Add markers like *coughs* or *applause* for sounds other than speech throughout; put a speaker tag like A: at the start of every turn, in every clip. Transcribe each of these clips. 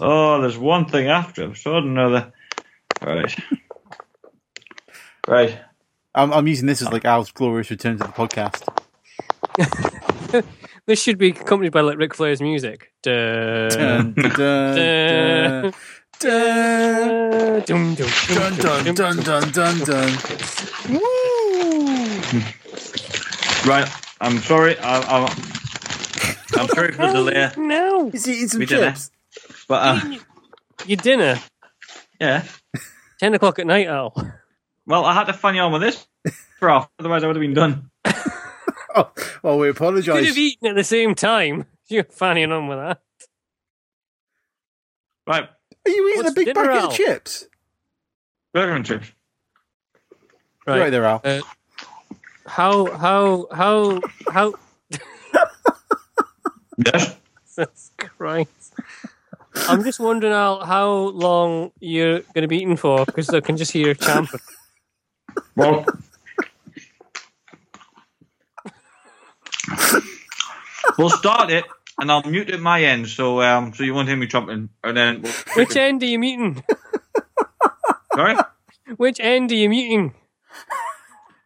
A: Oh, there's one thing after him. So I don't know the. All right. Right.
B: I'm, I'm using this as like Al's glorious return to the
C: *laughs*
B: podcast.
C: This should be accompanied by like Ric Flair's music.
B: *laughs*
C: Duh.
B: Dun, dun, dun, dun.
C: Dum, dum,
B: Dun,
C: dum,
B: dun,
C: dum,
B: dun, dun,
C: dum.
B: dun, dun.
A: Right. I'm sorry. I, I'm, I'm sorry for the delay.
C: No,
B: He's eating some
A: We did
B: chips.
A: But uh,
C: your dinner.
A: yeah.
C: Ten o'clock at night, Al.
A: Well, I had to fan you on with this, bro. Otherwise, I would have been done.
B: Oh, well, we
C: Could
B: apologise.
C: have eaten at the same time. *laughs* You're fanning on with that.
A: Right.
B: Are you eating
C: What's
B: a big
C: dinner,
B: packet
C: Al?
B: of chips?
A: Burger and chips.
B: Right, there, Al.
C: How how how how *laughs*
A: Yes.
C: Jesus Christ. I'm just wondering Al, how long you're going to be eating for because I can just hear champ.
B: *laughs*
A: Well. we'll start it, and I'll mute at my end, so um, so you won't hear me chomping, and then we'll,
C: Which end are you meeting?
A: sorry.
C: Which end are you meeting?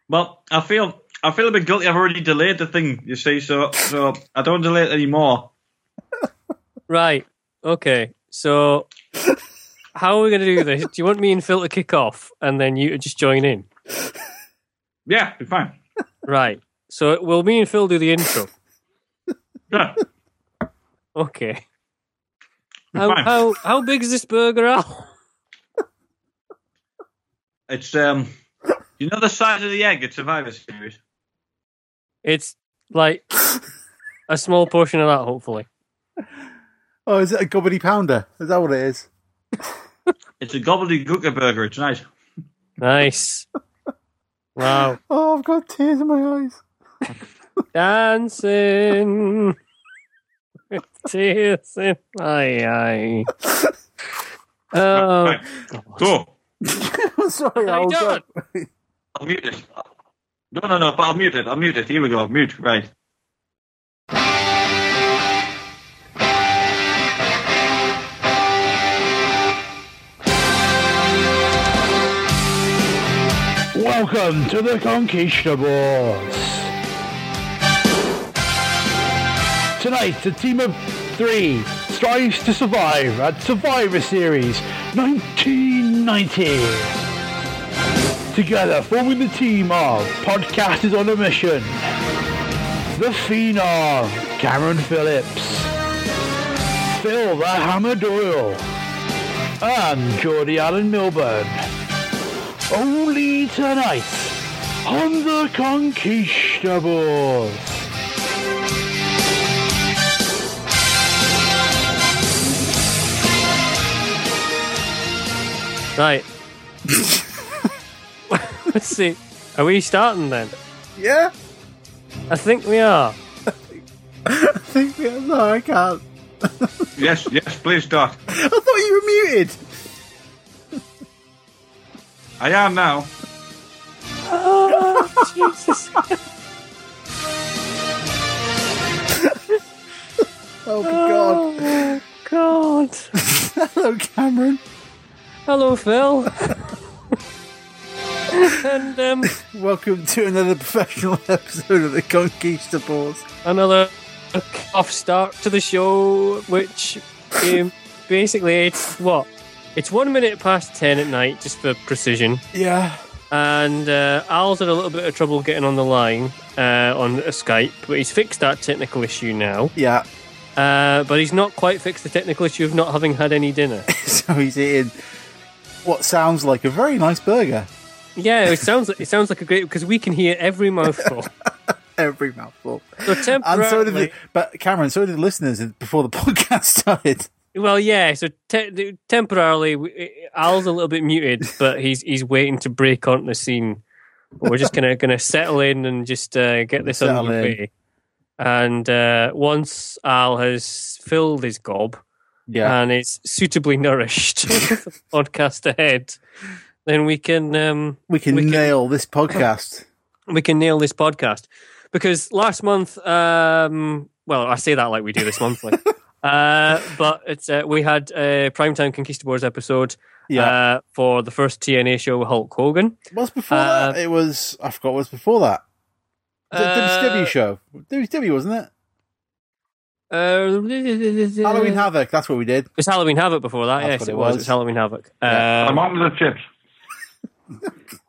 A: Well, I feel I feel a bit guilty. I've already delayed the thing, you see, so so I don't delay it anymore.
C: Right. Okay. So how are we going to do this? Do you want me and Phil to kick off and then you to just join in?
A: Yeah, be fine.
C: Right. So will me and Phil do the intro?
A: Yeah,
C: Okay.
A: be
C: How
A: fine.
C: how how big is this burger, Al?
A: It's um, you know the size of the egg at Survivor Series.
C: It's like a small portion of that, hopefully.
B: Oh, is it a gobbity pounder? Is that what it is?
A: It's a gobbledygooker burger. It's nice.
C: Nice. Wow.
B: Oh, I've got tears in my eyes. *laughs*
C: Dancing. *laughs* with Tears in my eye. Um,
A: *laughs*
C: Oh,
A: Right. So
B: I'm sorry,
C: How
B: Al.
C: you
B: go-
C: doing?
A: I'll mute it. No, no, no. But I'll mute it. I'll mute it. Here we go. Mute. Right.
D: Welcome to the Conquistadors. Tonight, a team of three strives to survive at Survivor Series 1990. Together, forming the team of Podcasters on a Mission, The Phenom, Cameron Phillips, Phil the Hammer Doyle, and Geordie Allen Milburn only tonight on the Conquistadors.
C: Right. Let's see. Are we starting then?
B: Yeah? *laughs*
C: I think we are.
B: I think we are. No, I can't.
A: Yes, yes. Please start.
B: I thought you were muted.
A: I am now.
C: Oh, Jesus. *laughs*
B: Oh, my God.
C: Oh, God. Ah.
B: *laughs* Hello, Cameron.
C: Hello, Phil. and um,
B: Welcome to another
D: *laughs*
B: professional episode of the Conquistadors.
C: another off start to the show, which um, basically it's what? It's one minute past 10 at night, just for precision.
B: Yeah.
C: And uh, Al's had a little bit of trouble getting on the line uh, on Skype, but he's fixed that technical issue now.
D: *laughs*
B: Yeah.
C: Uh, but he's not quite fixed the technical issue of not having had any dinner.
B: So he's eating what sounds like a very nice burger.
C: yeah, it sounds like, it sounds like a great because we can hear every mouthful.
B: Every mouthful. *laughs*
C: So
B: And
C: temporarily,
B: so did the, but Cameron, so did the listeners
D: *laughs*
B: before the podcast started.
C: well, yeah. So te- temporarily, we- Al's a little bit muted, but he's he's waiting to break onto the scene. But we're just gonna gonna settle in and just uh, get this
B: Settle
C: underway. And uh, once Al has filled his gob, and it's suitably nourished *laughs* for the podcast ahead, then we can um,
B: we can
C: we can-
B: nail this
C: *coughs*
B: podcast.
C: we can nail this
D: *laughs*
C: podcast. Because last month, um, well, I say that like we do this monthly. Uh, but it's uh, we had a primetime Conquistadors episode
D: Yeah.
C: uh, for the first TNA show with Hulk Hogan.
D: What's before
C: Uh,
D: that? It was I forgot what's before that. The
C: Uh,
D: WCW show. WCW wasn't it?
C: Uh,
D: Halloween Havoc. That's what we did.
C: It was Halloween Havoc before that.
D: That's
C: yes,
D: what
C: it
D: it
C: was.
D: was.
C: It was Halloween Havoc.
D: Yeah.
B: I'm
C: Um,
B: on with the chips.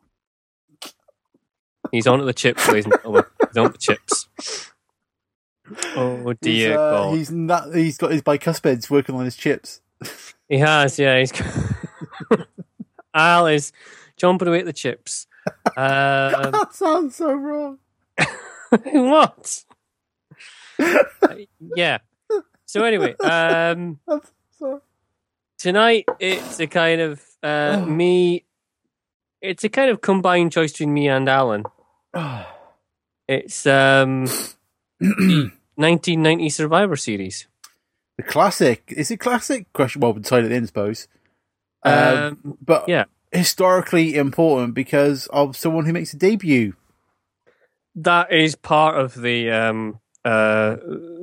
C: *laughs* he's on to the chips, ladies and gentlemen. He's on to the chips.
D: *laughs*
C: Oh
D: He's,
C: dear
D: uh,
C: God!
D: he's not, he's got his bicuspids working on his chips. *laughs*
C: He has, yeah. He's *laughs* Al is chomping away at the chips. Um, *laughs*
D: that sounds so wrong.
C: what? Uh, yeah. So anyway, um,
D: *laughs* That's so
C: tonight it's a kind of
D: *sighs*
C: uh, me. It's a kind of combined choice between me and
D: *sighs*
C: Alan. It's
D: *clears throat*
C: um, 1990 Survivor Series.
D: the classic. Is it classic? Question. Well, tied at the end, I suppose. Uh,
C: Um,
D: but
C: yeah.
D: historically important because of someone who makes a debut.
C: that is part of the um, uh,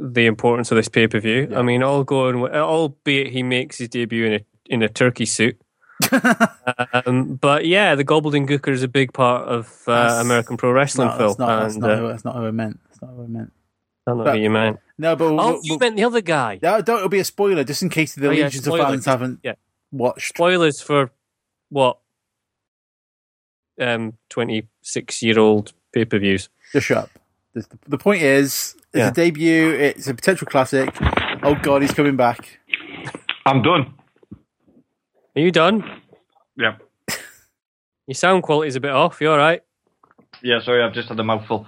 C: the importance of this pay per view. I mean, all going, albeit he makes his debut in a in a turkey suit.
D: *laughs*
C: um, but yeah, the Gobbleding Gooker is a big part of uh,
D: That's-
C: American pro wrestling,
D: No,
C: Phil.
D: that's not. That's
C: and,
D: not,
C: uh,
D: who, that's not who I meant. That's not who I meant.
C: I don't know
D: but-
C: who you meant.
D: No, but
C: Oh,
D: we-
C: you
D: we-
C: meant the other guy.
D: No, don't. It'll be a spoiler, just in case the
C: Oh, yeah,
D: legions
C: spoiler.
D: of fans haven't
C: Yeah.
D: watched.
C: Spoilers for what? Um, twenty six year old pay per views.
D: Just shut up. The, the point is, it's
C: Yeah.
D: a debut. It's a potential classic. Oh God, he's coming back.
B: I'm done.
C: Are you done?
B: Yeah.
C: Your sound quality's a bit off. You all right?
B: Yeah, sorry, I've just had a mouthful.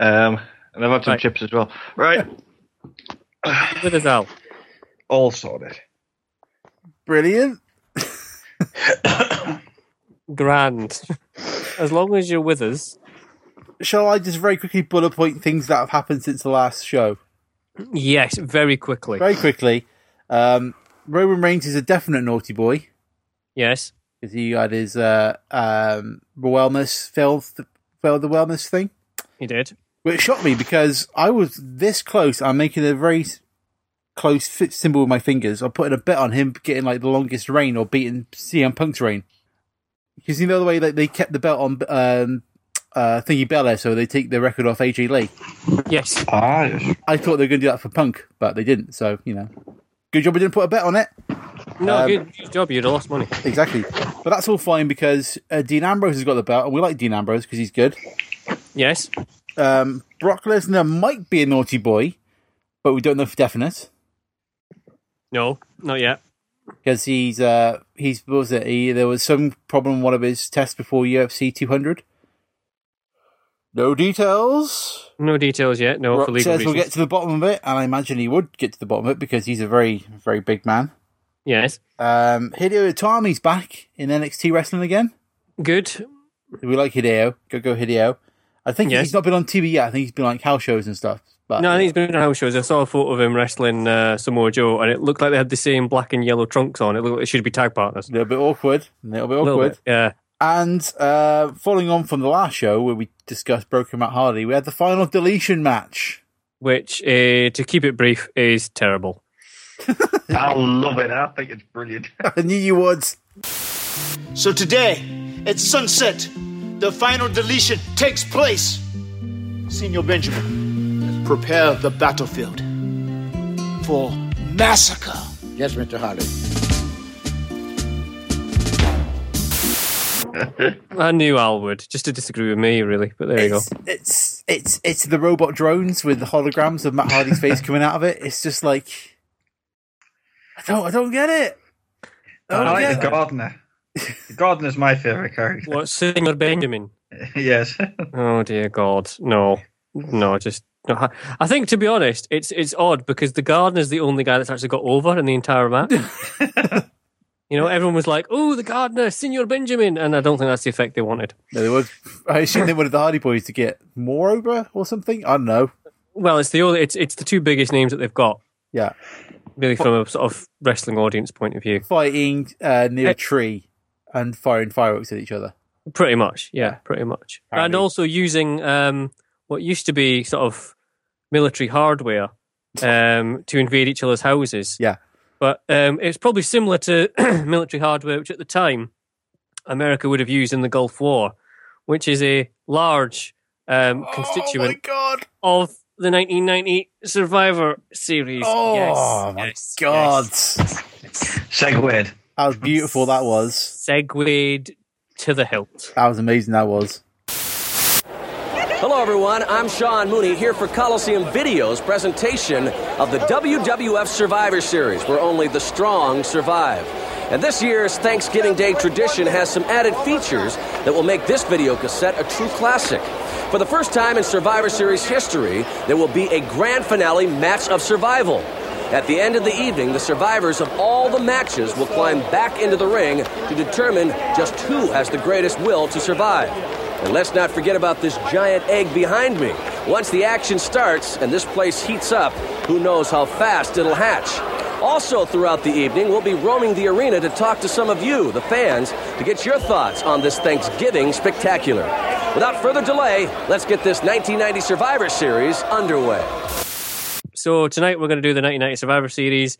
B: Um, and I've had some
C: Right.
B: chips as well.
A: *laughs*
B: Right.
C: With us, Al.
B: All sorted.
D: Brilliant.
C: grand. As long as you're with us.
D: Shall I just very quickly bullet point things that have happened since the last show?
C: Yes, very quickly.
D: Very quickly. Um, Roman Reigns is a definite naughty boy
C: Yes.
D: because he had his uh, um, wellness failed, failed the wellness thing.
C: He did.
D: Well, it shocked me because I was this close. I'm making a very s- close fit symbol with my fingers. I'm putting a bet on him getting like the longest reign or beating CM Punk's reign. Because you know the way like they kept the belt on um, uh, Thingy Bella, so they take the record off AJ Lee.
C: Yes.
B: Ah, yes.
D: I thought they were going to do that for Punk, but they didn't. So you know, good job we didn't put a bet on it.
C: No,
D: Um,
C: good, good job. You'd have lost money.
D: Exactly, but that's all fine because uh, Dean Ambrose has got the belt, and we like Dean Ambrose because he's good.
C: Yes.
D: Um, Brock Lesnar might be a naughty boy, but we don't know for definite.
C: No, not yet.
D: because he's uh he's what was it he, there was some problem with one of his tests before UFC 200. No details.
C: No details yet. No,
D: Rock
C: for
D: says
C: legal
D: we'll
C: reasons.
D: get to the bottom of it, and I imagine he would get to the bottom of it because he's a very very big man.
C: Yes.
D: Um, Hideo Itami's back in NXT wrestling again.
C: Good.
D: We like Hideo. Go go Hideo. I think
C: Yes.
D: he's not been on TV yet. I think he's been like house shows and stuff. But
C: No, I think he's been on house shows. I saw a photo of him wrestling uh, Samoa Joe, and it looked like they had the same black and yellow trunks on. It looked like they should be tag partners.
D: a little bit awkward. A little bit
C: A little
D: awkward.
C: bit, Yeah.
D: And uh, following on from the last show where we discussed Broken Matt Hardy, we had the final deletion match. *laughs*
C: Which, uh, to keep it brief, is terrible.
B: I love it. I think it's
A: *laughs*
B: brilliant.
D: I knew you would.
E: So today, at sunset, the final deletion takes place. Senor Benjamin, prepare the battlefield for massacre.
A: Yes, Mr. Hardy.
C: I knew Al would, just to disagree with me, really. But there you go.
D: It's, it's it's it's the robot drones with the holograms of Matt Hardy's face coming out of it. It's just like I don't I don't get it.
B: I
D: I don't
B: like
D: get
B: the
D: it.
B: Ah, gardener. The gardener's my favourite character. *laughs*
C: What, Singer Benjamin?
B: yes.
C: Oh dear God, no, no, just no. I- I think to be honest, it's it's odd because the gardener's the only guy that's actually got over in the entire match. you know, everyone was like, "Oh, the gardener, Signor Benjamin," and I don't think that's the effect they wanted.
D: No, they would- I assume they wanted the Hardy Boys to get more over or something. I don't know.
C: Well, it's the only, it's it's the two biggest names that they've got,
D: Yeah,
C: really, from a sort of wrestling audience point of view.
D: fighting uh, near
C: Eh.
D: a tree and firing fireworks at each other.
C: Pretty much, yeah, pretty much, and
D: Apparently. *laughs*
C: also using um, what used to be sort of military hardware um, to invade each other's houses.
D: Yeah.
C: But um, it's probably similar to *clears throat* military hardware, which at the time America would have used in the Gulf War, which is a large um,
D: Oh
C: constituent
D: god!
C: of the 1990 Survivor series.
D: Oh
C: yes,
D: my
C: yes,
D: god!
C: yes.
A: Segwayed.
D: How beautiful that was!
C: Segued to the hilt.
D: That was amazing. That was.
F: Hello, everyone. I'm Sean Mooney here for Coliseum Video's presentation of the WWF Survivor Series, where only the strong survive. And this year's Thanksgiving Day tradition has some added features that will make this video cassette a true classic. For the first time in Survivor Series history, there will be a grand finale match of survival. At the end of the evening, the survivors of all the matches will climb back into the ring to determine just who has the greatest will to survive. And let's not forget about this giant egg behind me. Once the action starts and this place heats up, who knows how fast it'll hatch. Also, throughout the evening, we'll be roaming the arena to talk to some of you, the fans, to get your thoughts on this Thanksgiving spectacular. Without further delay, let's get this 1990 Survivor Series underway.
C: So tonight we're going to do the 1990 Survivor Series.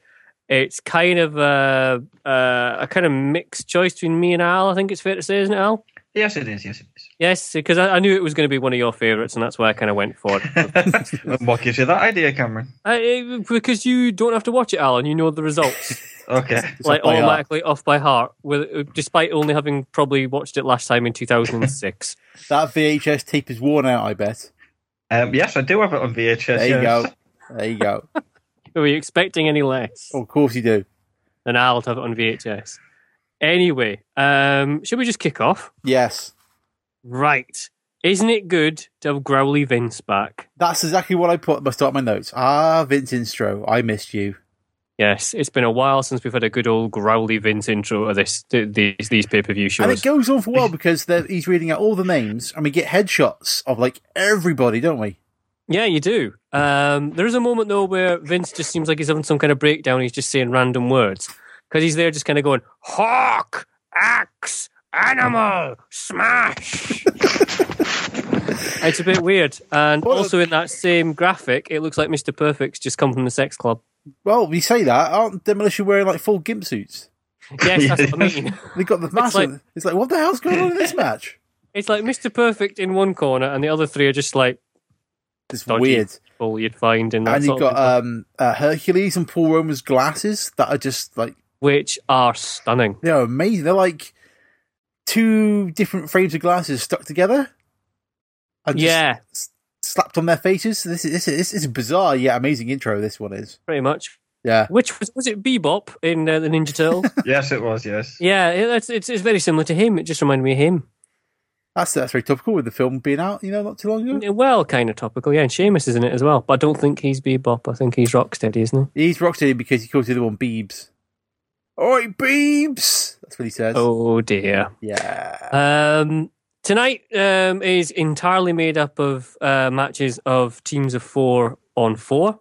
C: It's kind of a, a, a kind of mixed choice between me and Al. I think it's fair to say, isn't it, Al?
A: Yes, it is. Yes, it is.
C: Yes, because I, I knew it was going to be one of your favorites, and that's why I kind of went for
D: *laughs*
C: it.
A: what gives you that idea, Cameron?
C: I, it- because you don't have to watch it, Al, and you know the results
D: *laughs*
A: Okay.
C: like
D: by heart.
C: automatically off by heart, with, despite only having probably watched it last time in
D: *laughs*
C: 2006.
D: That VHS tape is worn out. I bet.
A: Um, yes, I do have it on VHS.
D: There you
A: yes.
D: go. There you go. Oh,
C: Were you expecting any less?
D: of course you do.
C: Then I'll have it on VHS. Anyway, um, should we just kick off?
D: Yes,
C: Right. Isn't it good to have Growly Vince back?
D: that's exactly what I put. Must start my notes. Ah, Vince Instro, I missed you.
C: Yes, it's been a while since we've had a good old Growly Vince intro of this th- these these pay per view shows.
D: And it goes on for well because they're- he's reading out all the names, and we get headshots of like everybody, don't we?
C: Yeah, you do. Um, there is a moment though where Vince just seems like he's having some kind of breakdown. He's just saying random words because he's there just kind of going hawk, axe, animal, smash. it's a bit weird. And also in that same graphic, it looks like Mr. Perfect's just come from the sex club.
D: Well, we say that aren't demolition wearing like full gimp suits?
C: Yes, that's what I mean.
D: They got the massive. It's like,
C: like-
D: what the hell's going on in
C: *laughs*
D: this match?
C: It's like Mr. Perfect in one corner, and the other three are just like
D: It's
C: Dodgy.
D: weird.
C: all you'd find in that.
D: and you've
C: sort of
D: got um, uh, Hercules and Paul Roman's glasses that are just like
C: which are stunning.
D: they're amazing. They're like two different frames of glasses stuck together. And just
C: Yeah.
D: s- slapped on their faces. This is this is, this is a bizarre yet amazing intro. This one is.
C: Pretty much.
D: Yeah.
C: Which was was it Bebop in uh, the Ninja
D: *laughs*
C: Turtle?
A: *laughs* Yes, it was. Yes.
C: Yeah, it- it's, it's it's very similar to him. It just reminded me of him.
D: That's that's very topical with the film being out, you know, not too long ago.
C: Well, kind of topical. Yeah, and Seamus is in it as well. But I don't think he's Bebop. I think he's Rocksteady, isn't
D: He's Rocksteady because he calls the other one Beebs. All right, Beebs. That's what he says.
C: he? Oh dear.
D: Yeah.
C: Um, tonight um, is entirely made up of uh, matches of teams of four on four.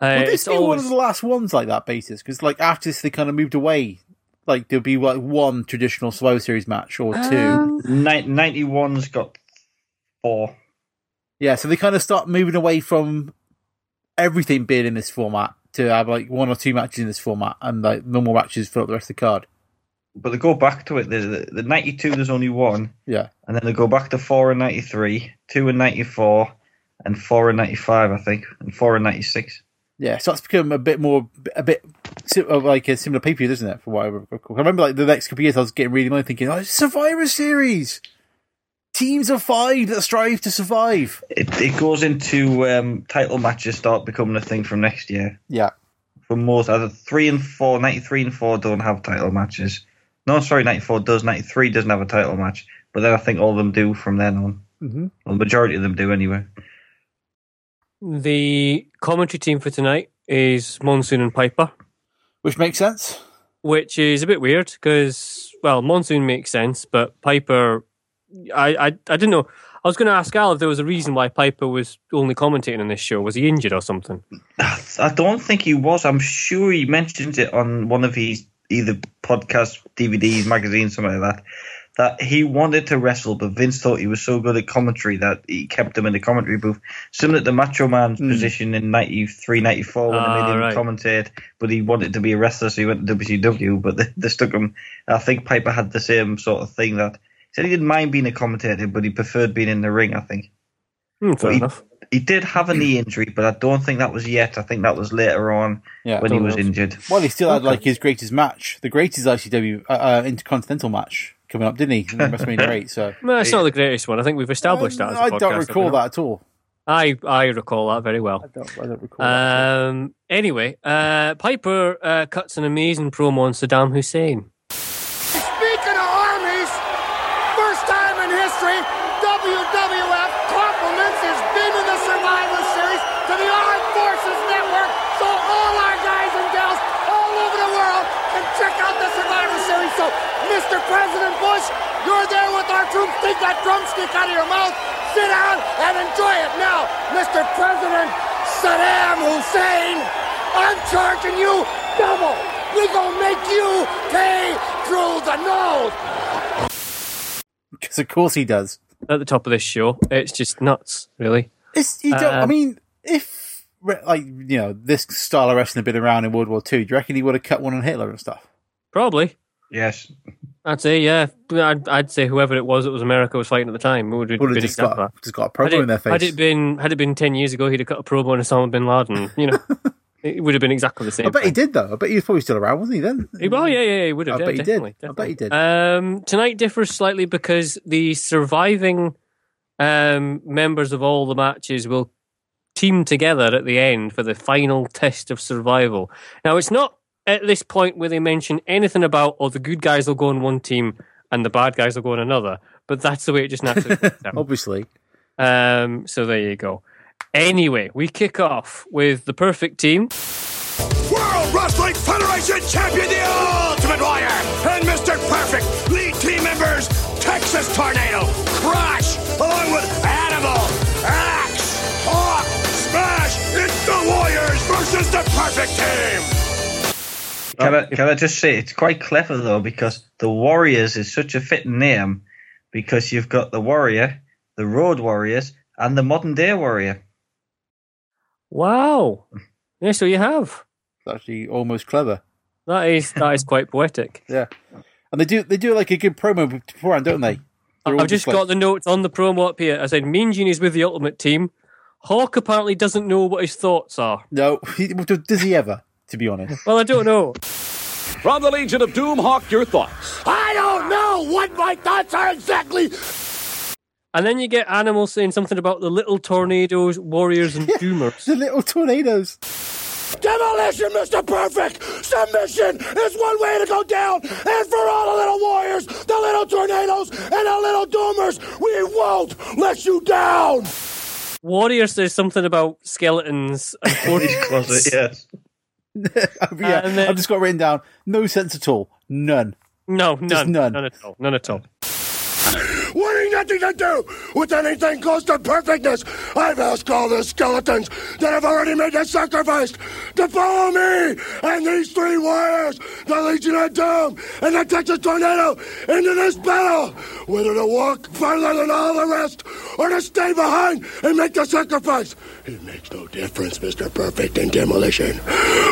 C: Uh,
D: Would this
C: it's
D: be one
C: always
D: of the last ones like that basis? Because like after this, they kind of moved away. Like there'd be like one traditional Survivor Series match or two.
C: Um,
A: Ni- 91's got four.
D: Yeah, so they kind of start moving away from everything being in this format to have like one or two matches in this format and like normal matches fill up the rest of the card.
A: But they go back to it. The, the, the 92, there's only one.
D: Yeah,
A: And then they go back to 4 and 93, 2 and 94, and 4 and 95, I think, and 4 and 96.
D: yeah. So that's become a bit more a bit si- of like a similar pay per view, isn't it? For what I recall, I remember like the next couple of years, I was getting really money thinking, oh, Survivor Series. Teams of five that strive to survive.
A: It, it goes into um, title matches start becoming a thing from next year.
D: Yeah.
A: For most, either 3 and 4, 93 and 4 don't have title matches. No, sorry, 94 does. 93 doesn't have a title match. But then I think all of them do from then on.
D: Mhm.
A: Well, the majority of them do anyway.
C: the commentary team for tonight is Monsoon and Piper.
D: Which makes sense.
C: which is a bit weird because well, monsoon makes sense, but Piper, I I, I didn't know. I was going to ask Al if there was a reason why Piper was only commentating on this show. Was he injured or something?
A: I don't think he was. I'm sure he mentioned it on one of his either podcasts, DVDs, magazines, something like that. that he wanted to wrestle, but Vince thought he was so good at commentary that he kept him in the commentary booth, similar to Macho Man's position in 93, 94 when
C: Hmm. Ah,
A: they made him
C: right.
A: commentate, but he wanted to be a wrestler, so he went to WCW, but they, they stuck him. I think Piper had the same sort of thing that he said he didn't mind being a commentator, but he preferred being in the ring, I think.
C: Hmm, fair
A: Well, he-
C: enough.
A: He did have
C: Hmm.
A: a knee injury, but I don't think that was yet. I think that was later on
D: Yeah,
A: when he
C: don't
A: was
C: know.
A: injured.
D: Well, he still had like his greatest match, the greatest ICW uh, uh, Intercontinental match coming up, didn't he? in *laughs* WrestleMania eight. So
C: No, it's not the greatest one. I think we've established that. As a
D: Um, I don't
C: podcast,
D: recall
C: haven't
D: that at all.
C: we? I I recall that very well.
D: I don't, I don't recall. that.
C: Um, anyway, uh, Piper uh, cuts an amazing promo on Saddam Hussein.
G: Speaking of armies, first time in history, WWF compliments his Beam of the Survivor Series to the Armed Forces Network so all our guys and gals all over the world can check out the Survivor Series. So, Mr. President Bush, you're there with our troops. Take that drumstick out of your mouth, sit down, and enjoy it now. Mr. President Saddam Hussein, I'm charging you double. We gonna make you pay through the nose.
D: Because of course he does.
C: At the top of this show, it's just nuts, really.
D: It's you don't. I
C: Um,
D: mean, if re- like you know this style of wrestling had been around in World War Two, do you reckon he would have cut one on Hitler and stuff?
C: Probably,
A: Yes,
C: I'd say, yeah, I'd, I'd say whoever it was that was America was fighting at the time would have
D: Would
C: been
D: have just
C: exactly
D: got
C: that.
D: just got a
C: Had
D: promo in
C: it,
D: their face.
C: had it been had it been ten years ago, he'd have cut a promo on Osama bin Laden. You
D: *laughs*
C: know, it would have been exactly the same.
D: I bet he
C: thing.
D: did though. I bet he was probably still around, wasn't he then?
C: Well, yeah, yeah, he would have.
D: I
C: yeah,
D: bet he did.
C: definitely,
D: I bet he did.
C: definitely. Um, tonight differs slightly because the surviving um, members of all the matches will team together at the end for the final test of survival. Now, it's not at this point where they mention anything about, oh, the good guys will go in one team and the bad guys will go in another. But that's the way it just naturally works
D: *laughs*
C: out.
D: Obviously,
C: Um, so there you go. Anyway, we kick off with the perfect team.
G: World Wrestling Federation champion, the Ultimate Warrior, and Mr. Perfect. Lead team members: Texas Tornado, Crash, along with Animal, Axe, Hawk, Smash. It's the Warriors versus the Perfect Team.
C: Uh,
A: Can I, can I just say it's quite clever though because the Warriors is such a fitting name because you've got the Warrior, the Road Warriors, and the Modern Day Warrior. *laughs*
C: Wow. Yeah, so you have.
D: it's actually almost clever.
C: That is that is quite poetic.
D: Yeah, and they do they do like a good promo beforehand, don't they? *laughs* They're all
C: I've just
D: like-
C: got the notes on the promo up here. I said Mean Gene is with the Ultimate Team. Hawk apparently doesn't know what his thoughts are.
D: no. *laughs* does he ever? To be honest, *laughs*
C: Well, I don't know.
F: From the Legion of Doom, Hawk, your thoughts.
G: I don't know what my thoughts are exactly.
C: And then you get Animal saying something about the little tornadoes, warriors, and
D: *laughs*
C: doomers.
D: the little tornadoes. *laughs*
G: Demolition, Mr. Perfect! Submission is one way to go down! And for all the little warriors, the little tornadoes, and the little doomers, we won't let you down!
C: Warrior says something about skeletons *laughs* and
A: Was
C: forties.
A: it? Yes.
D: yeah,
C: And then-
D: I've just got written down. No sense at all. None.
C: No, none,
D: none.
C: none at all, none at all.
G: Wanting nothing to do with anything close to perfectness, I've asked all the skeletons that have already made the sacrifice to follow me and these three warriors, the Legion of Doom and the Texas Tornado, into this battle, whether to walk further than all the rest or to stay behind and make the sacrifice. It makes no difference, Mr. Perfect and Demolition.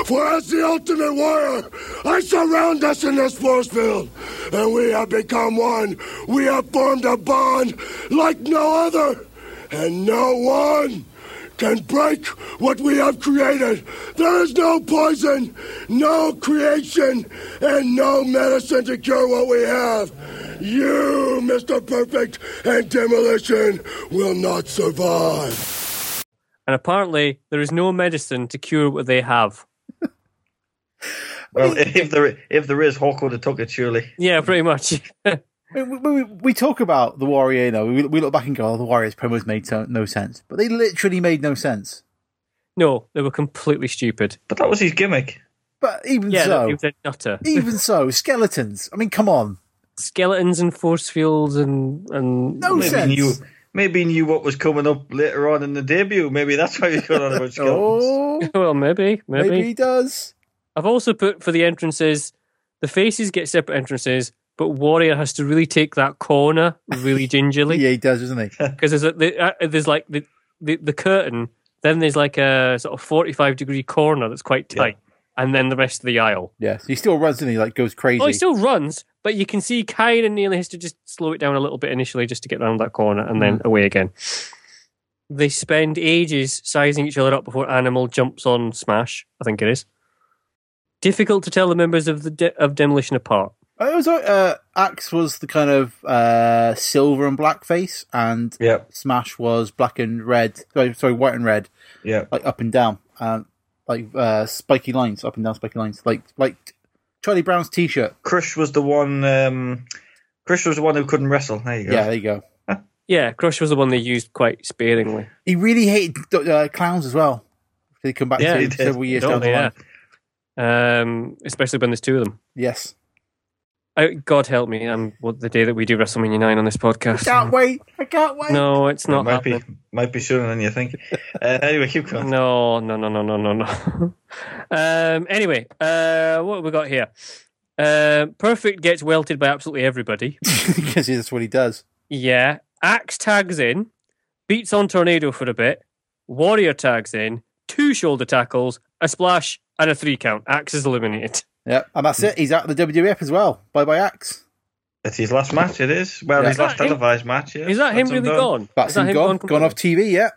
G: For as the ultimate warrior, I surround us in this force field, and we have become one. We have formed a bond like no other, and no one can break what we have created. There is no poison, no creation, and no medicine to cure what we have. You, Mr. Perfect and Demolition, will not survive.
C: And apparently, there is no medicine to cure what they have.
A: Well, if there if there is, Hawk would have took it surely.
D: Hmm.
C: Yeah, pretty much. *laughs*
D: We, we- we, we talk about the Warrior, you know, we, we look back and go, oh, the Warrior's promos made so, no sense. But they literally made no sense.
C: no, they were completely stupid.
A: But that was his gimmick.
D: But even
C: Yeah,
D: so,
C: he was a nutter.
D: *laughs* even so, skeletons. I mean, come on.
C: Skeletons and force fields and and
D: No sense.
A: He knew maybe he knew what was coming up later on in the debut. Maybe that's why he's going on
D: *laughs*
A: about skeletons.
D: Oh,
C: well, maybe, maybe,
D: maybe he does.
C: I've also put for the entrances, the faces get separate entrances, but Warrior has to really take that corner really gingerly
D: Yeah, he does, doesn't
C: *laughs*
D: he?
C: because there's a, the, uh, there's like the, the the curtain, then there's like a sort of 45 degree corner that's quite tight, and then the rest of the aisle.
D: yeah, he still runs, doesn't he? Like goes crazy.
C: Oh, he still runs, but you can see kind of nearly has to just slow it down a little bit initially just to get round that corner and
A: Mm.
C: then away again. They spend ages sizing each other up before Animal jumps on Smash. I think it is difficult to tell the members of the de- of Demolition apart.
D: I was uh, Axe was the kind of uh, silver and black face, and
A: Yeah,
D: Smash was black and red. Sorry, sorry, white and red,
A: yeah.
D: like up and down, um, like uh, spiky lines, up and down spiky lines, like like Charlie Brown's T-shirt.
A: Crush was the one. Um, Crush was the one who couldn't wrestle. There you go.
D: Yeah, there you go.
C: Yeah, Crush was the one they used quite sparingly.
D: He really hated uh, clowns as well. They come back
C: Yeah,
D: to
C: he
D: him
A: did.
D: several years down the
C: Totally,
D: line.
C: yeah. Um, especially when there's two of them.
D: Yes,
C: I, God help me! Um, what the day that we do WrestleMania nine on this podcast?
D: can't wait. I can't wait.
C: No, it's
A: It
C: not
A: might
C: happening.
A: be might be sooner than you think. Uh, anyway, keep going.
C: No, no, no, no, no, no, *laughs* no. um, anyway, uh, what have we got here? Uh, Perfect gets welted by absolutely everybody.
D: *laughs* because that's what he does.
C: Yeah. Axe tags in, beats on Tornado for a bit. Warrior tags in, two shoulder tackles, a splash, and a three count. Axe is eliminated.
D: Yeah, and that's it. He's out of the WWF as well. Bye bye, Axe.
A: It's his last match. It is. Well,
D: Yeah.
A: his last
C: Is that him?
A: televised match. Yeah.
C: Is that him
A: That's
C: really
A: done.
C: gone?
D: That's
C: is that
D: him gone. Gone
C: completely?
D: off TV. Yeah,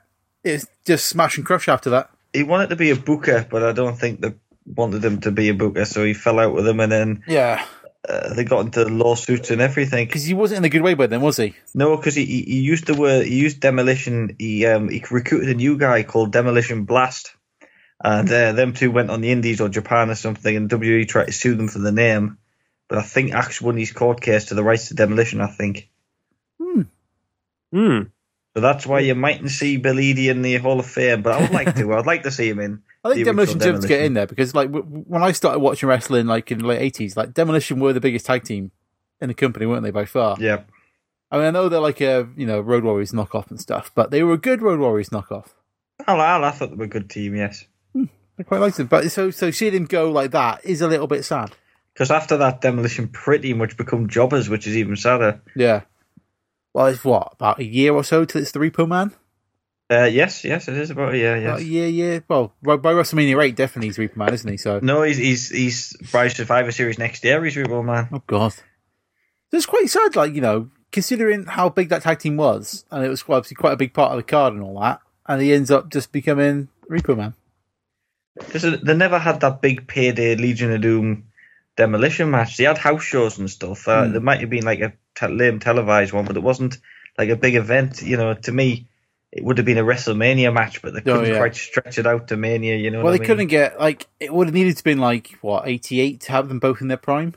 D: it's just smash and crush after that.
A: He wanted to be a booker, but I don't think they wanted him to be a booker, so he fell out with them, and then
D: Yeah,
A: uh, they got into lawsuits and everything.
D: because he wasn't in a good way by then, was he?
A: No, because he, he he used the word he used demolition. He um he recruited a new guy called Demolition Blast, and uh, them two went on the Indies or Japan or something, and E, WWE tried to sue them for the name, but I think Axe won his court case to the rights to demolition. I think
C: Hmm.
A: so. That's why you mightn't see Belidi in the Hall of Fame, but I would like to. I'd like to see him in.
D: I think
A: the original
D: Demolition deserved to get in there because, like, w- w- when I started watching wrestling, like in the late eighties, like Demolition were the biggest tag team in the company, weren't they? By far.
A: Yeah,
D: I mean, I know they're like a you know Road Warriors knockoff and stuff, but they were a good Road Warriors knockoff.
A: I, I, I thought they were a good team. Yes,
D: I quite liked them, but so so seeing him go like that is a little bit sad.
A: because after that, demolition pretty much become jobbers, which is even sadder.
D: Yeah. Well, it's what about a year or so till it's the Repo Man.
A: Uh, yes, yes, it is about yeah, yes.
D: About a year, year. Well, by, by WrestleMania eight, definitely he's Repo Man, isn't he? So.
A: No, Oh, he's he's he's by Survivor Series next year. He's Rebel Man.
D: Oh God, it's quite sad. Like you know, considering how big that tag team was, and it was quite- obviously quite a big part of the card and all that, and he ends up just becoming Repo Man.
A: This is- uh, they never had that big payday Legion of Doom demolition match. They had house shows and stuff.
D: Hmm.
A: Uh, There might have been like a te- lame televised one, but it wasn't like a big event. You know, to me, it would have been a WrestleMania match, but they couldn't
D: Oh, yeah.
A: quite stretch it out to Mania. You know,
D: well,
A: what
D: they
A: I mean?
D: couldn't get like it would have needed to been like what eighty eight to have them both in their prime,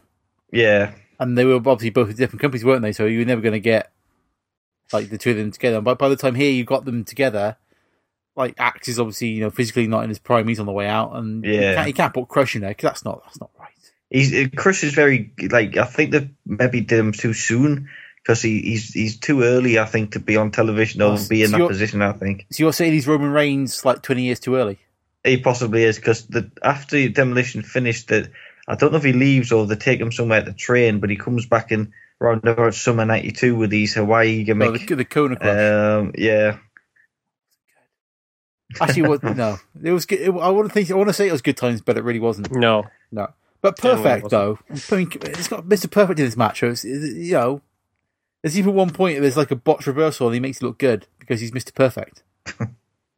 A: Yeah,
D: and they were obviously both in different companies, weren't they? So you were never going to get like the two of them together. But by the time here you got them together. Like Axe is obviously you know physically not in his prime. He's on the way out, and you
A: Yeah.
D: can't, you can't put Crush in there 'cause that's not that's not right.
A: he's uh, Chris is very like I think they maybe did him too soon. Because he, he's he's too early, I think, to be on television or
D: Oh, so
A: be in that
D: you're-
A: position. I think
D: So you're saying he's Roman Reigns like twenty years too early?
A: He possibly is because the after demolition finished, that I don't know if he leaves or they take him somewhere to train, but he comes back in around about summer '92 with his Hawaii
D: No,
A: gimmick.
D: the, the Kona Crush.
A: um, yeah,
D: Actually, what, no, it was. Good. It, I want to think. I want to say it was good times, but it really wasn't.
C: No.
D: No, but
C: Generally
D: perfect
C: wasn't.
D: though. I mean, it's got Mister Perfect in this match. So it's, it- you know, there's even one point where there's like a botch reversal, and he makes it look good because he's Mister Perfect.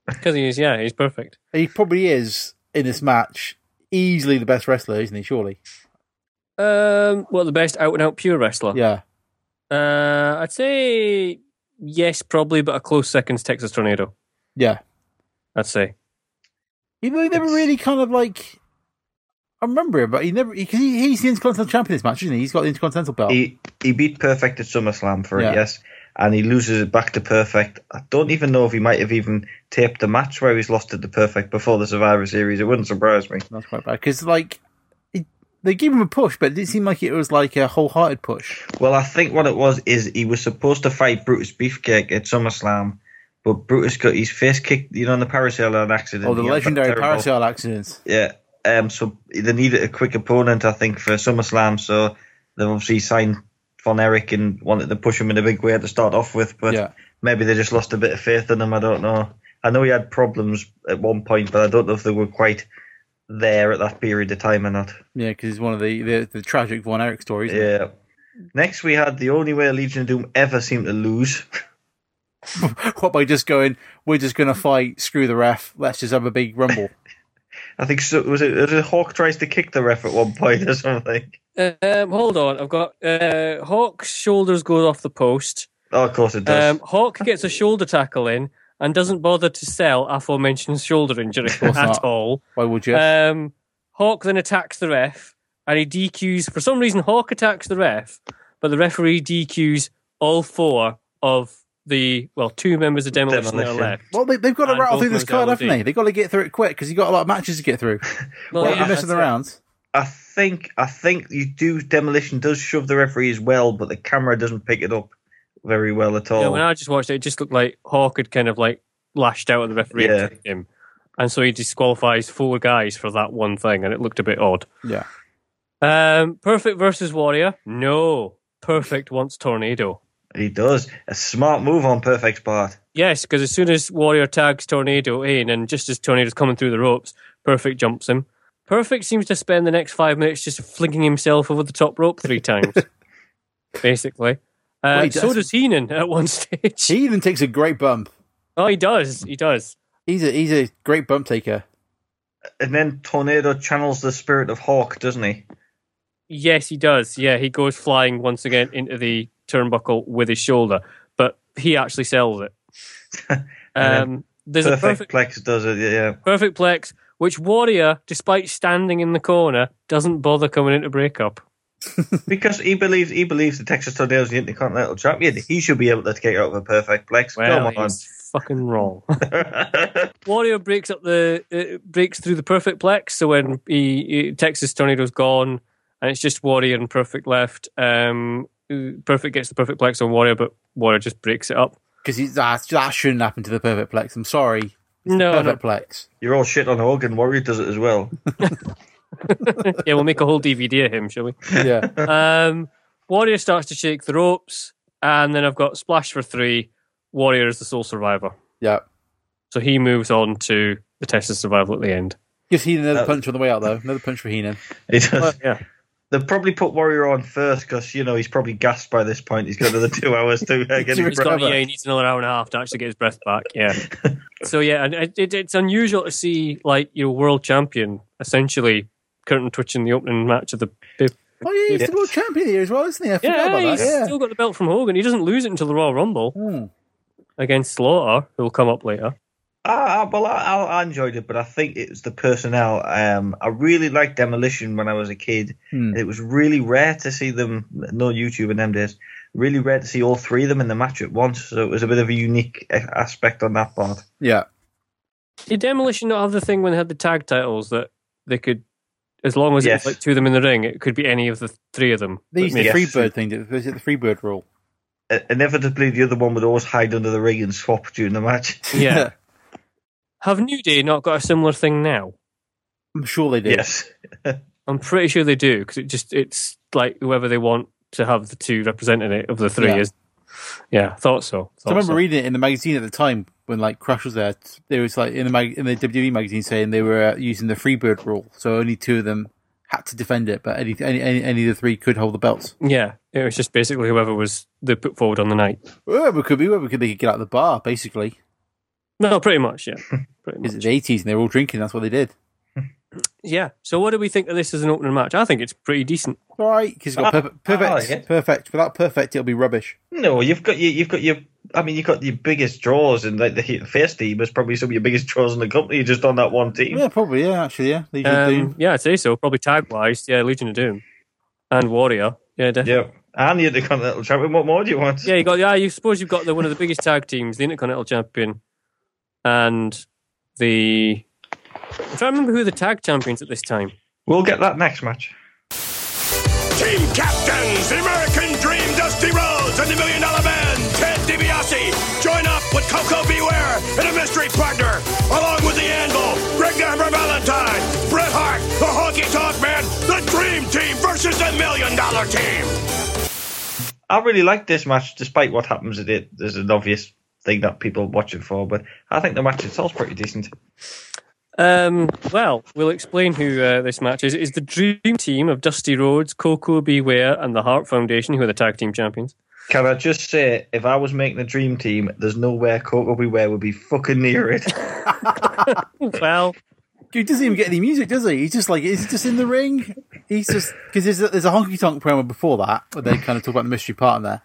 C: Because he's, yeah, he's perfect.
D: He probably is in this match easily the best wrestler, isn't he? Surely,
C: Um, well, the best out and out pure wrestler.
D: yeah.
C: Uh, I'd say yes, probably, but a close second's Texas Tornado.
D: Yeah.
C: I'd say.
D: Even though he never really kind of like. I remember him, but he never because he, he's the Intercontinental Champion this match, isn't he? He's got the Intercontinental belt.
A: he he beat Perfect at SummerSlam for
D: Yeah.
A: it, yes, and he loses it back to Perfect. I don't even know if he might have even taped a match where he's lost it to Perfect before the Survivor Series. It wouldn't surprise me.
D: That's quite bad because like it, they gave him a push, but it didn't seem like it was like a wholehearted push.
A: Well, I think what it was is he was supposed to fight Brutus Beefcake at SummerSlam. But Brutus got his face kicked, you know, in the parasail accident.
D: Or Oh, the
A: He had that
D: legendary
A: terrible- *laughs*
D: parasail accidents.
A: Yeah. Um. So they needed a quick opponent, I think, for SummerSlam. So they obviously signed Von Erich and wanted to push him in a big way to start off with, but
D: Yeah.
A: maybe they just lost a bit of faith in him. I don't know. I know he had problems at one point, but I don't know if they were quite there at that period of time or not.
D: Yeah, because it's one of the, the, the tragic Von Erich stories.
A: Yeah. Next, we had the only way Legion of Doom ever seemed to lose.
D: *laughs* What by just going, we're just going to fight, screw the ref, let's just have a big rumble.
A: I think so, was it, was it Hawk tries to kick the ref at one point or something.
C: Um, hold on, I've got uh, Hawk's shoulders goes off the post.
A: Oh, of course it does.
C: Um, Hawk gets a shoulder tackle in and doesn't bother to sell aforementioned shoulder injury *laughs* at
D: not.
C: all.
D: Why would you?
C: Um, Hawk then attacks the ref and he DQs. For some reason, Hawk attacks the ref, but the referee DQs all four of the well, two members of demolition,
A: Demolition.
C: that are left.
D: well, they, they've got to
C: and
D: rattle
C: both
D: through this
C: those
D: card,
C: LOD.
D: haven't they? They've got to get through it quick because you've got a lot of matches to get through.
C: Well,
D: Don't
C: yeah,
D: be messing
C: that's it.
D: around.
A: I think I think you do demolition does shove the referee as well, but the camera doesn't pick it up very well at all.
C: Yeah, when I just watched it, it just looked like Hawk had kind of like lashed out at the referee
A: Yeah.
C: and kicked him. And so he disqualifies four guys for that one thing, and it looked a bit odd.
D: Yeah.
C: Um, perfect versus Warrior? No. Perfect wants Tornado.
A: He does a smart move on Perfect's part.
C: Yes, because as soon as Warrior tags Tornado in, and just as Tornado's coming through the ropes, Perfect jumps him. Perfect seems to spend the next five minutes just flinging himself over the top rope three times, basically. Uh,
D: Wait,
C: so
D: that's-
C: does Heenan at one *laughs* stage.
D: He even takes a great bump.
C: oh, he does. He does.
D: He's a he's a great bump taker.
A: And then Tornado channels the spirit of Hawk, doesn't he?
C: Yes, he does. Yeah, he goes flying once again into the turnbuckle with his shoulder, but he actually sells it.
A: *laughs* And
C: Um, there's
A: Perfect,
C: a perfect
A: Plex does it. Yeah,
C: perfect plex, which Warrior, despite standing in the corner, doesn't bother coming into breakup.
A: because he believes he believes the Texas Tornado is the Intercontinental Champion. He should be able to kick out of a Perfect Plex.
C: Well,
A: Come on.
C: he's fucking
A: *laughs*
C: wrong. *laughs* Warrior breaks up the uh, breaks through the perfect plex. So when he, he- Texas Tornado's gone, and it's just Warrior and Perfect left. Um, uh, perfect gets the perfect plex on Warrior, but Warrior just breaks it up.
D: Because that, that shouldn't happen to the Perfect Plex. I'm sorry.
C: No, no,
D: Perfect Plex.
A: You're all shit on Hogan. Warrior does it as well. *laughs*
C: yeah, we'll make a whole DVD of him, shall
D: *laughs*
C: we?
D: Yeah.
C: *laughs* Um, Warrior starts to shake the ropes, and then I've got Splash for three. Warrior is the sole survivor.
D: yeah.
C: So he moves on to the test of survival at the end.
D: Gives Heenan another
A: Uh,
D: punch on the way out, though. Another punch for Heenan.
A: He does.
C: yeah.
A: They probably put Warrior on first because you know he's probably gassed by this point. He's got another two *laughs* hours to uh, get his
C: He's got,
A: breath.
C: yeah, he needs another hour and a half to actually get his breath back.
D: *laughs*
C: Yeah. so yeah, and it, it, it's unusual to see like your world champion essentially curtain twitching the opening match of the.
D: Oh, yeah, he's
A: Yeah.
D: the world champion here as well, isn't he? I forgot
C: Yeah,
D: about
C: he's
D: that. Yeah.
C: still got the belt from Hogan. He doesn't lose it until the Royal Rumble
D: Hmm.
C: against Slaughter, who will come up later.
A: Ah, ah, well, I, I I enjoyed it, but I think it was the personnel. Um, I really liked Demolition when I was a kid.
D: Hmm.
A: It was really rare to see them. No YouTube in them days. Really rare to see all three of them in the match at once. So it was a bit of a unique a- aspect on that part.
D: Yeah.
C: Did Demolition not have the thing when they had the tag titles that they could, as long as
A: Yes.
C: it was like two of them in the ring, it could be any of the three of
D: *laughs*
C: them?
D: They used the
A: Yes.
D: free bird thing. didn't they? Was it the free bird rule?
A: Uh, inevitably, the other one would always hide under the ring and swap during the match. *laughs*
C: Yeah. have New Day not got a similar thing now?
D: *laughs* I'm sure they did.
A: Yes,
C: I'm pretty sure they do because it just it's like whoever they want to have the two representing it of the three
D: Yeah.
C: is. Yeah, thought so.
D: So I remember reading it in the magazine at the time when like Crash was there. There was like in the mag- in the WWE magazine saying they were uh, using the free bird rule, so only two of them had to defend it, but any any any, any of the three could hold the belts.
C: yeah, it was just basically whoever was they put forward on the night.
D: Whoever could be, whoever could they could get out of the bar, basically.
C: No, pretty much.
D: *laughs*
C: Yeah, pretty much.
D: Because it's the 80s and they were all drinking, that's what they did.
C: Yeah. So, what do we think of this as an opening match? I think it's pretty decent.
D: All right, because got perfect, perfect,
A: Ah, I like it.
D: perfect. Without perfect, it'll be rubbish.
A: no, you've got your, you've got your. I mean, you've got your biggest draws, and like the he- face team is probably some of your biggest draws in the company. just on that one team.
D: Yeah, probably. Yeah, actually, yeah. Legion of
C: Um,
D: Doom.
C: yeah, I'd say so. Probably tag wise, yeah, Legion of Doom and Warrior. Yeah, definitely.
A: Yeah, and the Intercontinental Champion. What more do you want?
C: Yeah, you got. Yeah, you suppose you've got the one of the biggest tag teams, the Intercontinental Champion, and the. I'm trying to remember who the tag champions at this time.
A: We'll get that next match.
G: Team captains, the American Dream, Dusty Rhodes, and the Million Dollar Man, Ted DiBiase. Join up with Coco Beware and a mystery partner, along with the Anvil, Greg the Hammer Valentine, Bret Hart, the Honky Tonk Man, the Dream Team versus the Million Dollar Team.
A: I really like this match, despite what happens at it. There's an obvious thing that people watch it for, but I think the match itself's pretty decent.
C: Um, well, we'll explain who uh, this match is. It's the dream team of Dusty Rhodes, Coco Beware, and the Hart Foundation, who are the tag team *laughs* champions.
A: Can I just say, if I was making a dream team, there's nowhere Coco Beware would be fucking near
D: *laughs*
A: it.
C: Well,
D: He doesn't even get any music, does he? He's just like, is he just in the ring? He's just because there's a, there's a honky tonk promo before that where they kind of talk about the mystery partner.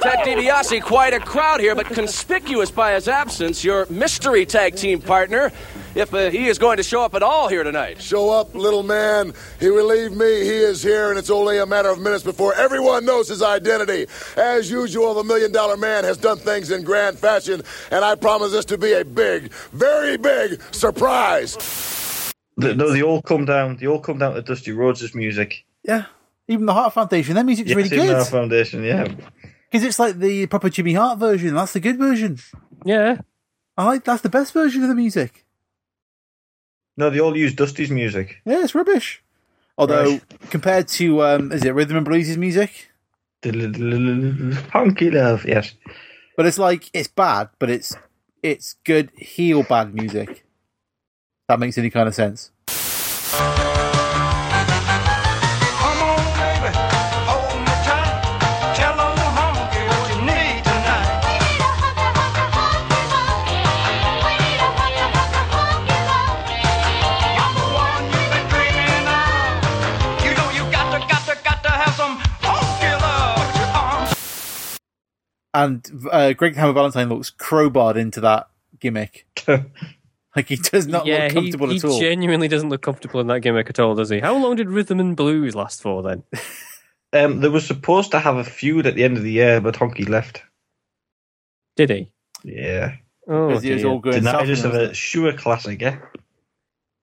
F: Ted DiBiase, quite a crowd here, but conspicuous by his absence, your mystery tag team partner, if uh, he is going to show up at all here tonight.
G: Show up, little man. He relieved me. He is here, and it's only a matter of minutes before everyone knows his identity. As usual, the Million Dollar Man has done things in grand fashion, and I promise this to be a big, very big surprise.
A: The- no, they all come down. They all come down to Dusty Rhodes' music.
D: Yeah, even the Heart Foundation, their music's really
A: Yes, even our
D: good
A: foundation. Yeah,
D: because it's like the proper Jimmy Hart version. That's the good version.
C: yeah.
D: I like that's the best version of the music.
A: no, they all use Dusty's music.
D: Yeah, it's rubbish. Although compared to um, is it rhythm and blues' music,
A: Honky love, yes.
D: but it's like it's bad, but it's it's good heel bad music. If that makes any kind of sense.
H: Come on, baby, hold me tight. Tell 'em the honky what you need tonight. I'm the one you've been dreaming of. You know you got to, got to, got to have some honky love. Put your arms
D: And uh, Greg Hammer Valentine looks crowbarred into that
A: *laughs*
D: gimmick. like he does not
C: yeah,
D: look
C: he-
D: comfortable
C: he,
D: at all.
C: genuinely doesn't look comfortable in that gimmick at all, does he? How long did Rhythm and Blues last for then? *laughs*
A: Um, they were supposed to have a feud at the end of the year, but Honky left.
C: Did he?
A: Yeah,
C: Oh,
D: Because he was
C: dear.
D: all good.
A: did
D: and
A: I
D: stuff,
A: just have
D: and
A: a sure classic? eh? Yeah,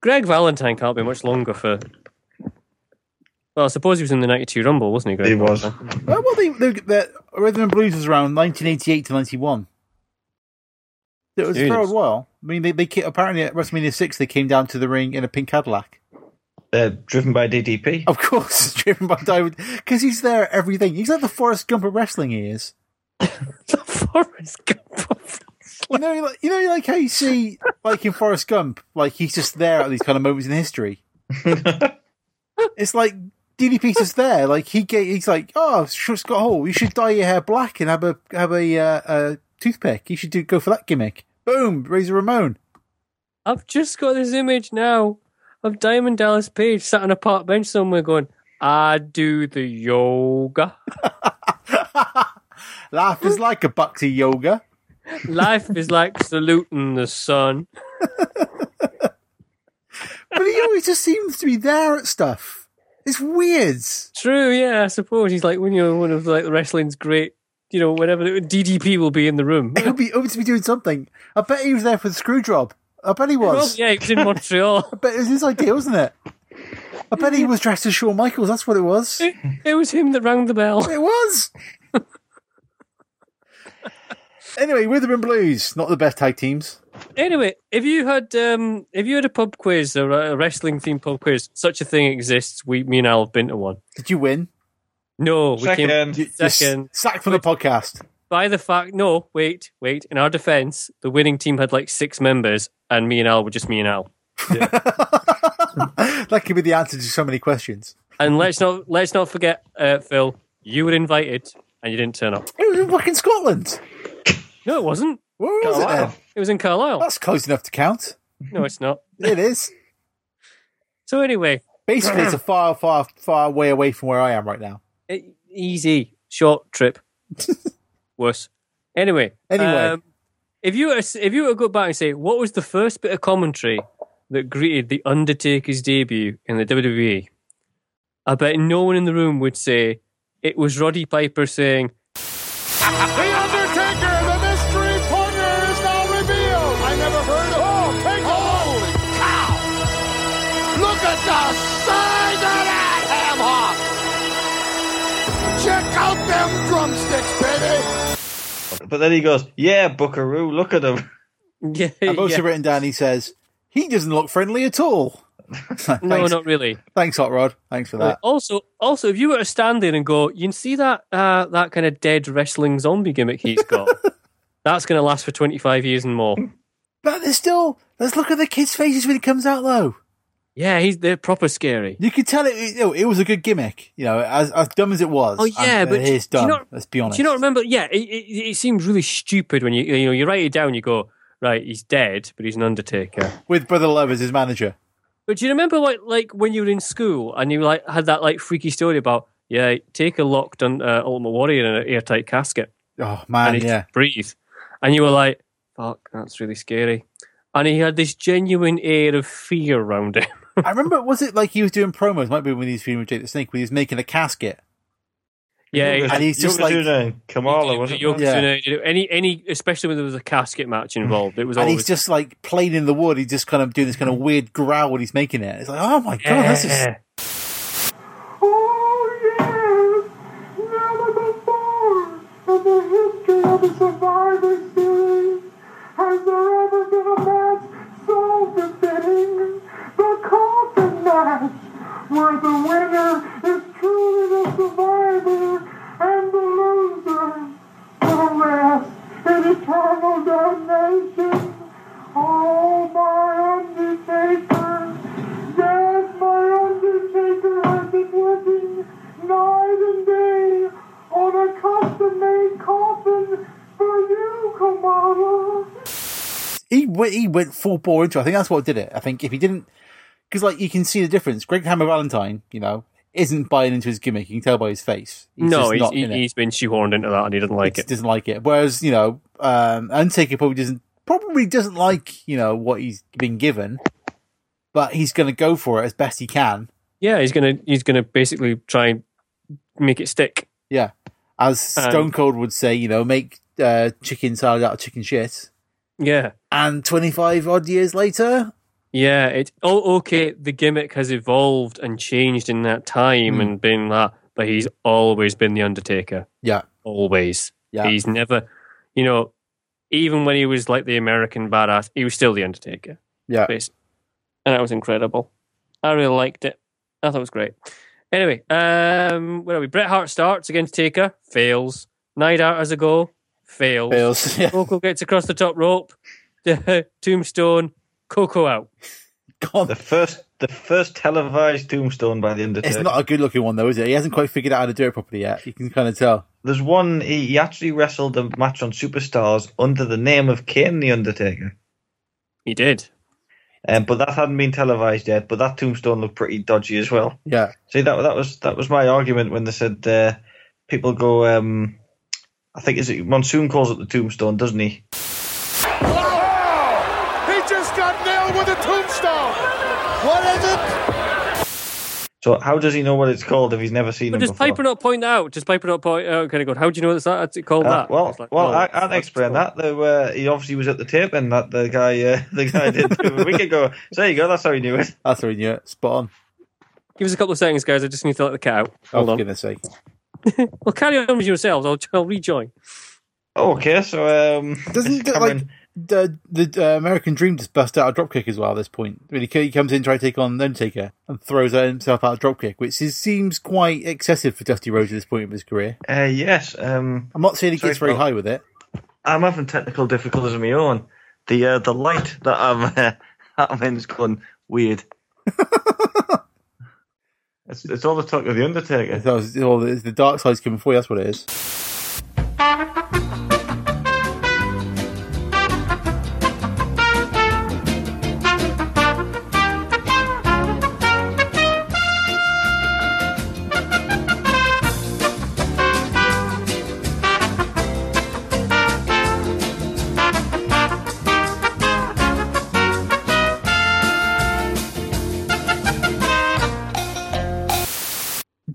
C: Greg Valentine can't be much longer for. Well, I suppose he was in the '92 Rumble, wasn't he? Greg
A: it was.
C: Valentine?
D: Well, well, they, they, they, Rhythm and Blues was around 1988 to 91. It was for a
C: Serious.
D: while. I mean, they, they ca- apparently at WrestleMania 6, they came down to the ring in a pink Cadillac.
A: Uh, driven by DDP.
D: Of course, *laughs* driven by Diamond. Because he's there at everything. He's like the Forrest Gump of wrestling, he is.
C: *laughs* The Forrest Gump.
D: You know, like- you know, like how you see, like in Forrest Gump, like he's just there at these kind of moments in history. it's like DDP's just there. Like he, ga- he's like, oh, Sh- Scott Hall, you should dye your hair black and have a have a uh, uh, toothpick. You should do go for that gimmick. Boom, Razor Ramon.
C: I've just got this image now of Diamond Dallas Page sat on a park bench somewhere, going, "I do the yoga.
D: Laugh is like a bhakti yoga.
C: Life is like saluting the sun."
D: But he always just seems to be there at stuff. It's weird.
C: True, yeah, I suppose he's like when you're one of like wrestling's great, you know, whenever DDP will be in the room.
D: He'll be, he'll be doing something. I bet he was there for the screw job. I bet he was.
C: yeah, he was in Montreal.
D: *laughs* But it was his idea, wasn't it? I bet he was dressed as Shawn Michaels. That's what it was.
C: *laughs*
D: It
C: it was him that rang the bell.
D: was. *laughs* anyway, Rhythm and Blues, not the best tag teams.
C: Anyway, if you had um, if you had a pub quiz or a wrestling themed pub quiz, such a thing exists. We, me and Al have been to one.
D: Did you win?
C: No, we came
A: Second,
D: You, you're s-
C: second
D: sacked from the podcast. *laughs*
C: by the fact. No, wait, wait. In our defence, the winning team had like six members, and me and Al were just me and Al.
D: That could be the answer to so many questions.
C: And let's not let's not forget, uh, Phil, you were invited and you didn't turn up.
D: It was in fucking Scotland.
C: No, it wasn't.
D: Where was it then?
A: Carlisle.
C: It was in Carlisle.
D: That's close enough to count.
C: No, it's not.
D: It is.
C: So anyway,
D: Basically, it's a far, far, far way away from where I am right now.
C: e- easy, short
D: *laughs*
C: trip. Worse. Anyway. um,
D: Anyway.
C: if you were if you were to go back and say what was the first bit of commentary that greeted the Undertaker's debut in the WWE, I bet no one in the room would say it was Roddy Piper saying, *laughs*
G: The Undertaker, the mystery partner, is now revealed. I never heard of Oh, take a Holy cow! Look at the size of that ham hock! Check out them drumsticks, baby!
A: But then he goes, "Yeah, Buckaroo, look at him."
C: "Yeah,
D: I've also
C: yeah."
D: written down, he says, he doesn't look friendly at all. *laughs*
C: No,
D: Thanks.
C: not really.
D: Thanks, Hot Rod. Thanks for that.
C: Also, also, if you were to stand there and go, you can see that uh, that kind of dead wrestling zombie gimmick he's
D: *laughs*
C: got. That's going to last for twenty five years and more.
D: But there's still, let's look at the kids' faces when it comes out, though.
C: Yeah, he's they're proper scary.
D: You could tell it, it, it was a good gimmick, you know, as, as dumb as it was.
C: Oh, yeah,
D: and
C: but
D: it is
C: do you
D: dumb.
C: not-
D: let's be honest.
C: Do you not remember? Yeah, it, it, it seems really stupid when you you know you write it down. You go right, he's dead, but he's an undertaker.
D: With Brother Love as his manager.
C: But do you remember like like when you were in school and you like had that like freaky story about yeah, take a locked on uh, Ultimate Warrior in an airtight casket
D: Oh,
C: and
D: man,
C: he *laughs*
D: yeah.
C: could breathe, and you were like, fuck, that's really scary. And he had this genuine air of fear around him.
D: I remember, was it like he was doing promos? Might be when he was fearing Jake the Snake, when he was making a casket.
C: yeah,
D: And
A: *laughs*
D: he's just like-
A: Yokozuna and Kamala, wasn't it?
C: Yokozuna, you know, any any especially when there was a casket match involved, it was
D: And
C: always
D: he's just like playing in the wood. He's just kind of doing this kind of weird growl when he's making it. It's like, oh my god, that's just
C: Yeah.
D: he went, he went full bore into. it. I think that's what did it. I think if he didn't, because like you can see the difference. Greg Hammer Valentine, you know, isn't buying into his gimmick. You can tell by his face. He's
C: no,
D: just
C: he's,
D: not
C: he,
D: in it.
C: he's been shoehorned into that and he doesn't like
D: He
C: it.
D: doesn't like it. Whereas you know, um, Undertaker probably doesn't probably doesn't like you know what he's been given, but he's going to go for it as best he can.
C: Yeah, he's gonna he's gonna basically try and make it stick.
D: Yeah, as
C: Um,
D: Stone Cold would say, you know, make uh, chicken salad out of chicken shit.
C: Yeah,
D: And twenty five odd years later,
C: yeah. It oh okay. The gimmick has evolved and changed in that time and been that, but he's always been the Undertaker.
D: yeah,
C: Always.
D: Yeah.
C: He's never, you know, even when he was like the American badass, he was still the Undertaker.
D: yeah.
C: Basically. And that was incredible. I really liked it. I thought it was great. Anyway, um, where are we? Bret Hart starts against Taker, fails. Night Out as a goal, fails.
D: Fails. *laughs* Yeah.
C: Coco gets across the top rope, *laughs* tombstone, Coco out.
D: God,
A: The first, the first televised tombstone by the
D: It's
A: Undertaker.
D: not a good looking one though, is it? He hasn't quite figured out how to do it properly yet. You can kind of tell.
A: There's one. He, he actually wrestled a match on Superstars under the name of Kane the Undertaker.
C: He did.
A: Um, but that hadn't been televised yet. But that tombstone looked pretty dodgy as well.
D: Yeah,
A: See that that was that was my argument when they said uh, people go. Um, I think is it Monsoon calls it the tombstone, doesn't he?
G: He just got nailed with a tombstone. What is it?
A: So how does he know what it's called if he's never seen
C: But
A: them
C: does
A: before?
C: Piper not point that out? Does Piper not point out? Kind of going, how do you know that's that? That's it called
A: Uh,
C: that?
A: well,
C: It's like,
A: well,
C: oh,
A: I,
C: that's
A: I'd explain
C: called-
A: that. Though uh, he obviously was at the tape, and that the guy, uh, *laughs* the guy did a week ago. So there you go. That's how he knew it.
D: that's already knew it. Spot on.
C: Give us a couple of seconds, guys. I just need to let the cat out. Hold
D: oh,
C: on.
D: for goodness sake.
C: Well, carry on with yourselves. I'll, I'll rejoin.
A: Oh, Okay, so um,
D: Doesn't
A: Mr.
D: the, like
A: Cameron-
D: the the uh, American Dream just bust out a dropkick as well at this point? Really, he comes in try to take on Undertaker and throws himself out a dropkick, which is, seems quite excessive for Dusty Rhodes at this point of his career.
A: uh, yes, um,
D: I'm not saying he gets
A: Sorry,
D: very
A: Paul.
D: high with it.
A: I'm having technical difficulties of my own. The uh, the light that I'm uh, I'm in's gone weird. it's, it's all the talk of the Undertaker.
D: That was, all the, the dark side's coming for you. That's what it is.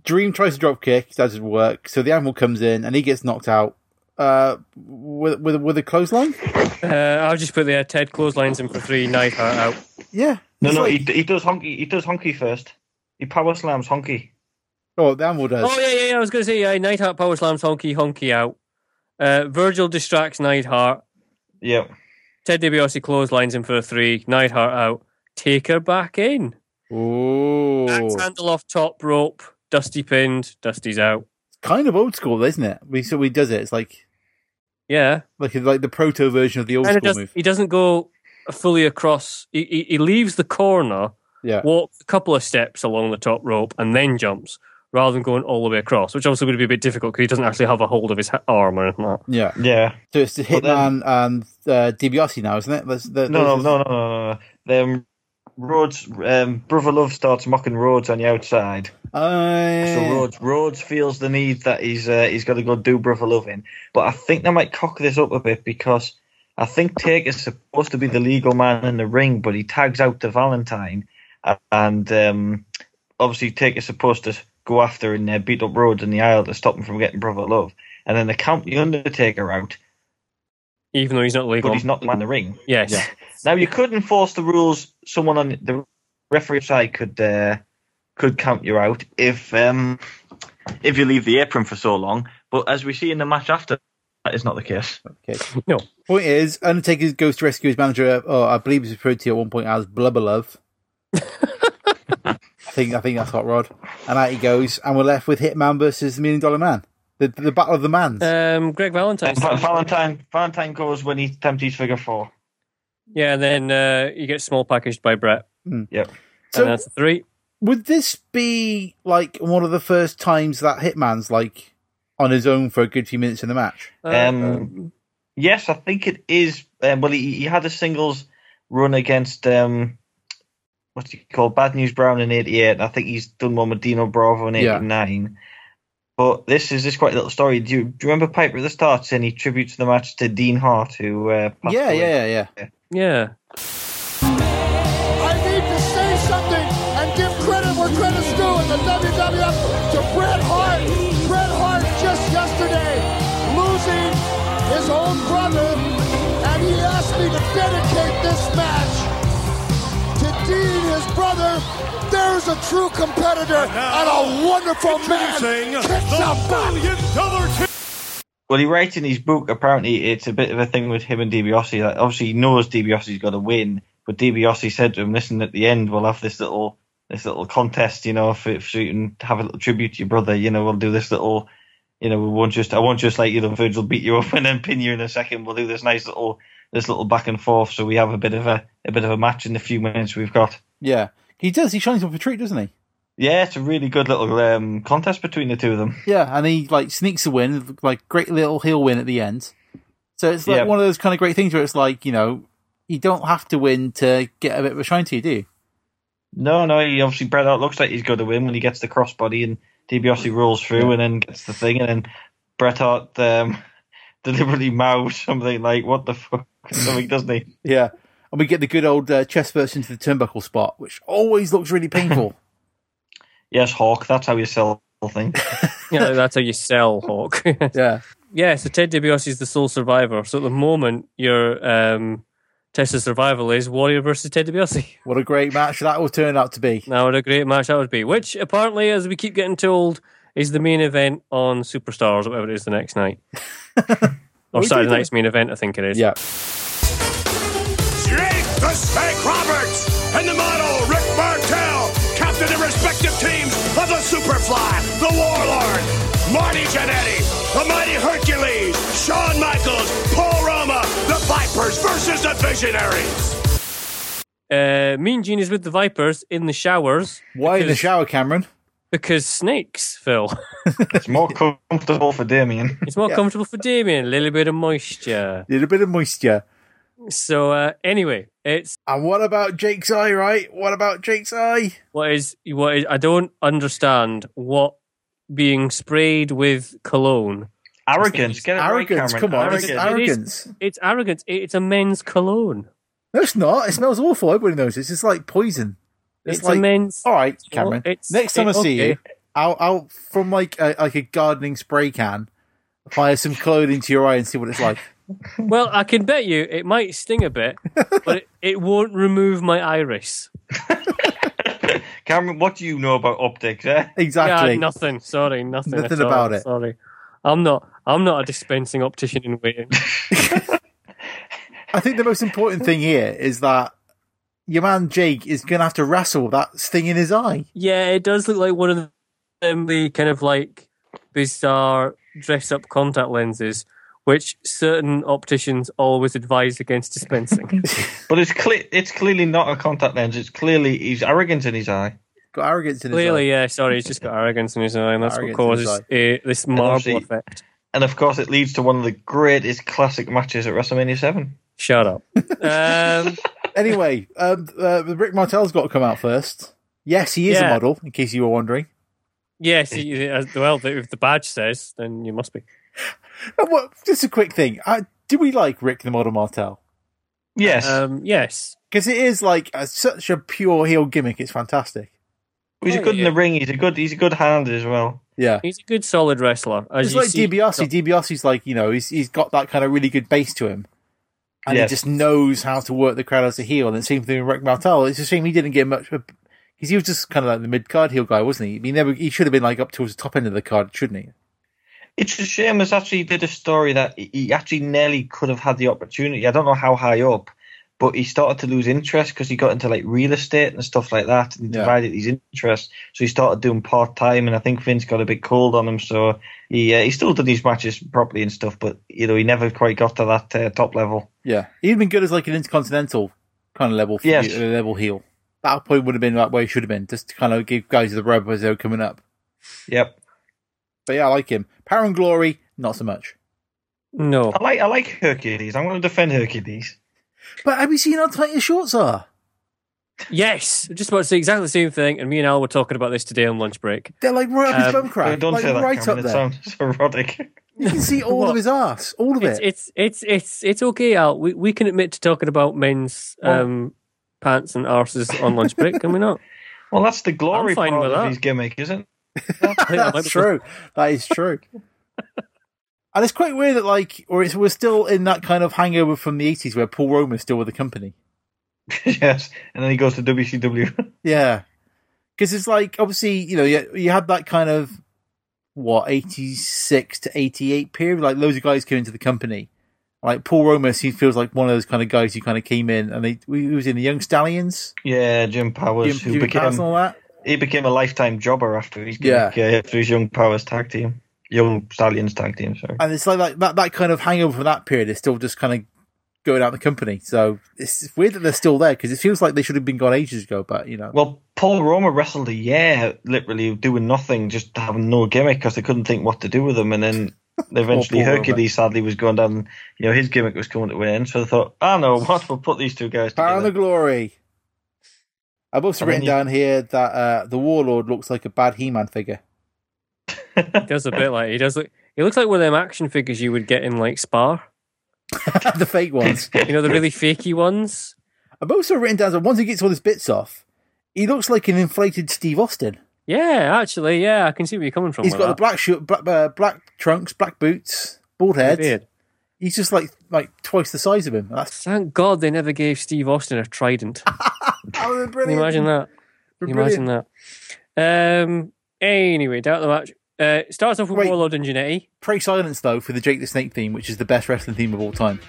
D: Dream tries to drop kick, that doesn't work. So the animal comes in and he gets knocked out uh, with with with a clothesline.
C: Uh, I'll just put the uh, Ted clotheslines in for three. Night Heart out.
D: Yeah,
A: No,
D: It's
A: no,
D: like-
A: he, he does honky. He does honky first. He power slams honky.
D: oh, the animal does.
C: Oh yeah, yeah, yeah. I was going to say yeah. Night Heart power slams honky honky out. Uh, Virgil distracts Night Heart.
A: Yep.
C: Ted DiBiase clotheslines him for a three. Neidhart out. Take her back in.
D: Ooh.
C: Axe
D: Oh.
C: handle off top rope. Dusty pinned. Dusty's out.
D: Kind of old school, isn't it? We so he does it. It's like
C: Yeah.
D: like like the proto version of the old
C: And it
D: school
C: does,
D: move.
C: he doesn't go fully across. He, he, he leaves the corner,
D: Yeah.
C: walks a couple of steps along the top rope, and then jumps rather than going all the way across, which obviously would be a bit difficult because he doesn't actually have a hold of his ha- arm or anything like that.
D: Yeah.
A: Yeah.
D: So it's the Hitman and uh, DiBiase now, isn't it? That's, that,
A: No,
D: those-
A: no, no, no, no, no. Um, Rhodes, um, Brother Love starts mocking Rhodes on the outside.
D: Uh,
A: So Rhodes, Rhodes feels the need that he's uh, he's got to go do Brother Love in. But I think they might cock this up a bit because I think Take is supposed to be the legal man in the ring, but he tags out to Valentine, A- and um, obviously Take is supposed to go after and uh, beat up Rhodes in the aisle to stop him from getting Brother Love. And then they count the Undertaker out,
C: Even though he's not legal.
A: but he's not the man in the ring.
C: Yes.
A: Yeah. Now you could enforce the rules. Someone on the referee side could uh, could count you out if um, if you leave the apron for so long. But as we see in the match after, that is not the case.
D: Okay.
C: No.
D: Point is, Undertaker goes to rescue his manager. Oh, I believe he's referred to at one point
C: *laughs*
D: as Blubberlove. I think I think that's hot rod. And out he goes, and we're left with Hitman versus the Million Dollar Man, the the battle of the mans.
C: Um, Greg Valentine.
A: And Va- Valentine Valentine goes when he attempts his figure four.
C: Yeah, and then uh, he gets small packaged by Brett.
A: Yep.
D: So-
C: and that's three.
D: Would this be like one of the first times that Hitman's like on his own for a good few minutes in the match?
C: Uh,
A: Um, yes, I think it is. Um, well, he, he had a singles run against um, what's he called? Bad News Brown in '88. and I think he's done one with Dino Bravo in
D: Yeah.
A: '89. But this is this quite a little story. Do you, do you remember Piper at the start saying he tributes the match to Dean Hart, who uh, passed
D: yeah,
A: away?
D: yeah, yeah, yeah.
C: yeah.
G: I need to say something and give credit where credit's due in the WWF to Bret Hart. Bret Hart just yesterday losing his own brother, and he asked me to dedicate this match to Dean, his brother. There's a true competitor and a wonderful man. Kicks out back.
A: Well, he writes in his book. Apparently, it's a bit of a thing with him and DiBiase. Like, obviously, he knows DiBiase's got to win, but DiBiase said to him, "Listen, at the end, we'll have this little this little contest. You know, if, if you can have a little tribute to your brother, you know, we'll do this little. You know, we won't just I won't just like you know Virgil beat you up *laughs* and then pin you in a second. We'll do this nice little this little back and forth. So we have a bit of a a bit of a match in the few minutes we've got.
D: Yeah. He does. He shines off a treat, doesn't he?
A: Yeah, it's a really good little um, contest between the two of them.
D: Yeah, and he like sneaks a win, like great little heel win at the end. So it's like
A: Yeah.
D: one of those kind of great things where it's like you know you don't have to win to get a bit of a shine to you, do you?
A: No, no, he obviously Bret Hart looks like he's going to win when he gets the crossbody and DiBiase rolls through and then gets the thing and then Bret Hart um, *laughs* deliberately mouths something like "What the fuck?" *laughs* or something doesn't he?
D: Yeah, and we get the good old uh, chest burst into the turnbuckle spot, which always looks really painful.
A: Yes, Hawk. That's how you sell things.
C: Yeah, that's how you sell Hawk.
D: *laughs*
C: *laughs*
D: yeah,
C: yeah, so Ted DiBiase is the sole survivor. So at the moment, your um, test of survival is Warrior versus Ted DiBiase. *laughs*
D: what a great match that will turn out to be.
C: Now, what a great match that would be. Which, apparently, as we keep getting told, is the main event on Superstars, or whatever it is, the next
D: *laughs*
C: night. or
D: We
C: Saturday
D: did it.
C: night's main event, I think it is.
D: Yeah,
G: Jake the Snake Roberts and the model Rick Martel, captain the respective teams of the Superfly, the Warlord, Marty Jannetty, the Mighty Hercules, Shawn Michaels, Paul Roma, the Vipers versus the Visionaries.
C: Uh, mean Gene is with the Vipers in the showers.
D: why in the
C: because-
D: shower, Cameron?
C: Because snakes, Phil. *laughs*
A: It's
D: *laughs*
A: more comfortable for Damien.
C: It's more
D: Yeah.
C: comfortable for Damien, a little bit of moisture.
D: Need a bit of moisture.
C: So, uh, anyway, it's
D: And what about Jake's eye? Right? What about Jake's eye?
C: what is what is I don't understand what being sprayed with cologne.
A: Arrogance. Get it
D: Arrogance!
A: right, Cameron.
D: Come on, this is
A: Arrogance.
D: arrogance.
C: It's arrogance. It- It's a men's cologne.
D: No, it's not. It smells awful. Everybody knows this. It's like poison.
C: It's,
D: It's like- oh.
C: a men's.
D: All right, Cameron.
C: it's-
D: Next time I
C: it-
D: see you,
C: okay.
D: I'll, I'll from like a, like a gardening spray can, fire some cologne into your eye and see what it's like.
C: Well, I can bet you it might sting a
D: *laughs*
C: bit, but it, it won't remove my iris.
A: Cameron, what do you know about optics? Eh?
D: Exactly.
C: *laughs* Yeah, nothing. Sorry, nothing.
D: Nothing
C: at all.
D: about it.
C: Sorry, I'm not. I'm not a dispensing optician in waiting.
D: I think the most important thing here is that your man Jake is going to have to wrestle that sting in his eye.
C: Yeah, it does look like one of them, the kind of like bizarre dress up contact lenses, which certain opticians always advise against
D: *laughs*
C: dispensing.
A: But it's cle- it's clearly not a contact lens. It's clearly he's arrogant in his eye.
D: Got arrogance in his
C: Clearly,
D: eye.
C: yeah, sorry, he's just got arrogance in his eye, and that's
D: Arrogance in
C: what
D: his
C: causes eh, this marble
A: obviously-
C: effect.
A: And of course, it leads to one of the greatest classic matches at WrestleMania Seven.
C: Shut
D: *laughs*
C: up. um,
D: Anyway, um, uh, Rick Martel's got to come out first. Yes, he is a
C: Yeah.
D: model, in case you were wondering.
C: yes, he- as- well, if the badge says, then you must be.
D: And what, Uh, just a quick thing. Uh, do we like Rick the Model Martel?
A: Yes,
C: Um, yes.
D: Because it is like a, such a pure heel gimmick. It's fantastic.
A: he's
C: oh,
A: good in
C: yeah.
A: the ring. He's a good he's a good hand as well.
D: Yeah.
C: He's a good, solid wrestler. As
D: It's
C: you
D: like
C: see,
D: DiBiase. DiBiase's like, you know, he's, he's got that kind of really good base to him. And
A: Yes.
D: he just knows how to work the crowd as a heel. And the same thing with Rick Martel. It's a shame he didn't get much. Because he was just kind of like the mid card heel guy, wasn't he? I mean, never, he should have been like up towards the top end of the card, shouldn't he?
A: It's a shame as actually did a story that he- he actually nearly could have had the opportunity. I don't know how high up, but he started to lose interest because he got into like real estate and stuff like that and he
D: Yeah.
A: divided his interests. So he started doing part time and I think Vince got a bit cold on him. So he uh, he still did his matches properly and stuff, but you know he never quite got to that uh, top level.
D: Yeah. He'd been good as like an intercontinental kind of level,
A: Yes.
D: uh, level heel. That point would have been like where he should have been, just to kind of give guys the rub as they were coming up.
A: Yep.
D: But yeah, I like him. Power and Glory, not so much.
C: No.
A: I like I like Hercules. I'm going to defend Hercules.
D: But have you seen how tight his shorts are?
C: Yes, I'm just about to say exactly the same thing. And me and Al were talking about this today on lunch break.
D: They're like right up his
C: Um,
D: bum crack.
A: don't
D: like
A: say that,
D: right
A: Cameron.
D: up
A: It
D: there.
A: sounds *laughs* erotic.
D: You
A: *laughs*
D: can see all
C: What?
D: of his ass, all of
C: It's
D: it.
C: it's it's it's it's okay, Al. We we can admit to talking about men's
D: Oh.
C: um, pants and arses on lunch break, can we not?
A: Well, that's the glory
C: I'm fine
A: part of
C: with that.
A: his gimmick, isn't it? *laughs*
C: I think that might
D: *laughs* That's
C: be-
D: true. That is true. *laughs* and it's quite weird that like, or it's we're still in that kind of hangover from the eighties where Paul Romer's still with the company.
A: yes. And then he goes to *laughs* WCW.
D: Yeah, because it's like obviously you know you, you had that kind of what eighty six to eighty eight period, like loads of guys came into the company. Like Paul Romer, he feels like one of those kind of guys who kind of came in and they he was in the Young Stallions,
A: Yeah, Jim Powers,
D: Jim,
A: who
D: Jimmy
A: became
D: Powers and all that.
A: he became a lifetime jobber after his
D: Yeah.
A: yeah after his Young Powers tag team, Young Stallions tag team. Sorry,
D: and it's like, like that that kind of hangover from that period is still just kind of going out the company. So it's weird that they're still there because it feels like they should have been gone ages ago. But you know,
A: well, Paul Roma wrestled a year literally doing nothing, just having no gimmick because they couldn't think what to do with him, and
D: *laughs*
A: then. Eventually,
D: Paul Roma.
A: Hercules sadly was going down. You know his gimmick was coming to an end, so they thought, "Ah, no, *laughs* what? We'll put these two guys
D: power and the
A: together."
D: glory. I've also
A: I mean,
D: written
A: you-
D: down here that uh, the warlord looks like a bad He-Man figure.
C: He does a bit like he does look. He looks like one of them action figures you would get in like Spar.
D: *laughs* the
C: *laughs*
D: fake ones.
C: You know the really fakey ones.
D: I've also written down that once he gets all his bits off, he looks like an inflated Steve Austin.
C: Yeah, actually, yeah, I can see where you're coming from.
D: He's
C: with
D: got the
C: that.
D: black shirt, black, uh, black trunks, black boots, bald
C: The
D: head.
C: beard.
D: He's just like like twice the size of him. That's
C: Thank God they never gave Steve Austin a trident.
D: oh,
C: Can you
D: brilliant.
C: imagine that? Can you imagine that? Um. Anyway, down the match. Uh, it starts off with
D: Wait.
C: Warlord and Janetti.
D: Pray silence though for the Jake the Snake theme, which is the best wrestling theme of all time.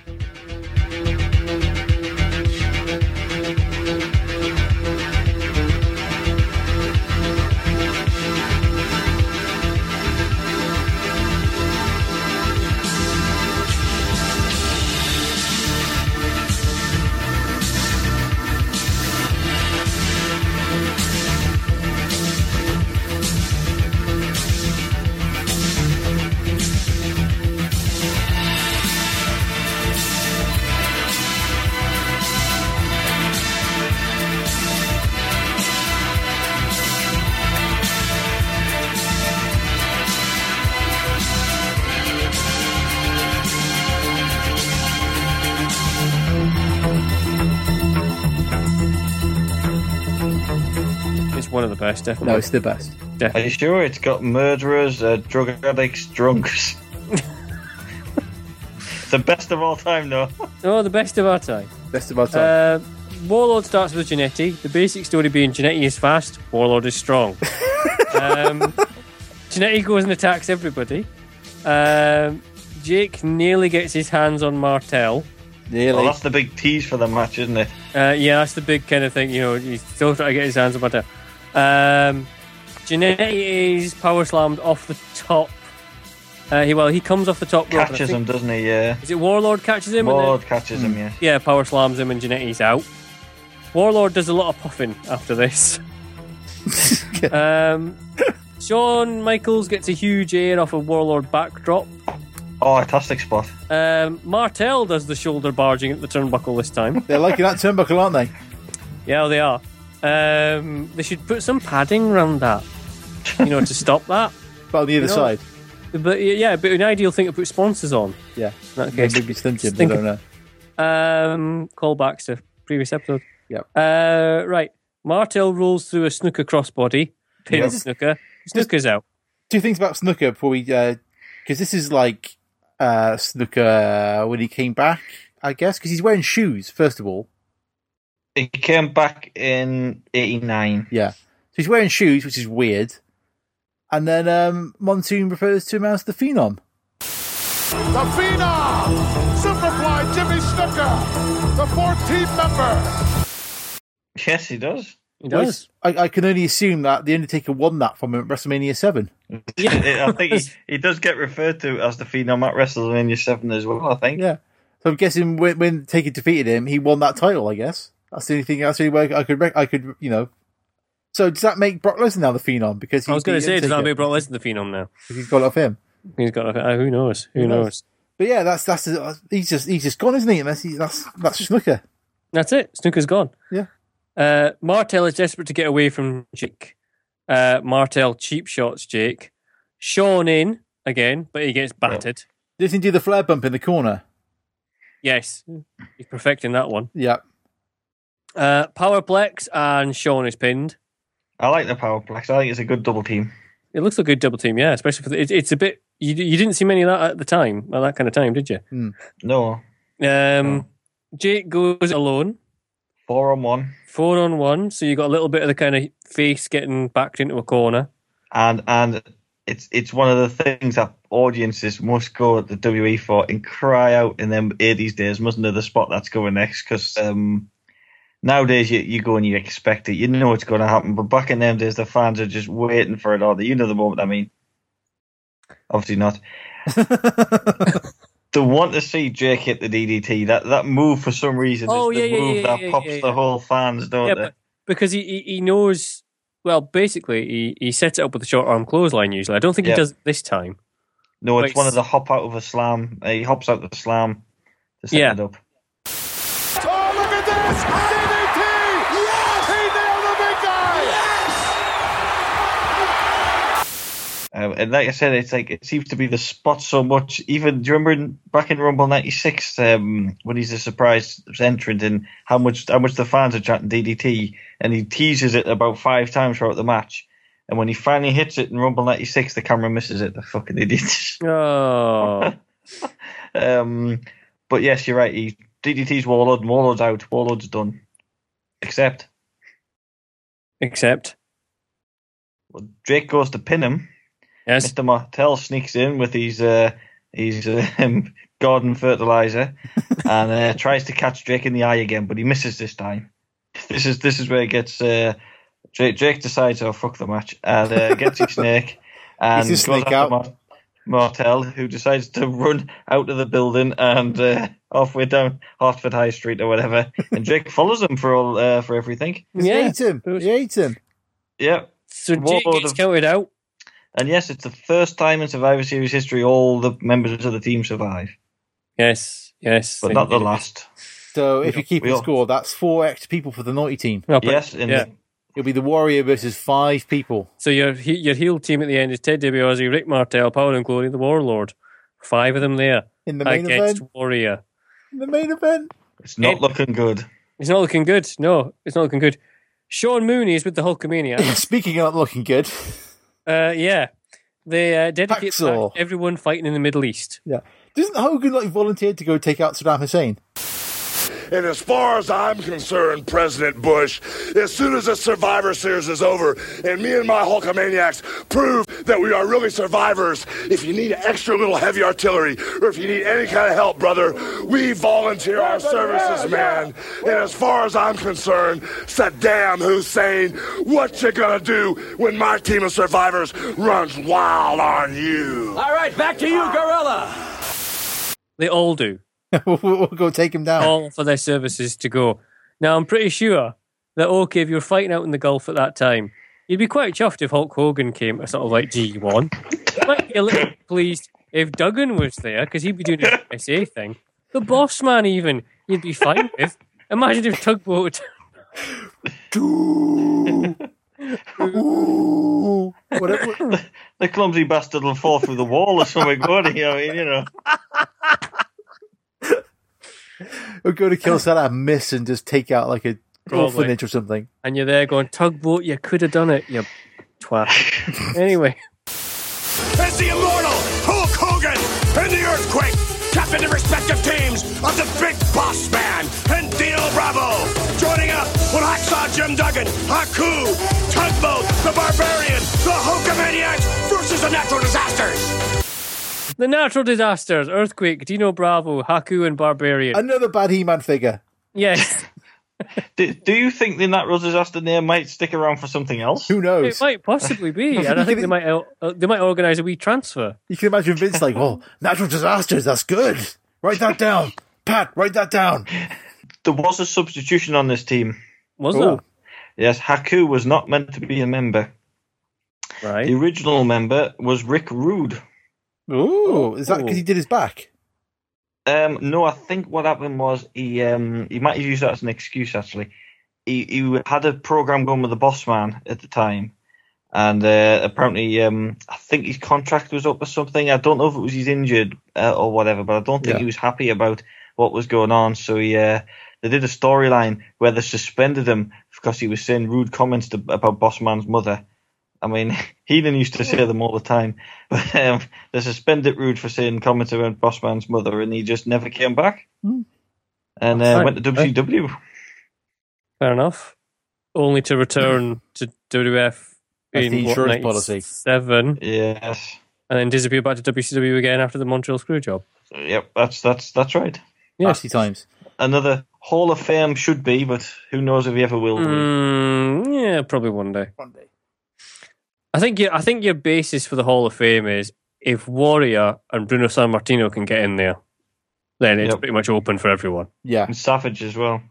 C: It's one of the best, definitely.
D: No, it's the best.
A: Are you sure it's got murderers, uh, drug
C: *laughs*
A: addicts, drunks? the best of all time, though.
C: Oh, the best of our time.
D: Best of our time.
C: Uh, Warlord starts with Janetti. The basic story being Janetti is fast, Warlord is strong. um, Janetti goes and attacks everybody. Um, Jake nearly gets his hands on Martel.
D: Really?
A: Well, that's the big tease for the match, isn't it?
C: Uh, yeah, that's the big kind of thing. You know, he's still trying to get his hands on Pantera. Um, Janae is power slammed off the top. Uh, he well, he comes off the top rope. and I
A: Catches
C: think-
A: him, doesn't he? Yeah.
C: Is it Warlord catches him? and Hmm. then-
A: Ward catches him, yeah.
C: yeah, power slams him, and Janetti's out. Warlord does a lot of puffing after this. um, Shawn Michaels gets a huge air off a Warlord backdrop.
A: Oh, fantastic spot.
C: Um, Martel does the shoulder barging at the turnbuckle this
D: *laughs*
C: time.
D: *laughs* They're liking that turnbuckle, aren't they?
C: Yeah, they are. Um, they should put some padding around that, you know, to stop that.
D: But on the other
C: know-
D: side.
C: But yeah, but an ideal thing to put sponsors on.
D: Yeah.
C: In that
D: Okay.
C: case,
D: Maybe stinted, but I
C: Stinking.
D: don't know.
C: um, callbacks to previous episode.
D: Yep.
C: Uh, right. Martel rolls through a snooker crossbody, pins
D: Yep.
C: snooker. Snooker's out.
D: Two things about snooker before we, because this is like uh, snooker uh, when he came back, I guess, because he's wearing shoes first of all.
A: He came back in 89.
D: Yeah, so he's wearing shoes, which is weird. And then um, Monsoon refers to him as the Phenom.
G: The Phenom! Superfly Jimmy Snooker! The 14th member!
A: Yes, he does.
C: He
D: Which
C: does.
D: I, I can only assume that the Undertaker won that from him at WrestleMania Seven.
A: I think
C: *laughs*
A: he, he does get referred to as the Phenom at WrestleMania 7 as well, I think.
D: Yeah, so I'm guessing when, when Taker defeated him, he won that title. I guess that's the only thing. That's the only way I could. Rec- I could, you know. So does that make Brock Lesnar now the Phenom? Because he
C: I was going
D: beat
C: to say, does that
D: Undertaker?
C: make Brock Lesnar the phenom now?
D: He's got it off him.
C: He's got. A, uh, who knows? Who,
D: Who knows?
C: knows?
D: But yeah, that's that's uh, he's just he's just gone, isn't he? That's that's that's snooker.
C: That's it. Snooker's gone.
D: Yeah.
C: Uh, Martel is desperate to get away from Jake. Uh, Martel cheap shots Jake. Sean in again, but he gets battered.
D: Does he do the flare bump in the corner?
C: Yes, he's perfecting that one.
D: Yeah,
C: Uh, Powerplex and Sean is pinned.
A: I like the Powerplex. I think it's a good double team.
C: It looks like a good double team, yeah. Especially for the, it, it's a bit you, you didn't see many of that at the time at that kind of time, did you?
A: No,
C: Um, Jake goes alone,
A: four on one.
C: four on one, so you got a little bit of the kind of face getting backed into a corner.
A: and and it's it's one of the things that audiences must go at the WE for and cry out in them eighties days, mustn't they? The spot that's going next because um, nowadays you you go and you expect it, you know it's going to happen, but back in them days the fans are just waiting for it. Or the you know the moment I mean,
C: *laughs*
A: obviously not. they want to see Jake hit the DDT. That that move for some reason
C: Oh,
A: is
C: yeah,
A: the
C: yeah,
A: move
C: yeah,
A: that
C: yeah,
A: pops
C: yeah, yeah.
A: the whole fans, don't
C: yeah,
A: they?
C: but because he, he he knows well. Basically, he, he sets it up with a short arm clothesline. Usually, I don't think
A: Yeah.
C: he does it this time.
A: No,
C: but
A: it's one
C: it's-
A: of the hop out of a slam. Uh, He hops out the slam to set
C: Yeah.
A: it up.
G: Oh, look at this! DDT! Yes! He nailed the big guy!
A: Um, and like I said, it's like it seems to be the spot so much. Even do you remember in, back in Rumble '96 um, when he's a surprise entrant and how much how much the fans are chanting DDT, and he teases it about five times throughout the match. And when he finally hits it in Rumble '96, the camera misses it. The fucking *laughs* idiot. *laughs*
C: Oh,
A: um, but yes, you're right. He DDT's Warlord. and Warlord's out. Warlord's done. Except
C: except
A: well, Drake goes to pin him.
C: yes,
A: Mr. Martel sneaks in with his uh, his um, *laughs* garden fertilizer and uh, tries to catch Drake in the eye again, but he misses this time. This is this is where it gets uh, Drake. Drake decides, "Oh fuck the match," and uh, gets his snake and
D: Is his
A: goes
D: snake
A: after
D: out?
A: Mar- Martel, who decides to run out of the building and uh, halfway down Hartford High Street or whatever, and Drake follows him for all uh, for everything.
D: he
C: yeah.
D: ate him. He ate him.
A: Yeah,
C: So Jake
A: Warlord
C: gets
A: of-
C: counted out.
A: and yes, it's the first time in Survivor Series history all the members of the team survive.
C: Yes, yes,
A: but not the
C: indeed.
A: last.
D: So if you keep
A: we
D: a
A: all-
D: score, that's four extra people for the naughty team.
C: Well, but-
A: Yes, in
C: yeah.
A: the,
D: It'll be the Warrior versus five people.
C: So your he- your heel team at the end is Ted DiBiase, Rick Martel, Power and Glory, the Warlord. Five of them there
D: In the main
C: against
D: event?
C: Warrior.
D: In the main event?
A: it's not
C: It-
A: looking good.
C: It's not looking good. No, it's not looking good. Sean Mooney is with the
D: *laughs*
C: Hulkamania.
D: *laughs* Speaking of not looking good,
C: uh, yeah, they uh, dedicate the match
D: Hacksaw.
C: to everyone fighting in the Middle East.
D: yeah. Doesn't Hogan like volunteer to go take out Saddam Hussein?
G: And as far as I'm concerned, President Bush, as soon as the Survivor Series is over and me and my Hulkamaniacs prove that we are really survivors, if you need extra little heavy artillery or if you need any kind of help, brother, we volunteer our services, man. And as far as I'm concerned, Saddam Hussein, what you gonna do when my team of survivors runs wild on you?
F: All right, back to you, Gorilla.
C: They all do.
D: *laughs* we'll, we'll go take him down.
C: all for their services to go. Now, I'm pretty sure that, okay, if you were fighting out in the Gulf at that time, you'd be quite chuffed if Hulk Hogan came to sort of like G1. You might be a little pleased if Duggan was there, because he'd be doing his USA thing. The boss man, even, you'd be fine with. Imagine if Tugboat.
D: Ooh, whatever.
A: The clumsy bastard will fall through the wall or something, *laughs* won't he? I mean, you know.
D: We'll go to kill Saddam, miss, and just take out like a
C: Probably.
D: orphanage or something.
C: And you're there going, Tugboat, you could have done it, you twat. anyway,
G: As the immortal Hulk Hogan and the Earthquake captain the respective teams of the Big Boss Man and Dino Bravo. Joining up with Hacksaw Jim Duggan, Haku, Tugboat, the Barbarian, the Hulkamaniacs versus the Natural Disasters.
C: the natural disasters, earthquake, Dino Bravo, Haku, and Barbarian.
D: Another bad He-Man figure.
C: yes.
A: Do, do you think the natural disaster name might stick around for something else?
D: Who
C: It
D: knows?
C: might possibly
D: *laughs*
C: be, and I think they might el- uh, they might organise a wee transfer.
D: You can imagine Vince like, "Oh, natural disasters. That's good. Write that down, Pat. Write that down."
A: There was a substitution on this team.
C: Was
D: Oh.
A: Yes, Haku was not meant to be a member.
C: that
A: The
C: right?
A: original member was Rick Rude.
D: Ooh, is that because he did his back?
A: Um, no, I think what happened was he um, he might have used that as an excuse actually. He, he had a program going with the boss man at the time, and uh, apparently um, I think his contract was up or something. I don't know if it was he's injured uh, or whatever, but I don't think
D: Yeah.
A: he was happy about what was going on. So he uh, they did a storyline where they suspended him because he was saying rude comments to, about boss man's mother. I mean, *laughs* Heenan used to say them all the time. *laughs* But um, they suspended Rude for saying comments around Bossman's mother, and he just never came back. And
C: That's
A: uh,
C: fine.
A: went to WCW.
C: Fair enough. Only to
D: *clears throat*
C: return to WWF
D: That's
C: in
D: the
C: what,
D: insurance policy.
C: 97,
A: E. Yes.
C: and then disappear back to WCW again after the Montreal Screwjob.
A: Yep. That's that's that's right.
C: Yes.
D: Nasty times.
A: Another Hall of Fame should be, but who knows if he ever will. be.
D: Hmm.
C: Mm, yeah, probably one day.
D: One day.
C: I think your I think your basis for the Hall of Fame is if Warrior and Bruno San Martino can get in there, then it's
A: Yep.
C: pretty much open for everyone.
D: Yeah.
A: And Savage as well.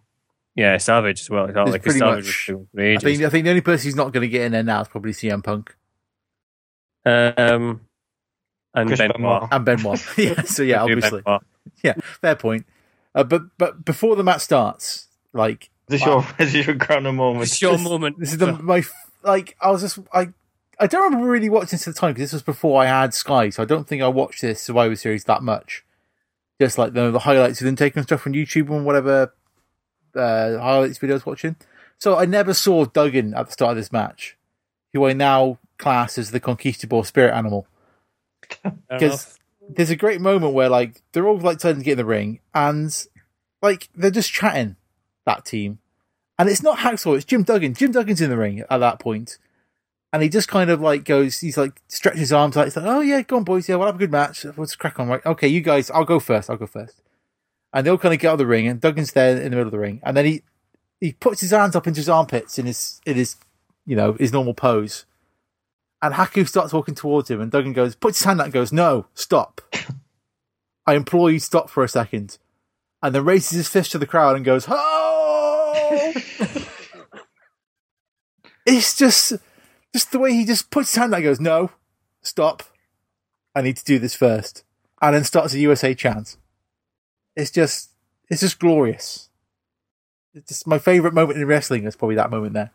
C: Yeah, Savage as well. It's not
D: It's
C: like 'cause
D: pretty
C: Savage
D: much-
C: was doing
D: I
C: rages.
D: think I think the only person who's not going to get in there now is probably CM Punk
C: Um, and
A: Chris
C: Ben
A: Benoit.
C: Benoit.
D: and Benoit. *laughs* yeah. So yeah,
C: Do
D: obviously.
C: Benoit.
D: Yeah. Fair point. Uh, but but before the match starts, like
A: This your *laughs* this your crown moment.
C: It's your
D: this-
C: moment.
D: This is the my f- like I was just I I don't remember really watching this at the time because this was before I had Sky, so I don't think I watched this Survivor Series that much. Just like the the highlights of them taking stuff from YouTube and whatever uh, highlights videos watching. So I never saw Duggan at the start of this match, who I now class as the conquistador spirit animal
C: Fair enough.
D: because there's a great moment where like they're all like trying to get in the ring and like they're just chatting that team and it's not hacksaw it's jim duggan jim duggan's in the ring at that point and he just kind of like goes he's like stretches his arms out he's like oh yeah go on boys yeah we'll have a good match let's crack on right okay you guys i'll go first i'll go first and they all kind of get out of the ring and duggan's there in the middle of the ring and then he he puts his hands up into his armpits in his in his you know his normal pose and Haku starts walking towards him, and Duggan goes, puts his hand out and goes, No, stop. I implore you, stop for a second. And then raises his fist to the crowd and goes, Oh! it's just, just the way he just puts his hand out and goes, No, stop. I need to do this first. And then starts a USA chant. It's just, it's just glorious. It's just my favorite moment in wrestling is probably that moment there.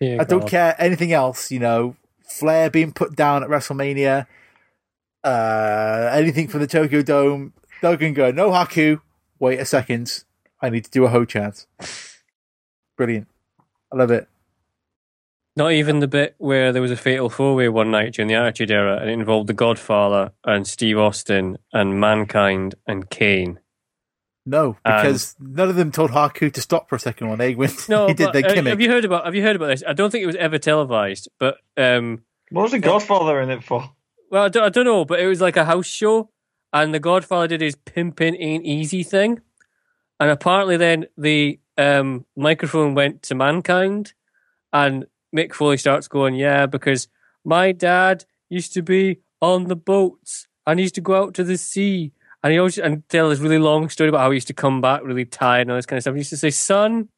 C: Dear
D: I don't
C: God.
D: care anything else, you know. Flair being put down at WrestleMania, uh, anything from the Tokyo Dome. Duggan go, no Haku. Wait a second. I need to do a Ho chant. Brilliant. I love it.
C: Not even the bit where there was a fatal four way one night during the Attitude Era and it involved The Godfather and Steve Austin and Mankind and Kane.
D: No, because none of them told Haku to stop for a second when they went. *laughs*
C: No,
D: he did
C: but,
D: their
C: uh,
D: gimmick.
C: have you heard about? Have you heard about this? I don't think it was ever televised, but um,
A: What was the Godfather in it for?
C: well, I don't, I don't know, but it was like a house show, and The Godfather did his "pimping ain't easy" thing, and apparently then the um, microphone went to mankind, and Mick Foley starts going, "Yeah, because my dad used to be on the boats, and he used to go out to the sea." And he always and tell this really long story about how he used to come back really tired and all this kind of stuff. He used to say, "Son,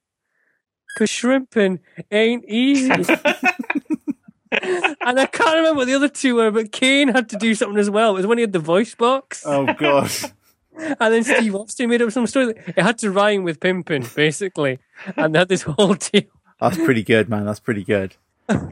C: Cause shrimping ain't easy. and I can't remember what the other two were, but Kane had to do something as well. It was when he had the voice box.
D: Oh god,
C: *laughs* And then Steve Austin made up some story. It had to rhyme with pimping, basically. And they had this whole deal.
D: that's pretty good, man. That's pretty good.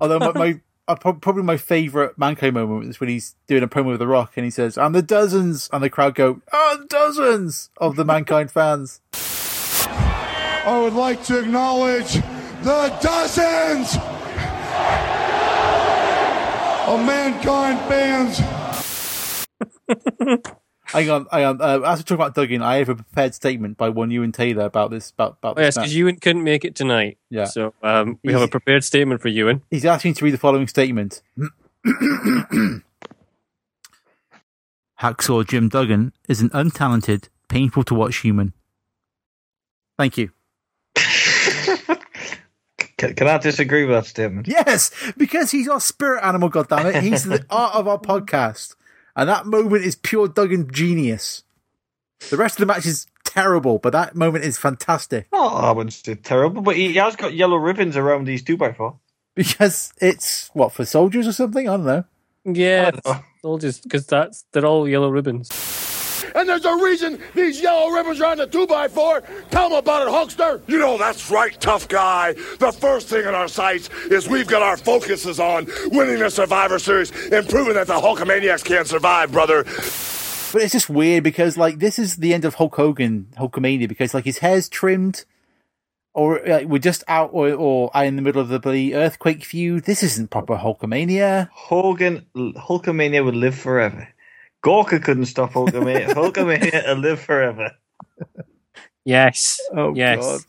D: Although my, my uh, prob- probably my favorite Manco moment is when he's doing a promo with The Rock and he says, "And the dozens," and the crowd go, "Oh, dozens of the Mankind fans."
G: I would like to acknowledge the dozens of mankind fans.
D: Hang on, hang on. Uh, as we talk about Duggan, I have a prepared statement by one Ewan Taylor about this. About, about
C: Oh, Yes,
D: this match.
C: because Ewan couldn't make it tonight.
D: Yeah.
C: So um, we have a prepared statement for Ewan.
D: He's asking to read the following statement. *clears throat* Hacksaw Jim Duggan is an untalented, painful to watch human. Thank you.
A: Can, can I disagree with that statement?
D: Yes, because he's our spirit animal, goddammit. He's the art of our podcast. And that moment is pure Duggan genius. The rest of the match is terrible, but that moment is fantastic
A: Oh, I wouldn't say terrible, but he has got yellow ribbons around hese two by four.
D: because it's, what, for soldiers or something? I don't know.
C: Yeah. All just because that's they're all yellow ribbons.
G: And there's a reason these yellow ribbons are on the 2x4. Tell them about it, Hulkster. You know, that's right, tough guy. The first thing in our sights is we've got our focuses on winning the Survivor Series and proving that the Hulkamaniacs can survive, brother.
D: But it's just weird because like this is the end of Hulk Hogan Hulkamania because like his hair's trimmed, or like, we're just out or or in the middle of the bloody earthquake feud. This isn't proper Hulkamania.
A: Hogan, Hulkamania would live forever. Gorka couldn't stop
C: *laughs*
A: Hulkamania. Hulkamania would live forever.
C: Yes.
D: Oh
C: yes.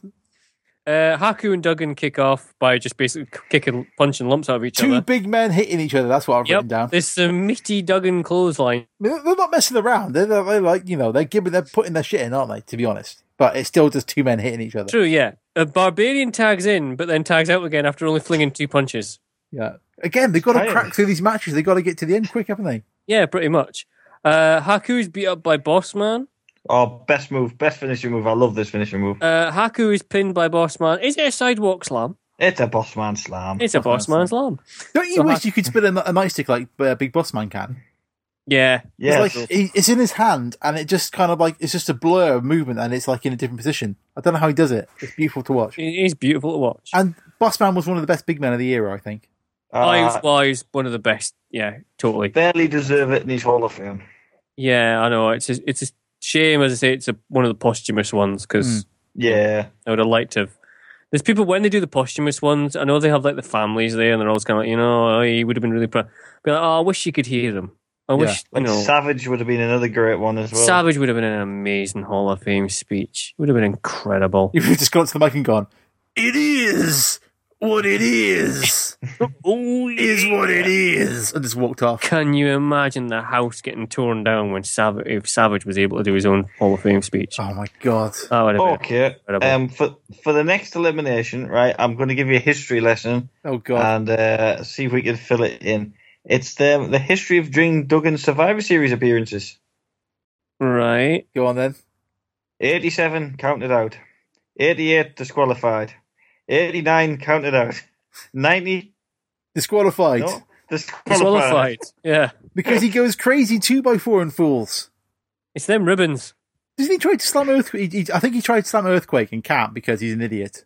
C: Uh, Haku and Duggan kick off by just basically kicking, punching lumps out of each
D: Two
C: other.
D: big men hitting each other. That's what I've written down. I
C: There's some meaty Duggan clothesline.
D: mean, they're- they're not messing around. They're, they're, they're like you know they're giving they're putting their shit in, aren't they? To be honest, but it's still just two men hitting each other.
C: True, yeah. A barbarian tags in, but then tags out again after only flinging two punches.
D: Yeah. Again, they've got to
A: Tired.
D: crack through these matches. They've got to get to the end quick, haven't they?
C: Yeah, pretty much. Uh, Haku is beat up by Bossman.
A: Oh, best move, best finishing move. I love this finishing move.
C: Uh, Haku is pinned by Bossman. Is it a sidewalk slam?
A: It's a boss man slam.
C: It's a Bossman slam.
D: Don't you
C: So
D: wish
C: Haku-
D: you could spin a, a nightstick like uh, Big Boss Man can?
C: Yeah.
A: yeah, Uh,
D: it's like he, it's in his hand, and it just kind of like it's just a blur of movement, and it's like in a different position. I don't know how he does it. It's beautiful to watch.
C: It is beautiful to watch.
D: And Bossman was one of the best big men of the era, I think. *laughs*
A: Uh,
C: I was, well, he was one of the best. Yeah, totally.
A: barely deserve it in his Hall of Fame.
C: Yeah, I know. It's a, it's a shame, as I say, it's a, one of the posthumous ones because
A: Yeah,
C: I would have liked to have. There's people when they do the posthumous ones. I know they have like the families there, and they're always kind of like, you know, oh, he would have been really proud. Be like, oh, I wish you could hear him. I wish
A: like
C: you know.
A: Savage would have been another great one as well.
C: Savage would have been an amazing Hall of Fame speech. It would have been incredible.
D: He would have just gone to the mic and gone, "It is what it is,
C: Oh,
D: is what it is," and just walked off.
C: Can you imagine the house getting torn down when Savage, if Savage was able to do his own Hall of Fame speech?
D: Oh my god!
C: That would have been
A: Okay.
C: Incredible.
A: Um, for for the next elimination, right? I'm going to give you a history lesson
D: Oh
C: Um,
D: god!
A: and uh, see if we can fill it in. It's the the history of Jim Duggan's Survivor Series appearances.
C: right.
D: Go on then.
A: 87 counted out, 88 disqualified, 89 counted out, 90
D: Disqualified
A: no, disqualified.
C: Disqualified. Yeah.
D: because he goes crazy two by four and fools.
C: It's them ribbons.
D: Doesn't he try to slam earthquake? He, he, I think he tried to slam earthquake and can't because he's an idiot.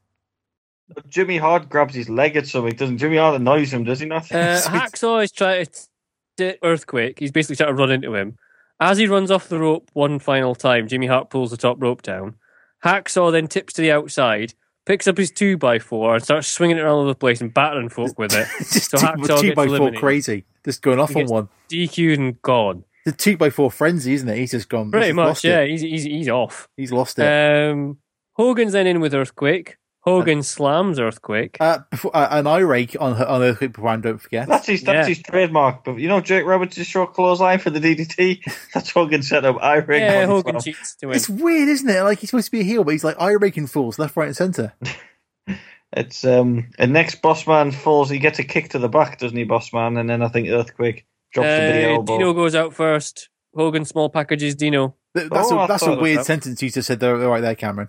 D: *laughs*
A: Jimmy Hart grabs his leg at something. Doesn't Jimmy Hart annoys him? Does he not?
C: Uh, Hacksaw is trying to t- earthquake. He's basically trying to run into him. As he runs off the rope one final time, Jimmy Hart pulls the top rope down. Hacksaw then tips to the outside, picks up his two by four, and starts swinging it around all over the place and battering folk with it.
D: Just
C: so
D: two,
C: Hacksaw
D: two
C: gets
D: by four
C: eliminated.
D: crazy, just going off
C: He
D: on
C: gets
D: one.
C: DQ'd and gone.
D: the two by four frenzy, isn't it? He's just gone. he's
C: Pretty
D: just
C: much,
D: lost
C: yeah.
D: It.
C: He's, he's he's off.
D: He's lost it.
C: Um, Hogan's then in with Earthquake. Hogan slams Earthquake.
D: Uh, before, uh, an eye rake on her, on Earthquake Prime, don't
C: *laughs*
A: *laughs*
D: forget.
A: That's his that's
C: Yeah.
A: his trademark. But you know Jake Roberts' short clothesline for the DDT. *laughs* That's Hogan set up. I ring.
C: yeah,
A: on
C: Hogan
A: himself.
C: cheats to win.
D: It's weird, isn't it? Like he's supposed to be a heel, but he's like eye raking fools left, right, and centre.
A: It's um and next boss man falls. He gets a kick to the back, doesn't he, boss man? And then I think earthquake drops him to the
C: Uh,
A: elbow.
C: Dino goes out first. Hogan small packages Dino.
D: Th- That's
A: Oh, I
D: a, that's
A: thought
D: a
A: of
D: weird
A: that.
D: sentence you just said there, right there, Cameron.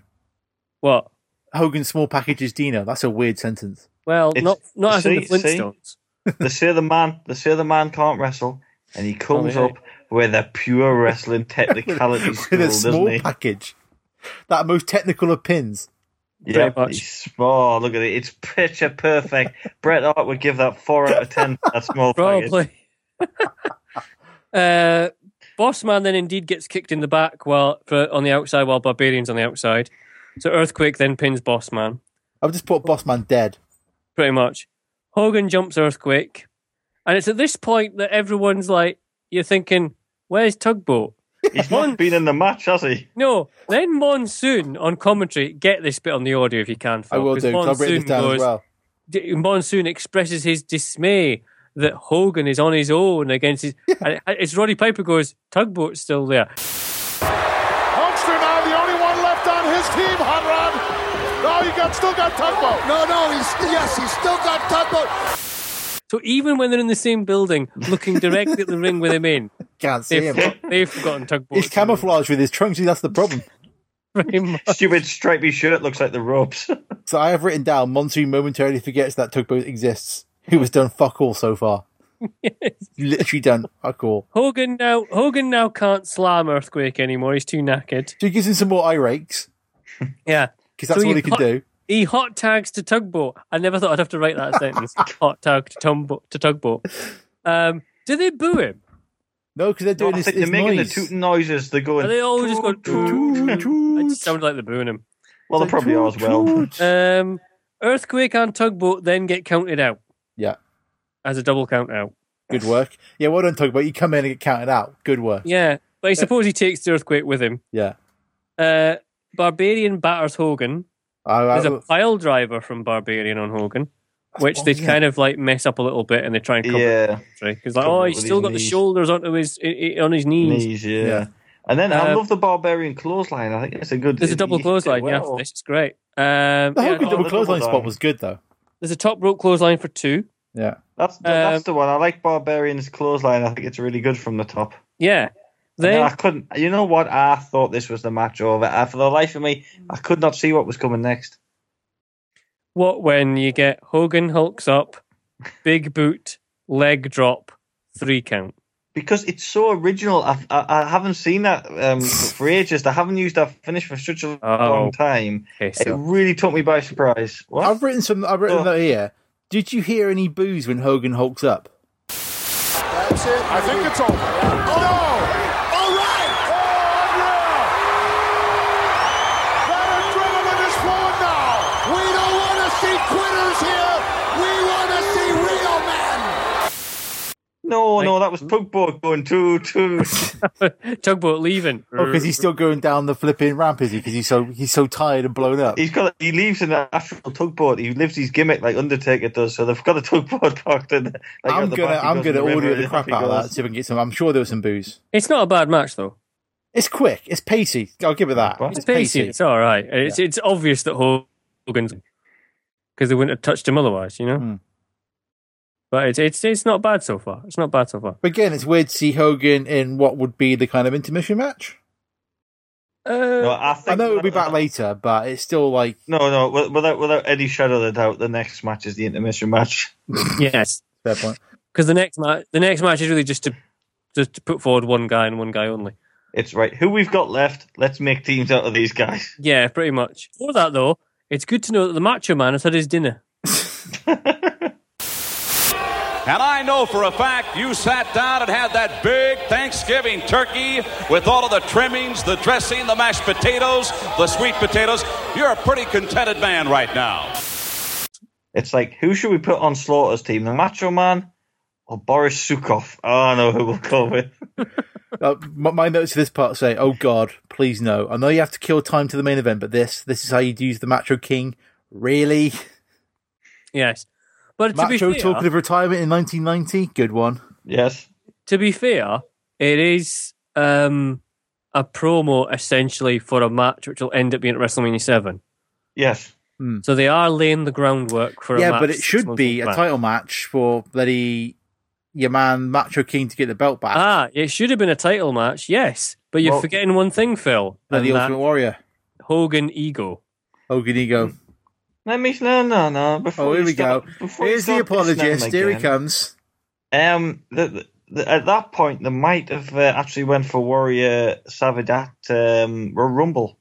C: What?
D: Hogan small packages Dino. That's a weird sentence.
C: Well,
A: It's-
C: not not as in the
A: see- see?
C: Flintstones.
A: they say the man. They say the man can't wrestle, and he comes
C: Oh, yeah.
A: up with a pure
C: *laughs*
A: wrestling technicality
D: With
A: school,
D: a small
A: doesn't he?
D: package. That most technical of pins.
A: Yeah,
C: pretty much.
A: he's small. Look at it. It's picture perfect.
C: *laughs*
A: Bret Hart would give that four out of ten. for That small package.
C: Probably. *laughs* uh, Bossman then indeed gets kicked in the back while for, on the outside, while Barbarian's on the outside. So Earthquake then pins Bossman,
D: I've just put Bossman dead.
C: pretty much. Hogan jumps Earthquake, and it's at this point that everyone's like, "You're thinking, where's Tugboat?"
A: He's not been in the match, has he?
C: No, then Monsoon on commentary. Get this bit on the audio if you can.
D: I
C: Phil,
D: will
C: 'cause
D: do. 'cause I've written this
C: Monsoon
D: down as
C: goes-
D: well.
C: D- Monsoon expresses his dismay that Hogan is on his own
G: *laughs*
C: against his. and it- it's Roddy Piper goes, Tugboat's still there.
G: Hulkster now the only one left on his team, Hot Rod. No, you got still got tugboat. No, no, he's yes, he's still got tugboat.
C: So even when they're in the same building, looking direct at the ring with
G: *laughs*
C: him in,
D: Can't see
C: they've,
D: him.
C: for- they've forgotten Tugboat. *laughs*
D: He's camouflaged with his trunks. That's the problem. *laughs*
A: Stupid stripy shirt looks like the ropes.
D: So I have written down Monsoon momentarily forgets that tugboat exists, who has done fuck all so far. Literally done fuck all.
C: Hogan now Hogan now can't slam Earthquake anymore. He's too knackered.
D: So he gives him some more eye rakes,
C: Yeah.
D: because that's
C: So
D: all
C: you
D: he can
C: got-
D: do.
C: He hot tags to tugboat. I never thought I'd have to write that
A: *laughs*
C: sentence. hot tag to, tumbo- to tugboat. Um, do they boo him?
D: No, because they're
A: *laughs*
D: doing
A: I
D: this,
A: think they're
D: this
A: making
D: noise.
A: the tooting noises. They're going.
C: Are they all just going?
D: Toot,
C: I
D: toot.
C: just sounded like they're booing him.
A: well, they probably are as
C: *laughs*
A: well.
D: Toot.
C: Um, earthquake and tugboat then get counted out
D: yeah,
C: as a double count out.
D: good work. Yeah, well done, tugboat. You come in and get counted out. Good work.
C: Yeah, but I suppose he takes the earthquake with him.
D: Yeah.
C: Uh, Barbarian batters Hogan.
D: I, I,
C: There's a pile driver from Barbarian on Hogan, which they
D: awesome.
C: kind of like mess up a little bit and they try and cover yeah.
A: Oh, Yeah,
C: Because like,
A: Cover
C: oh,
A: it
C: he's
A: with
C: still
A: his
C: got the
A: knees.
C: shoulders onto his i- i- on his knees.
A: knees. Yeah.
D: Yeah.
A: And then I
C: Uh,
A: love the barbarian clothesline. I think it's a good.
C: There's a
A: it-
C: double
A: he-
C: clothesline. Yeah,
A: well.
C: this is great. Um,
D: the
C: yeah,
D: Hogan
C: oh,
D: double
A: the
D: clothesline
A: double
D: spot
A: dive.
D: was good though.
C: there's a top rope clothesline for two.
D: Yeah,
A: That's the, that's
C: Um,
A: the one. I like Barbarian's clothesline. I think it's really good from the top.
C: Yeah.
A: No,
C: Then
A: I couldn't. You know what? I thought this was the match over. Uh, for the life of me, I could not see what was coming next.
C: what when you get Hogan hulks up, big boot, leg drop, three count.
A: Because it's so original. I, I, I haven't seen that um, for ages. I haven't used that finish for such a
C: Oh.
A: long time.
C: Okay,
A: It
C: so
A: really took me by surprise. What?
D: I've written some. I've written
A: Oh.
D: that here. Did you hear any boos when Hogan hulks up?
G: I think it's over. Oh no! All right! Oh yeah! That adrenaline is flowing now. We don't want to see quitters here. We want to see real men.
A: no, no, that was Tugboat going two, two.
C: *laughs* tugboat leaving.
D: Oh, because he's still going down the flipping ramp, is he? Because he's so he's so tired and blown up.
A: He's got. He leaves in an actual tugboat. He lives his gimmick like Undertaker does. So they've got a tugboat *laughs* parked in. Like,
D: I'm
A: at the
D: gonna
A: back, he
D: I'm
A: goes in the
D: gonna
A: river
D: audio
A: and
D: the crap
A: he
D: out of
A: goes.
D: that. See if I can get some. I'm sure there was some booze.
C: It's not a bad match though.
D: It's quick. It's pacey. I'll give it that.
A: What?
D: It's
C: It's pacey.
D: pacey.
C: It's all right. It's it's obvious that Hogan's because they wouldn't have touched him otherwise, you know.
D: Hmm.
C: But it's it's it's not bad so far. It's not bad so far.
D: But again, it's weird to see Hogan in what would be the kind of intermission match.
C: Uh,
A: No, I, think
D: I know it'll be back later, but it's still like
A: No, no, wi- without without any shadow of a doubt, the next match is the intermission match.
C: Uh, yes,
D: fair point.
C: because the next match the next match is really just to just to put forward one guy and one guy only.
A: It's right. Who we've got left? Let's make teams out of these guys.
C: Yeah, pretty much. For that though, it's good to know that the Macho Man has had his dinner.
I: And I know for a fact you sat down and had that big Thanksgiving turkey with all of the trimmings, the dressing, the mashed potatoes, the sweet potatoes. You're a pretty contented man right now.
A: It's like who should we put on Slaughter's team? The Macho Man or Boris Sukov? Oh, I know who we'll go with.
D: Uh, my, my notes for this part say, "Oh God, please no! I know you have to kill time to the main event, but this, this is how you'd use the Macho King, really?
C: Yes, but to be
D: Macho
C: fair,
D: talking of retirement in 1990, good one.
A: Yes,
C: to be fair, it is um, a promo essentially for a match which will end up being at WrestleMania Seven.
A: yes.
C: So they are laying the groundwork for a
D: Hmm. yeah,
C: match
D: but it
C: six
D: should
C: months
D: be
C: off the
D: a
C: line.
D: title match for bloody your man Macho King to get the belt back.
C: Ah, it should have been a title match, yes. But you're
A: Well-
C: forgetting one thing, Phil.
D: and
C: And
D: the
C: that
D: Ultimate Warrior,
C: Hogan ego.
D: Hogan *laughs* Ego.
A: Let me no no no. Before
D: Oh, here
A: you
D: we go.
A: start- before you
D: Here's the
A: start pissing on them
D: apologist. Here he
A: again.
D: comes. *laughs*
A: Um, the, the- the, at that point, they might have uh, actually went for Warrior Savage at um, Royal Rumble,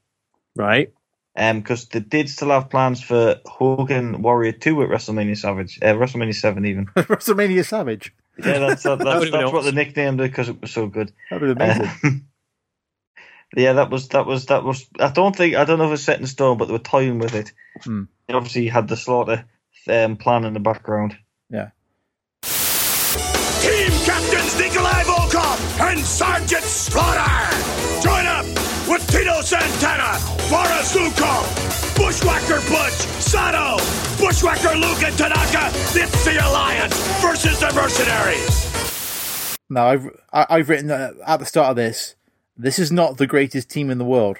C: Right.
A: because they did still have plans for Hogan Warrior Two at WrestleMania Savage, uh, WrestleMania Seven even.
D: WrestleMania Savage.
A: Yeah, that's that, that's,
C: would've been
A: that's what they
C: awesome.
A: nicknamed it because it was so good.
D: That'd be *laughs* amazing.
A: Yeah, that was that was that was. I don't think I don't know if it's set in stone, but they were toying with it.
D: Hmm.
A: They obviously had the slaughter um, plan in the background.
D: yeah.
G: Team Captains Nikolai Volkov and Sergeant Slaughter! Join up with Tito Santana, Boris Lukov, Bushwhacker Butch, Sato, Bushwhacker Luke and Tanaka. It's the Alliance versus the Mercenaries.
D: No, I've I- I've written uh, at the start of this. This is not the greatest team in the world.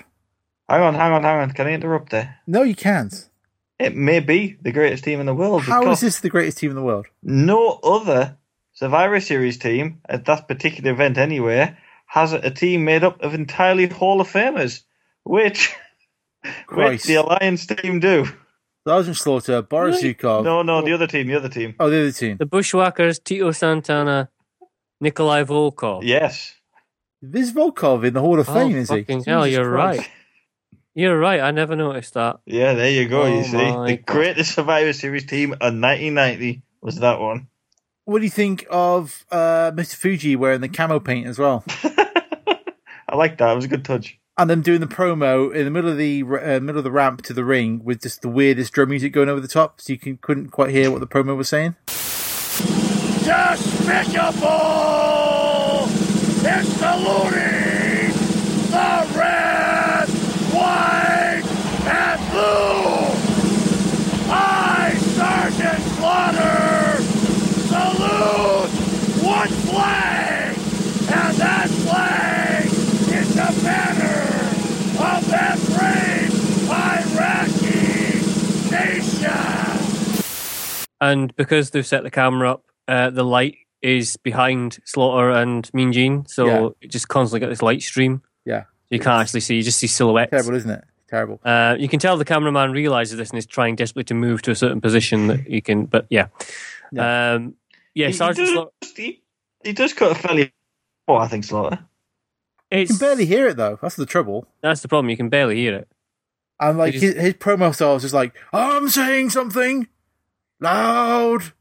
A: Hang on, hang on, hang on. Can I interrupt there?
D: No, you can't.
A: It may be the greatest team in the world.
D: How
A: because-
D: is this the greatest team in the world?
A: no other Survivor Series team at that particular event anywhere has a team made up of entirely Hall of Famers, which, which
D: Christ.
A: the Alliance team do.
D: Sergeant Slaughter, Boris Zukov.
A: No, no, the other team, the other team.
D: Oh, the other team.
C: The Bushwhackers, Tito Santana, Nikolai Volkov.
A: Yes.
D: This Volkov in the Hall of
C: Oh,
D: Fame, is he?
C: fucking hell,
D: Jesus
C: you're
D: Christ.
C: right. You're right. I never noticed that.
A: Yeah, there you go.
C: Oh
A: you see,
C: my
A: the
C: God.
A: greatest Survivor Series team of 1990 was that one.
D: What do you think of uh, Mr. Fuji wearing the camo paint as well,
A: I like that. It was a good touch.
D: and them doing the promo in the middle of the r- uh, middle of the ramp to the ring with just the weirdest drum music going over the top, so you can, couldn't quite hear what the promo was saying.
G: Despicable! It's saluting the red, white, and blue! I, Sergeant Slaughter, salute one flag! And that flag is the banner of that brave Iraqi nation!
C: And because they've set the camera up, uh, the light is behind Slaughter and Mean Gene. So
D: Yeah.
C: it just constantly got this light stream.
D: Yeah,
C: You can't actually see, you just see silhouettes.
D: terrible, isn't it? Terrible.
C: Uh, you can tell the cameraman realizes this and is trying desperately to move to a certain position that he can. But yeah, yeah, um, yeah
A: He-
C: Sergeant
A: he,
C: Slaughter.
A: does, he, he does cut a fairly. Oh, I think Slaughter.
D: You can
C: It's,
D: barely hear it though. That's the trouble.
C: that's the problem. You can barely hear it.
D: And like
C: It is-
D: his, his promo style is just like, I'm saying something loud,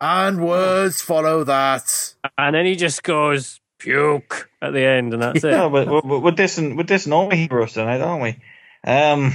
D: and words follow *laughs* that.
C: And then he just goes puke at the end, and
A: *laughs*
C: that's
A: No,
C: it. Uh,
A: but we're, we're, we're dissing we're dissing all the heroes tonight, aren't we? Um,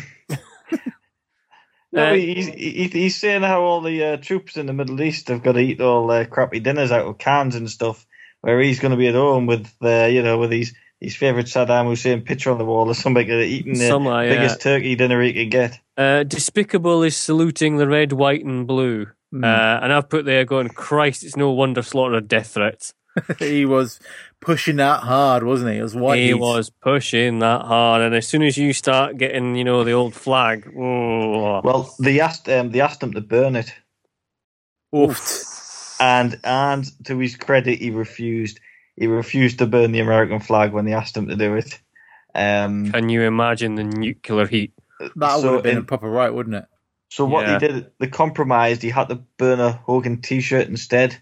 A: no,
C: Uh,
A: he's, he, he's saying how all the uh, troops in the Middle East have got to eat all their crappy dinners out of cans and stuff, where he's going to be at home with uh, you know with his his favorite Saddam Hussein picture on the wall or something uh, eating the
C: Something like
A: biggest turkey dinner he could get.
C: Uh, Despicable is saluting the red, white, and blue.
A: Hmm.
C: Uh, and I've put there going, Christ, it's no wonder Slaughter had death threats.
D: he was pushing that hard, wasn't he? It was white.
C: he
D: heat.
C: was pushing that hard. And as soon as you start getting, you know, the old flag, oh,
A: Well, they asked um, they asked him to burn it,
D: Oof.
A: and and to his credit, he refused. He refused to burn the American flag when they asked him to do it. Um,
C: can you imagine the nuclear
A: *laughs*
C: heat?
D: That
A: So
D: would have been
A: in-
D: a proper right, wouldn't it?
A: So what
C: Yeah.
A: they did, they compromised. He had to burn a Hogan T-shirt instead,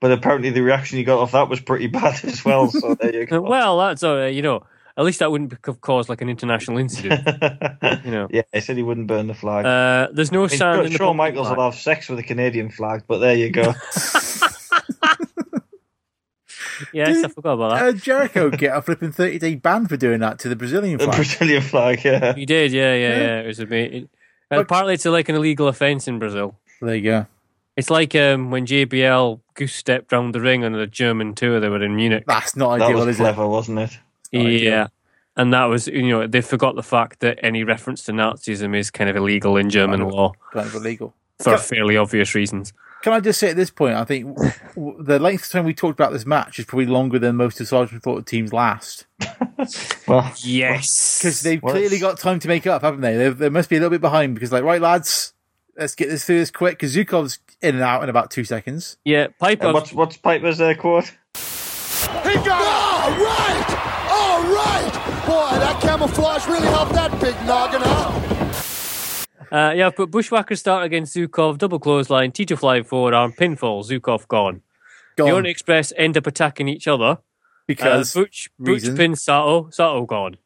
A: but apparently the reaction he got off that was pretty *laughs* bad as well. So there you
C: Uh,
A: go.
C: Well, that's all right, you know. At least that wouldn't bec- have caused like an international
A: *laughs*
C: incident. you know.
A: *laughs* yeah, he said he wouldn't burn the flag.
C: Uh, there's no
A: I mean,
C: sound.
A: Shawn-
C: in the pumpkin
A: Shawn Michaels
C: flag.
A: will have sex with a Canadian flag, but there you
C: *laughs*
A: go.
C: Yes, I forgot about that.
D: Uh, Jericho get a flipping thirty day ban for doing that to the Brazilian
A: the
D: flag.
A: Brazilian
C: *laughs*
A: flag. Yeah.
C: You did, yeah, yeah, yeah. It was a bit. And partly it's like an illegal offence in Brazil.
D: There you go.
C: It's like um, when JBL goose stepped round the ring on the German tour they were in Munich.
D: That's not
A: That was clever, wasn't it?
C: yeah. And that was, you know, they forgot the fact that any reference to Nazism is kind of illegal in German law
D: Kind of illegal.
C: for fairly obvious reasons.
D: Can I just say at this point, I think w- w- the length of time we talked about this match is probably longer than most of Sergeant Thought teams last
A: Well,
C: Yes.
D: because they've
A: Well,
D: clearly
A: it's-
D: got time to make up, haven't they? they? They must be a little bit behind because, like, right, lads, let's get this through this quick because Zukov's in and out in about two seconds.
C: Yeah, Piper.
A: and what's what's Piper's uh, quote?
G: He got All right! All right! Boy, that camouflage really helped that big noggin out.
C: Uh, yeah, I've put Bushwhacker start against Zukov, double clothesline, teacher fly forearm, pinfall, Zukov gone.
D: Gone
C: The Orient Express end up attacking each other. Uh,
D: because
C: Butch, Butch
D: reasons.
C: pins Sato, Sato gone.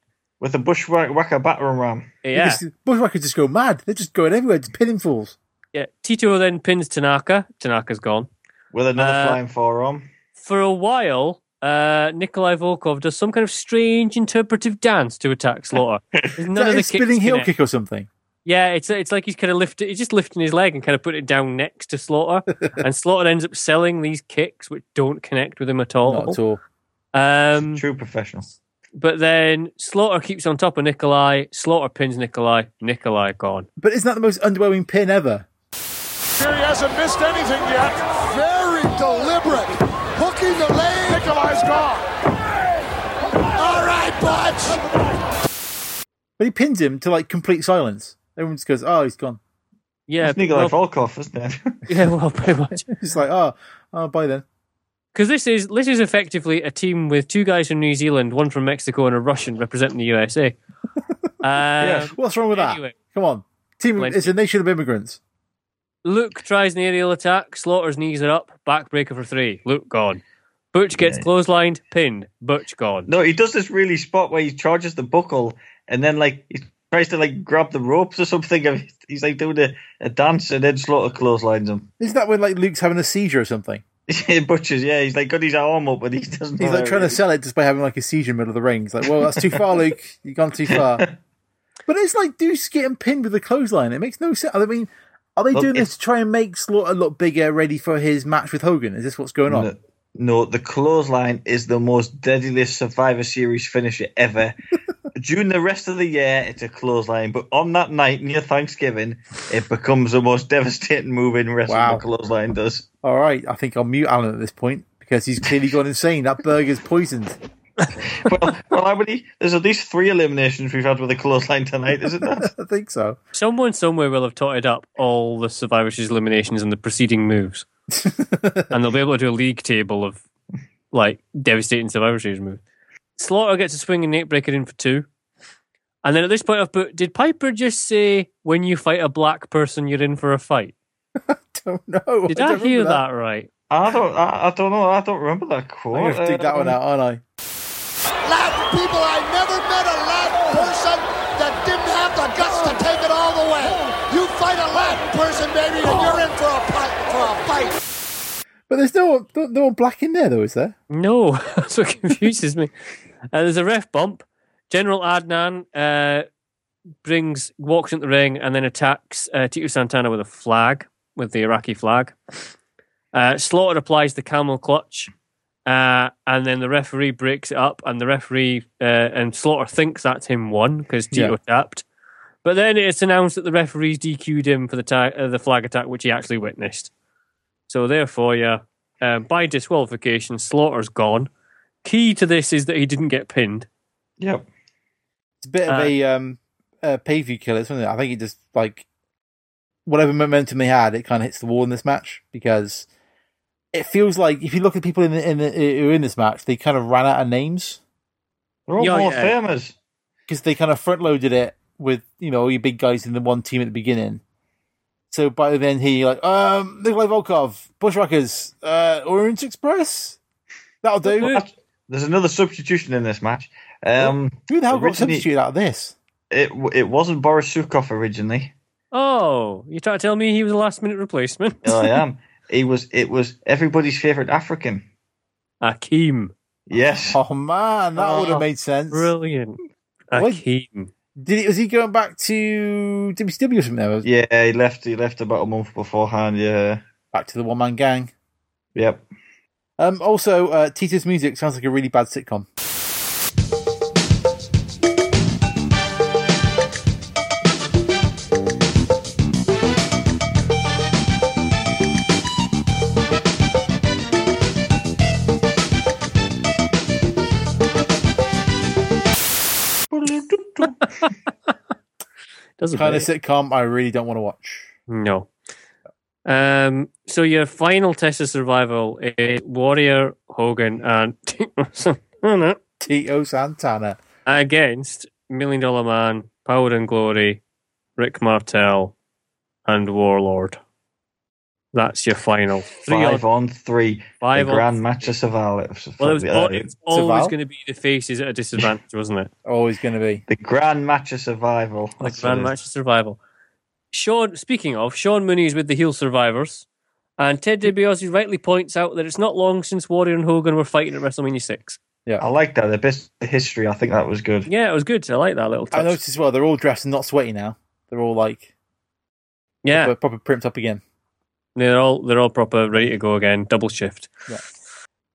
A: With a bushwhacker battering ram.
C: Yeah.
D: because Bushwhackers just go mad. They're just going everywhere, just pinning fools.
C: yeah. Tito then pins Tanaka. Tanaka's gone.
A: With another
C: Uh,
A: flying forearm.
C: For a while, uh, Nikolai Volkov does some kind of strange interpretive dance to attack
D: *laughs*
C: Slaughter. None
D: Is that
C: of
D: a
C: the
D: spinning
C: kicks
D: heel
C: connect.
D: kick or something.
C: Yeah, it's it's like he's kind of lifted, he's just lifting his leg and kind of putting it down next to
D: *laughs*
C: Slaughter, and Slaughter ends up selling these kicks which don't connect with him at all.
A: Oh.
D: Not at all.
C: Um,
A: True professional.
C: But then Slaughter keeps on top of Nikolai. Slaughter pins Nikolai. Nikolai gone.
D: But isn't that the most underwhelming pin ever?
G: Sure, he hasn't missed anything yet. Very deliberate. Hooking the leg. Nikolai's gone. All right, Butch.
D: But he pins him to like complete silence. Everyone just goes, "Oh, he's gone."
C: Yeah,
A: it's Nikolai
C: well,
A: Volkov, isn't it? *laughs*
C: yeah, well, pretty much.
D: It's like, "Oh, oh, bye then."
C: Because this is this is effectively a team with two guys from New Zealand, one from Mexico, and a Russian representing the USA. Um,
D: What's wrong with
C: Anyway.
D: that? Come on, team.
C: Plenty.
D: It's a nation of immigrants.
C: Luke tries an aerial attack. Slaughter's knees are up. Backbreaker for three. Luke gone. Butch gets clotheslined, pinned. Butch gone.
A: No, he does this really spot where he charges the buckle and then like he tries to like grab the ropes or something. *laughs* and He's like doing a, a dance and then Slaughter clotheslines him. *laughs*
D: Isn't that when like Luke's having a seizure or something?
A: Butchers, yeah, he's like got his arm up, but he doesn't.
D: He's
A: know
D: like trying to sell it just by having like a seizure in the middle of the ring. It's like, "Well, that's too far, Luke. *laughs* You've gone too far." But it's like Deuce getting pinned with a clothesline. It makes no sense. I mean, are they
A: Well,
D: doing this
A: it's-
D: to try and make Slaughter look bigger, ready for his match with Hogan? Is this what's going on?
A: No, no, the clothesline is the most deadliest Survivor Series finisher
D: *laughs*
A: ever. During the rest of the year, it's a clothesline, but on that night near Thanksgiving, it becomes the most devastating move in wrestling.
D: Wow.
A: The clothesline does.
D: All right, I think I'll mute Alan at this point because he's clearly gone insane. That burger's poisoned.
A: Well, well, how many? There's at least three eliminations we've had with a clothesline tonight, isn't there?
D: I think so.
C: Someone somewhere will have totted up all the Survivor Series eliminations and the preceding moves. and they'll be able to do a league table of like devastating Survivor Series moves. Slaughter gets a swing and neck breaker in for two. And then at this point, I've put, did Piper just say, when you fight a black person, you're in for a fight?
D: *laughs* Don't know.
C: Did
D: don't
C: I, hear
D: remember
C: that. right?
A: I don't. I, I don't know. I don't remember that quote. Uh,
D: I'm gonna have to dig that one out, aren't I?
G: Loud people, I never met a loud person that didn't have the guts to take it all the way. You fight a loud person, baby, and you're in for a, fight, for a fight.
D: But there's no one, no- no one black in there though, is there?
C: No, *laughs* that's what confuses me. Uh, there's a ref bump. General Adnan uh, brings walks into the ring and then attacks uh, Tito Santana with a flag, with the Iraqi flag. Uh, Slaughter applies the camel clutch, uh, and then the referee breaks it up, and the referee uh, and Slaughter thinks that's him won because Tito
D: Yeah.
C: tapped. But then it's announced that the referee's DQ'd him for the ta- uh, the flag attack, which he actually witnessed. So therefore, yeah, um, by disqualification, Slaughter's gone. Key to this is that he didn't get pinned.
A: Yep.
D: It's a bit of
C: Uh,
D: a um a pay view killer, isn't it? I think it just like whatever momentum they had, it kind of hits the wall in this match because it feels like if you look at people in the, in the, who are in this match, they kind of ran out of names
A: They're all
C: Yeah,
A: more
C: yeah.
A: famous.
D: because they kind of front loaded it with you know all your big guys in the one team at the beginning. So by then he like um Nikolai Volkov, Bushwhackers, uh, Orange Express. That'll do.
A: That's- There's another substitution in this match. Um,
D: Who the hell got
A: originally-
D: substituted out of this?
A: It it wasn't Boris Sukov originally.
C: Oh, you trying to tell me he was a last minute replacement? *laughs*
A: Here I am. He was. It was everybody's favorite African.
C: Akeem.
A: Yes.
D: Oh man, that
C: Oh,
D: would have made sense.
C: Brilliant.
D: What?
C: Akeem.
D: Did he, was he going back to WCW or something? There?
A: Yeah, he left. He left about a month beforehand. Yeah.
D: back to the one man gang.
A: Yep.
D: Um, also, uh, Tito's music sounds like a really bad sitcom.
C: Doesn't
D: kind of
C: it?
D: sitcom I really don't want to watch.
C: No. Um, so your final test of survival is Warrior, Hogan, and *laughs* Tito Santana
D: Tito Santana.
C: against Million Dollar Man, Power and Glory, Rick Martel, and Warlord. That's your final three
A: Five
C: on
A: on three.
C: five
A: the
C: on-
A: grand match of survival.
C: Well, it was, al- it's always
D: Survival?
C: going to be the faces at a disadvantage, wasn't *laughs* it?
D: Always going to be.
A: the grand match of survival.
C: Like
A: That's
C: Grand
A: what it
C: Match of Survival. Sean, speaking of, Sean Mooney is with the heel survivors, and Ted DiBiase rightly points out that it's not long since Warrior and Hogan were fighting at WrestleMania 6.
A: is. I like that. The best history. I think that was good.
C: Yeah, it was good. I like that little
D: I
C: touch.
D: noticed as well, they're all dressed and not sweaty now. They're all like,
C: yeah,
D: they're proper primped up again.
C: they're all they're all proper, ready to go again, double shift.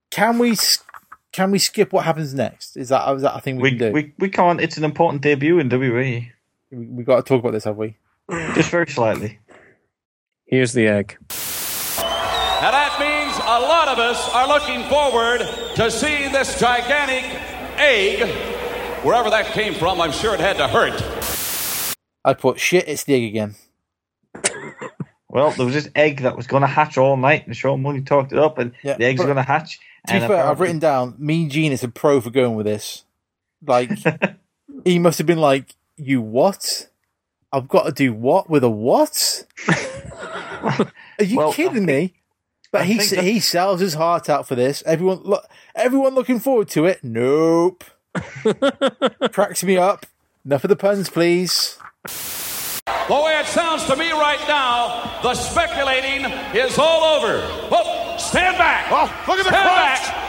D: Can we s- can we skip what happens next? Is that, is that a thing we,
A: We,
D: can do?
A: we we can't. It's an important debut in WWE.
D: We, we got to talk about this, have we?
A: Just very slightly.
C: Here's the egg.
I: Now that means a lot of us are looking forward to seeing this gigantic egg, wherever that came from. I'm sure it had to hurt.
D: I put shit, it's the egg again.
A: Well, there was this egg that was going to hatch all night, and Sean Mooney talked it up, and
D: Yeah,
A: the eggs
D: but-
A: are going to hatch.
D: To be
A: and
D: fair, I've
A: apparently-
D: written down Mean Gene is a pro for going with this.
A: *laughs*
D: Like, he must have been like, "You what? I've got to do what with a what? Are you
A: Well, I
D: kidding me?" But he
A: think
D: s- he sells his heart out for this. Everyone look, everyone looking forward to it.
A: *laughs*
D: Nope, cracks me up. Enough of the puns, please.
I: The way it sounds to me right now, the speculating is all over. Oh, stand back.
G: Oh, look at the
I: stand
G: crowd.
I: back.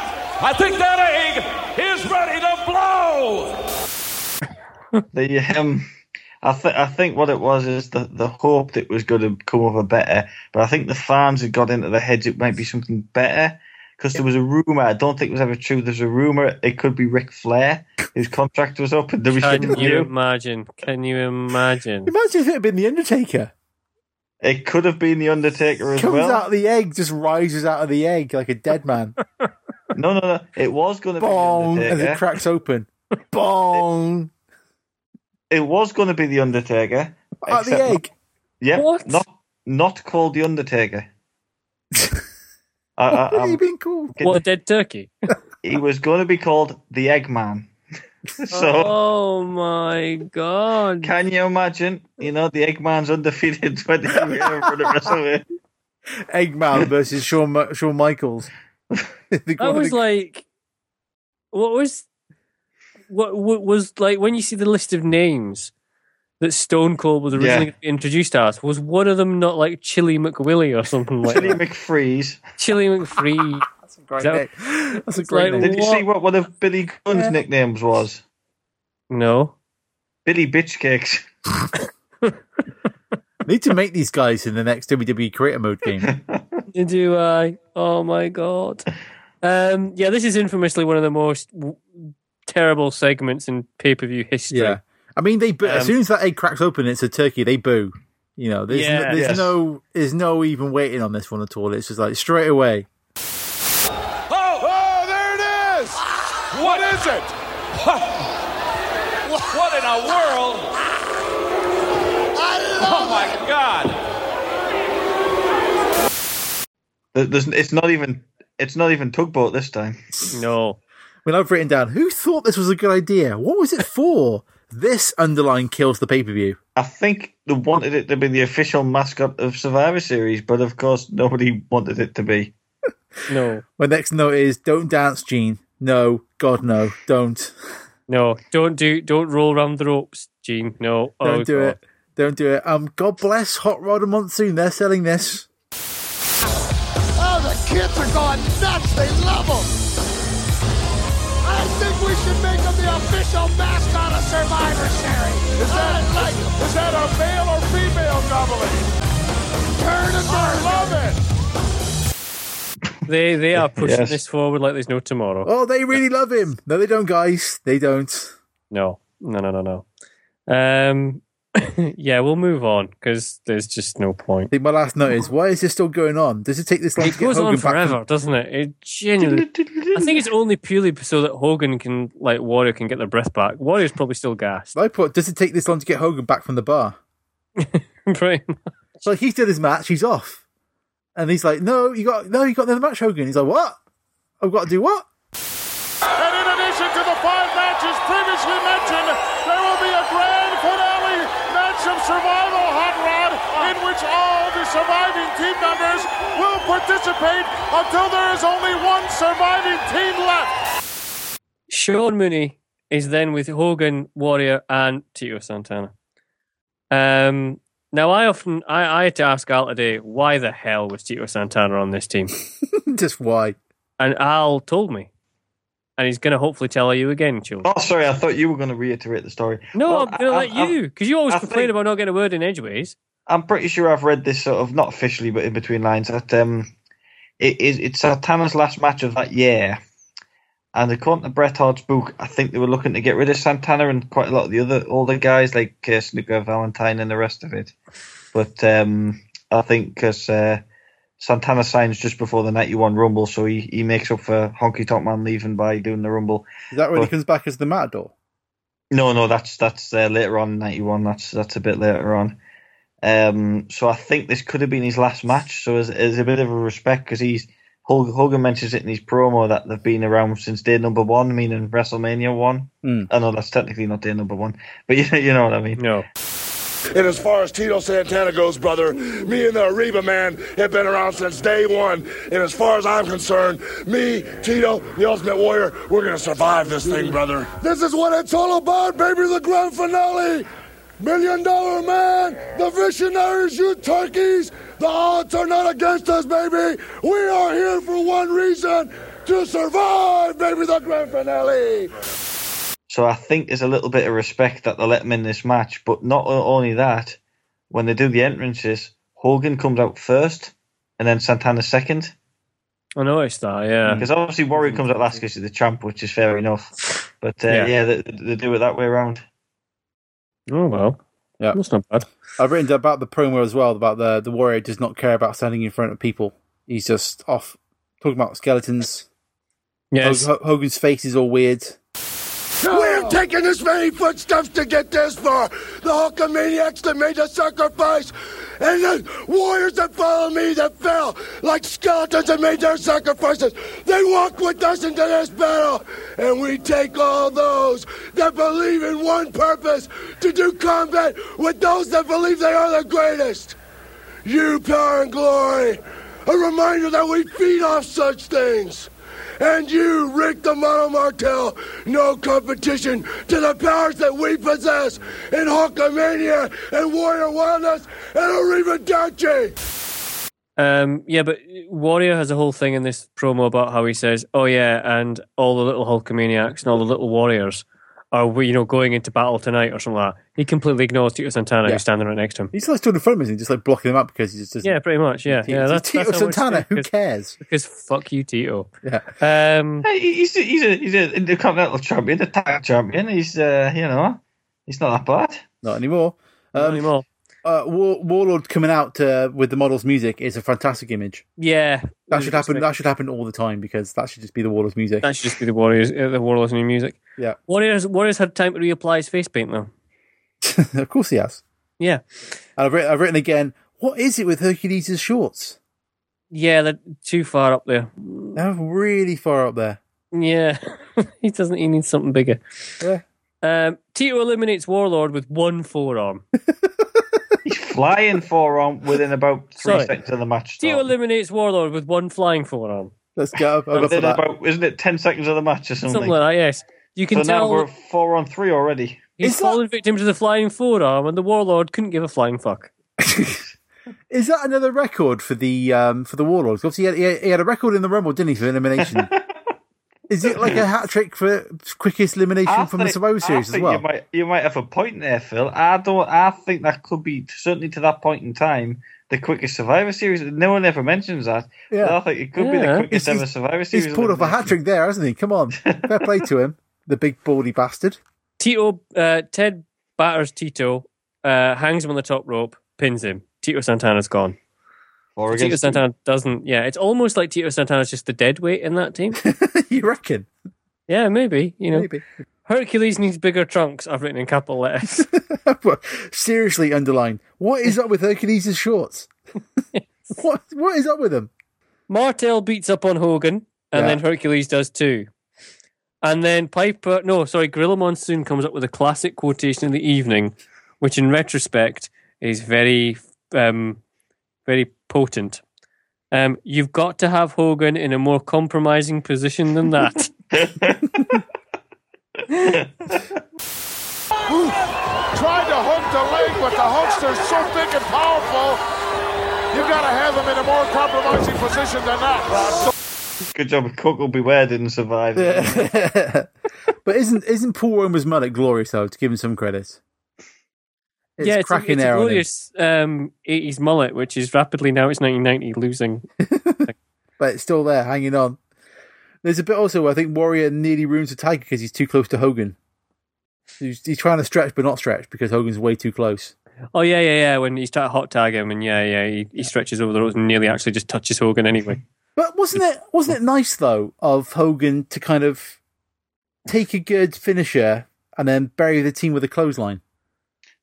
I: I think that egg is ready to blow.
A: The um, I think I think what it was is the the hope that it was going to come over better, but I think the fans had got into their heads it might be something better because there was a rumor. I don't think it was ever true. There's a rumor it could be Ric Flair whose contract was up
C: *laughs*
A: and
C: Can you
A: WWE.
C: imagine? Can you *laughs* imagine?
D: Imagine if it had been the Undertaker.
A: It could have been the Undertaker as
D: Comes
A: well.
D: out of the egg, just rises out of the egg like a
A: *laughs*
D: dead man.
A: No, no, no. It was going to be the
D: Bong, as
A: Undertaker.
D: it cracks open. Bong
A: it was going to be the Undertaker.
D: out of the
A: except
D: egg.
A: Yep.
C: What?
A: Not not called the
D: *laughs*
A: Undertaker. I, I,
D: What are you
A: I'm-
D: being called?
C: What a dead turkey!
A: he was going to be called the Eggman. *laughs* so
C: *laughs* Oh my god!
A: can you imagine? You know, the Eggman's undefeated *laughs* twenty year run at WrestleMania.
D: Eggman versus Shawn, Ma- Shawn Michaels. *laughs* The-
C: I was like, what was, what, what was like when you see the list of names that Stone Cold was originally introduced as? Was one of them not like Chili McWillie or something like
A: Billy
C: that?
A: McFreeze.
C: Chili McFree?
D: *laughs* That's a great
C: that-
D: name. That's a
C: It's
D: great
C: like-
D: name.
A: Did you
C: What?
A: see what one of Billy Gunn's nicknames was?
C: No,
A: Billy Bitch Cakes.
D: Need to make these guys in the next WWE Creator Mode *laughs* game.
C: do I? Oh my god! Um, yeah, this is infamously one of the most w- terrible segments in pay per view history.
D: yeah, I mean they. boo as
C: Um,
D: soon as that egg cracks open, it's a turkey. They boo. You know, there's
C: Yeah.
D: no, there's
A: Yes.
D: no there's no even waiting on this one at all. It's just like straight away.
I: Oh,
G: Oh, there it is!
I: what
G: What is it?
I: *laughs* What in a world? oh my God!
A: There- There's, it's not even. It's not even tugboat this time.
C: No.
D: I mean, I've written down who thought this was a good idea. What was it for? this underline kills the pay per view.
A: I think they wanted it to be the official mascot of Survivor Series, but of course nobody wanted it to be.
C: No,
D: My next note is don't dance, Gene. No, God, no, don't.
C: no! Don't do, don't roll around the ropes, Gene. No,
D: Don't
C: oh,
D: do
C: God.
D: it. Don't do it. Um, God bless Hot Rod and Monsoon. They're selling this.
G: Oh, the kids are going nuts. They love them. I think we should make them the official mascot of Survivor Series. Is that like Is that a male or female novelty? Turn it I love it.
C: They they are pushing
A: Yes.
C: this forward like there's no tomorrow.
D: Oh, they really love him. No, they don't, guys. They don't.
C: No, no, no, no, no. Um, *laughs* yeah, we'll move on because there's just no
D: I
C: point.
D: think my last note is why is this still going on? Does it take this long
C: It
D: to get
C: goes
D: Hogan
C: on
D: back from-
C: forever, doesn't it? It
D: *laughs*
C: genuinely. I think it's only purely so that Hogan can, like, Warrior can get their breath back. Warrior's probably still gassed. *laughs*
D: I put, does it take this long to get Hogan back from the bar?
C: Pretty much.
D: So like, he's did his match, he's off, and he's like, "No, you got no, you got another match, Hogan." He's like, "What? I've got to do what?" *laughs*
H: And in addition to the five matches previously mentioned, there will be a grand finale match of Survival Hot Rod in which all the surviving team members will participate until there is only one surviving team left.
C: Sean Mooney is then with Hogan, Warrior, and Tito Santana. Um, now, I often I, I had to ask Al today, why the hell was Tito Santana on this team?
D: Just why?
C: And Al told me, and he's going to hopefully tell you again, children.
A: Oh, sorry. I thought you were going to reiterate the story.
C: No,
A: Well,
C: I'm going to
A: I-
C: let
A: I-
C: you because you always
A: I
C: complain
A: think-
C: about not getting a word in edgeways.
A: I'm pretty sure I've read this sort of not officially, but in between lines that um, it is it's Santana's last match of that year, and according to Bret Hart's book, I think they were looking to get rid of Santana and quite a lot of the other older guys like uh, Snooker Valentine and the rest of it. But um, I think because uh, Santana signs just before the '91 Rumble, so he, he makes up for Honky Tonk Man leaving by doing the Rumble.
D: Is that when he
C: Oh.
A: Well-
D: comes back as the Matador?
A: No, no, that's that's uh, later on '91. That's that's a bit later on. Um, so I think this could have been his last match. So as, as a bit of a respect, because he's Hul- Hogan mentions it in his promo that they've been around since day number one, meaning WrestleMania one.
D: Hmm.
A: I know that's technically not day number one, but *laughs* you know, you know what I mean.
C: No,
J: And as far as Tito Santana goes, brother, me and the Arriba man have been around since day one. And as far as I'm concerned, me, Tito, the Ultimate Warrior, we're gonna survive this thing, brother. This is what it's all about, baby. The grand finale, Million Dollar Man, the Visionaries, you turkeys. The odds are not against us, baby. We are here for one reason: to survive, baby. The grand finale.
A: So I think there's a little bit of respect that they let him in this match. But not o- only that, when they do the entrances, Hogan comes out first, and then Santana second.
C: I noticed that. Yeah,
A: Because obviously Warrior comes out last because he's the champ, which is fair enough. But uh,
C: Yeah.
A: yeah, they, they do it that way around.
C: oh well,
D: Yeah.
C: that's not bad.
D: I've written about the promo as well about the the warrior does not care about standing in front of people. He's just off talking about skeletons.
C: Yes,
D: Ho- Ho- Hogan's face is all weird.
J: We've taken this many footsteps to get this far. The Hulkamaniacs that made the sacrifice, and the warriors that followed me that fell like skeletons and made their sacrifices. They walked with us into this battle, and we take all those that believe in one purpose to do combat with those that believe they are the greatest. You power and glory. A reminder that we feed off such things. And you, Rick the Mono Martel, no competition to the powers that we possess in Hulkamania and Warrior Wellness and Arrivederci.
C: um, yeah, but Warrior has a whole thing in this promo about how he says, "Oh yeah, and all the little Hulkamaniacs and all the little Warriors are we, you know, going into battle tonight or something like that." He completely ignores Tito Santana,
D: Yeah.
C: who's standing right next to him.
D: He's like stood in front of him and just like blocking him up because he just doesn't.
C: Yeah, pretty much. Yeah, yeah. That's,
D: Tito
C: that's how much-
D: Santana. Who
C: because-
D: cares?
C: Because fuck you, Tito.
D: Yeah.
C: Um,
A: Hey, he- he's he's a, he's an intercontinental champion, a tag champion. He's uh, you know, he's not that bad.
D: Not anymore.
C: not
D: Um,
C: anymore.
D: uh, War- Warlord coming out uh, with the model's music is a fantastic image.
C: Yeah,
D: That should happen. That should happen all the time because that should just be the Warlord's music.
C: That should just be the Warriors, uh, the Warlords' new music.
D: Yeah.
C: Warriors, Warriors had time to reapply his face paint though.
D: *laughs* of course he has.
C: Yeah,
D: And I've written, I've written again. What is it with Hercules' shorts?
C: yeah, they're too far up there.
D: They're really far up there.
C: Yeah, *laughs* he doesn't. He needs something bigger.
D: Yeah.
C: Um, Tito eliminates Warlord with one *laughs* forearm.
A: He's flying forearm within about three
C: Sorry.
A: seconds of the match.
C: Tito
A: start.
C: eliminates Warlord with one flying forearm.
D: Let's go. I'll go for
A: Within
D: that.
A: about Oh, isn't it ten seconds of the match or something?
C: Something like that. Yes, you
A: so
C: can
A: now we're
C: tell
A: at four on three already.
C: he's
D: Is that-
C: fallen victim to the flying forearm, and the Warlord couldn't give a flying fuck.
D: Is that
A: *laughs*
D: another record for the um, for the Warlords? Obviously, he had, he had- he had a record in the Rumble, didn't he, for elimination? Is it like a hat trick for quickest elimination
A: I
D: from the
A: think-
D: Survivor
A: I
D: Series as
A: think
D: well?
A: You might, you might have a point there, Phil. I don't. I think that could be certainly to that point in time the quickest Survivor Series. No one ever mentions that.
D: Yeah.
A: But I think it could be
C: Yeah.
A: the quickest
D: He's-
A: ever Survivor Series.
D: He's pulled off a hat trick there, hasn't he?
A: *laughs*
D: Come on, fair play to him, the big baldy bastard. *laughs*
C: Tito uh, Ted batters Tito, uh, hangs him on the top rope, pins him. Tito Santana's gone.
A: Or
C: Tito
A: against-
C: Santana doesn't. Yeah, it's almost like Tito Santana's just the dead weight in that team.
D: you reckon?
C: yeah, maybe. You know,
D: Maybe. *laughs*
C: Hercules needs bigger trunks. I've written in capital letters.
D: Well, Seriously, underlined. What is up with
C: *laughs*
D: Hercules' shorts? what What is up with them?
C: Martel beats up on Hogan, and
D: Yeah.
C: then Hercules does too. And then Piper, no, sorry, Gorilla Monsoon comes up with a classic quotation of the evening, which in retrospect is very, um, very potent. Um, you've got to have Hogan in a more compromising position than that.
H: Tried to hook the leg, but the hookster's so thick and powerful. You've got to have him in a more compromising position than that, Rod.
A: Good job. Coco Beware didn't survive.
D: but isn't isn't Paul Romer's mud at glorious though? To give him some credit, it's
C: yeah, it's a,
D: cracking
C: it's a
D: air on him.
C: glorious um, 80s mullet, which is rapidly now it's 1990 losing.
D: but it's still there, hanging on. There's a bit also where I think Warrior nearly ruins the Tiger because he's too close to Hogan. He's, he's trying to stretch but not stretch because Hogan's way too close.
C: *laughs* Oh yeah, yeah, yeah. When he's trying to hot tag him, and yeah, yeah, he, he stretches over the ropes and nearly actually just touches Hogan anyway.
D: But wasn't it wasn't it nice though of Hogan to kind of take a good finisher and then bury the team with a clothesline?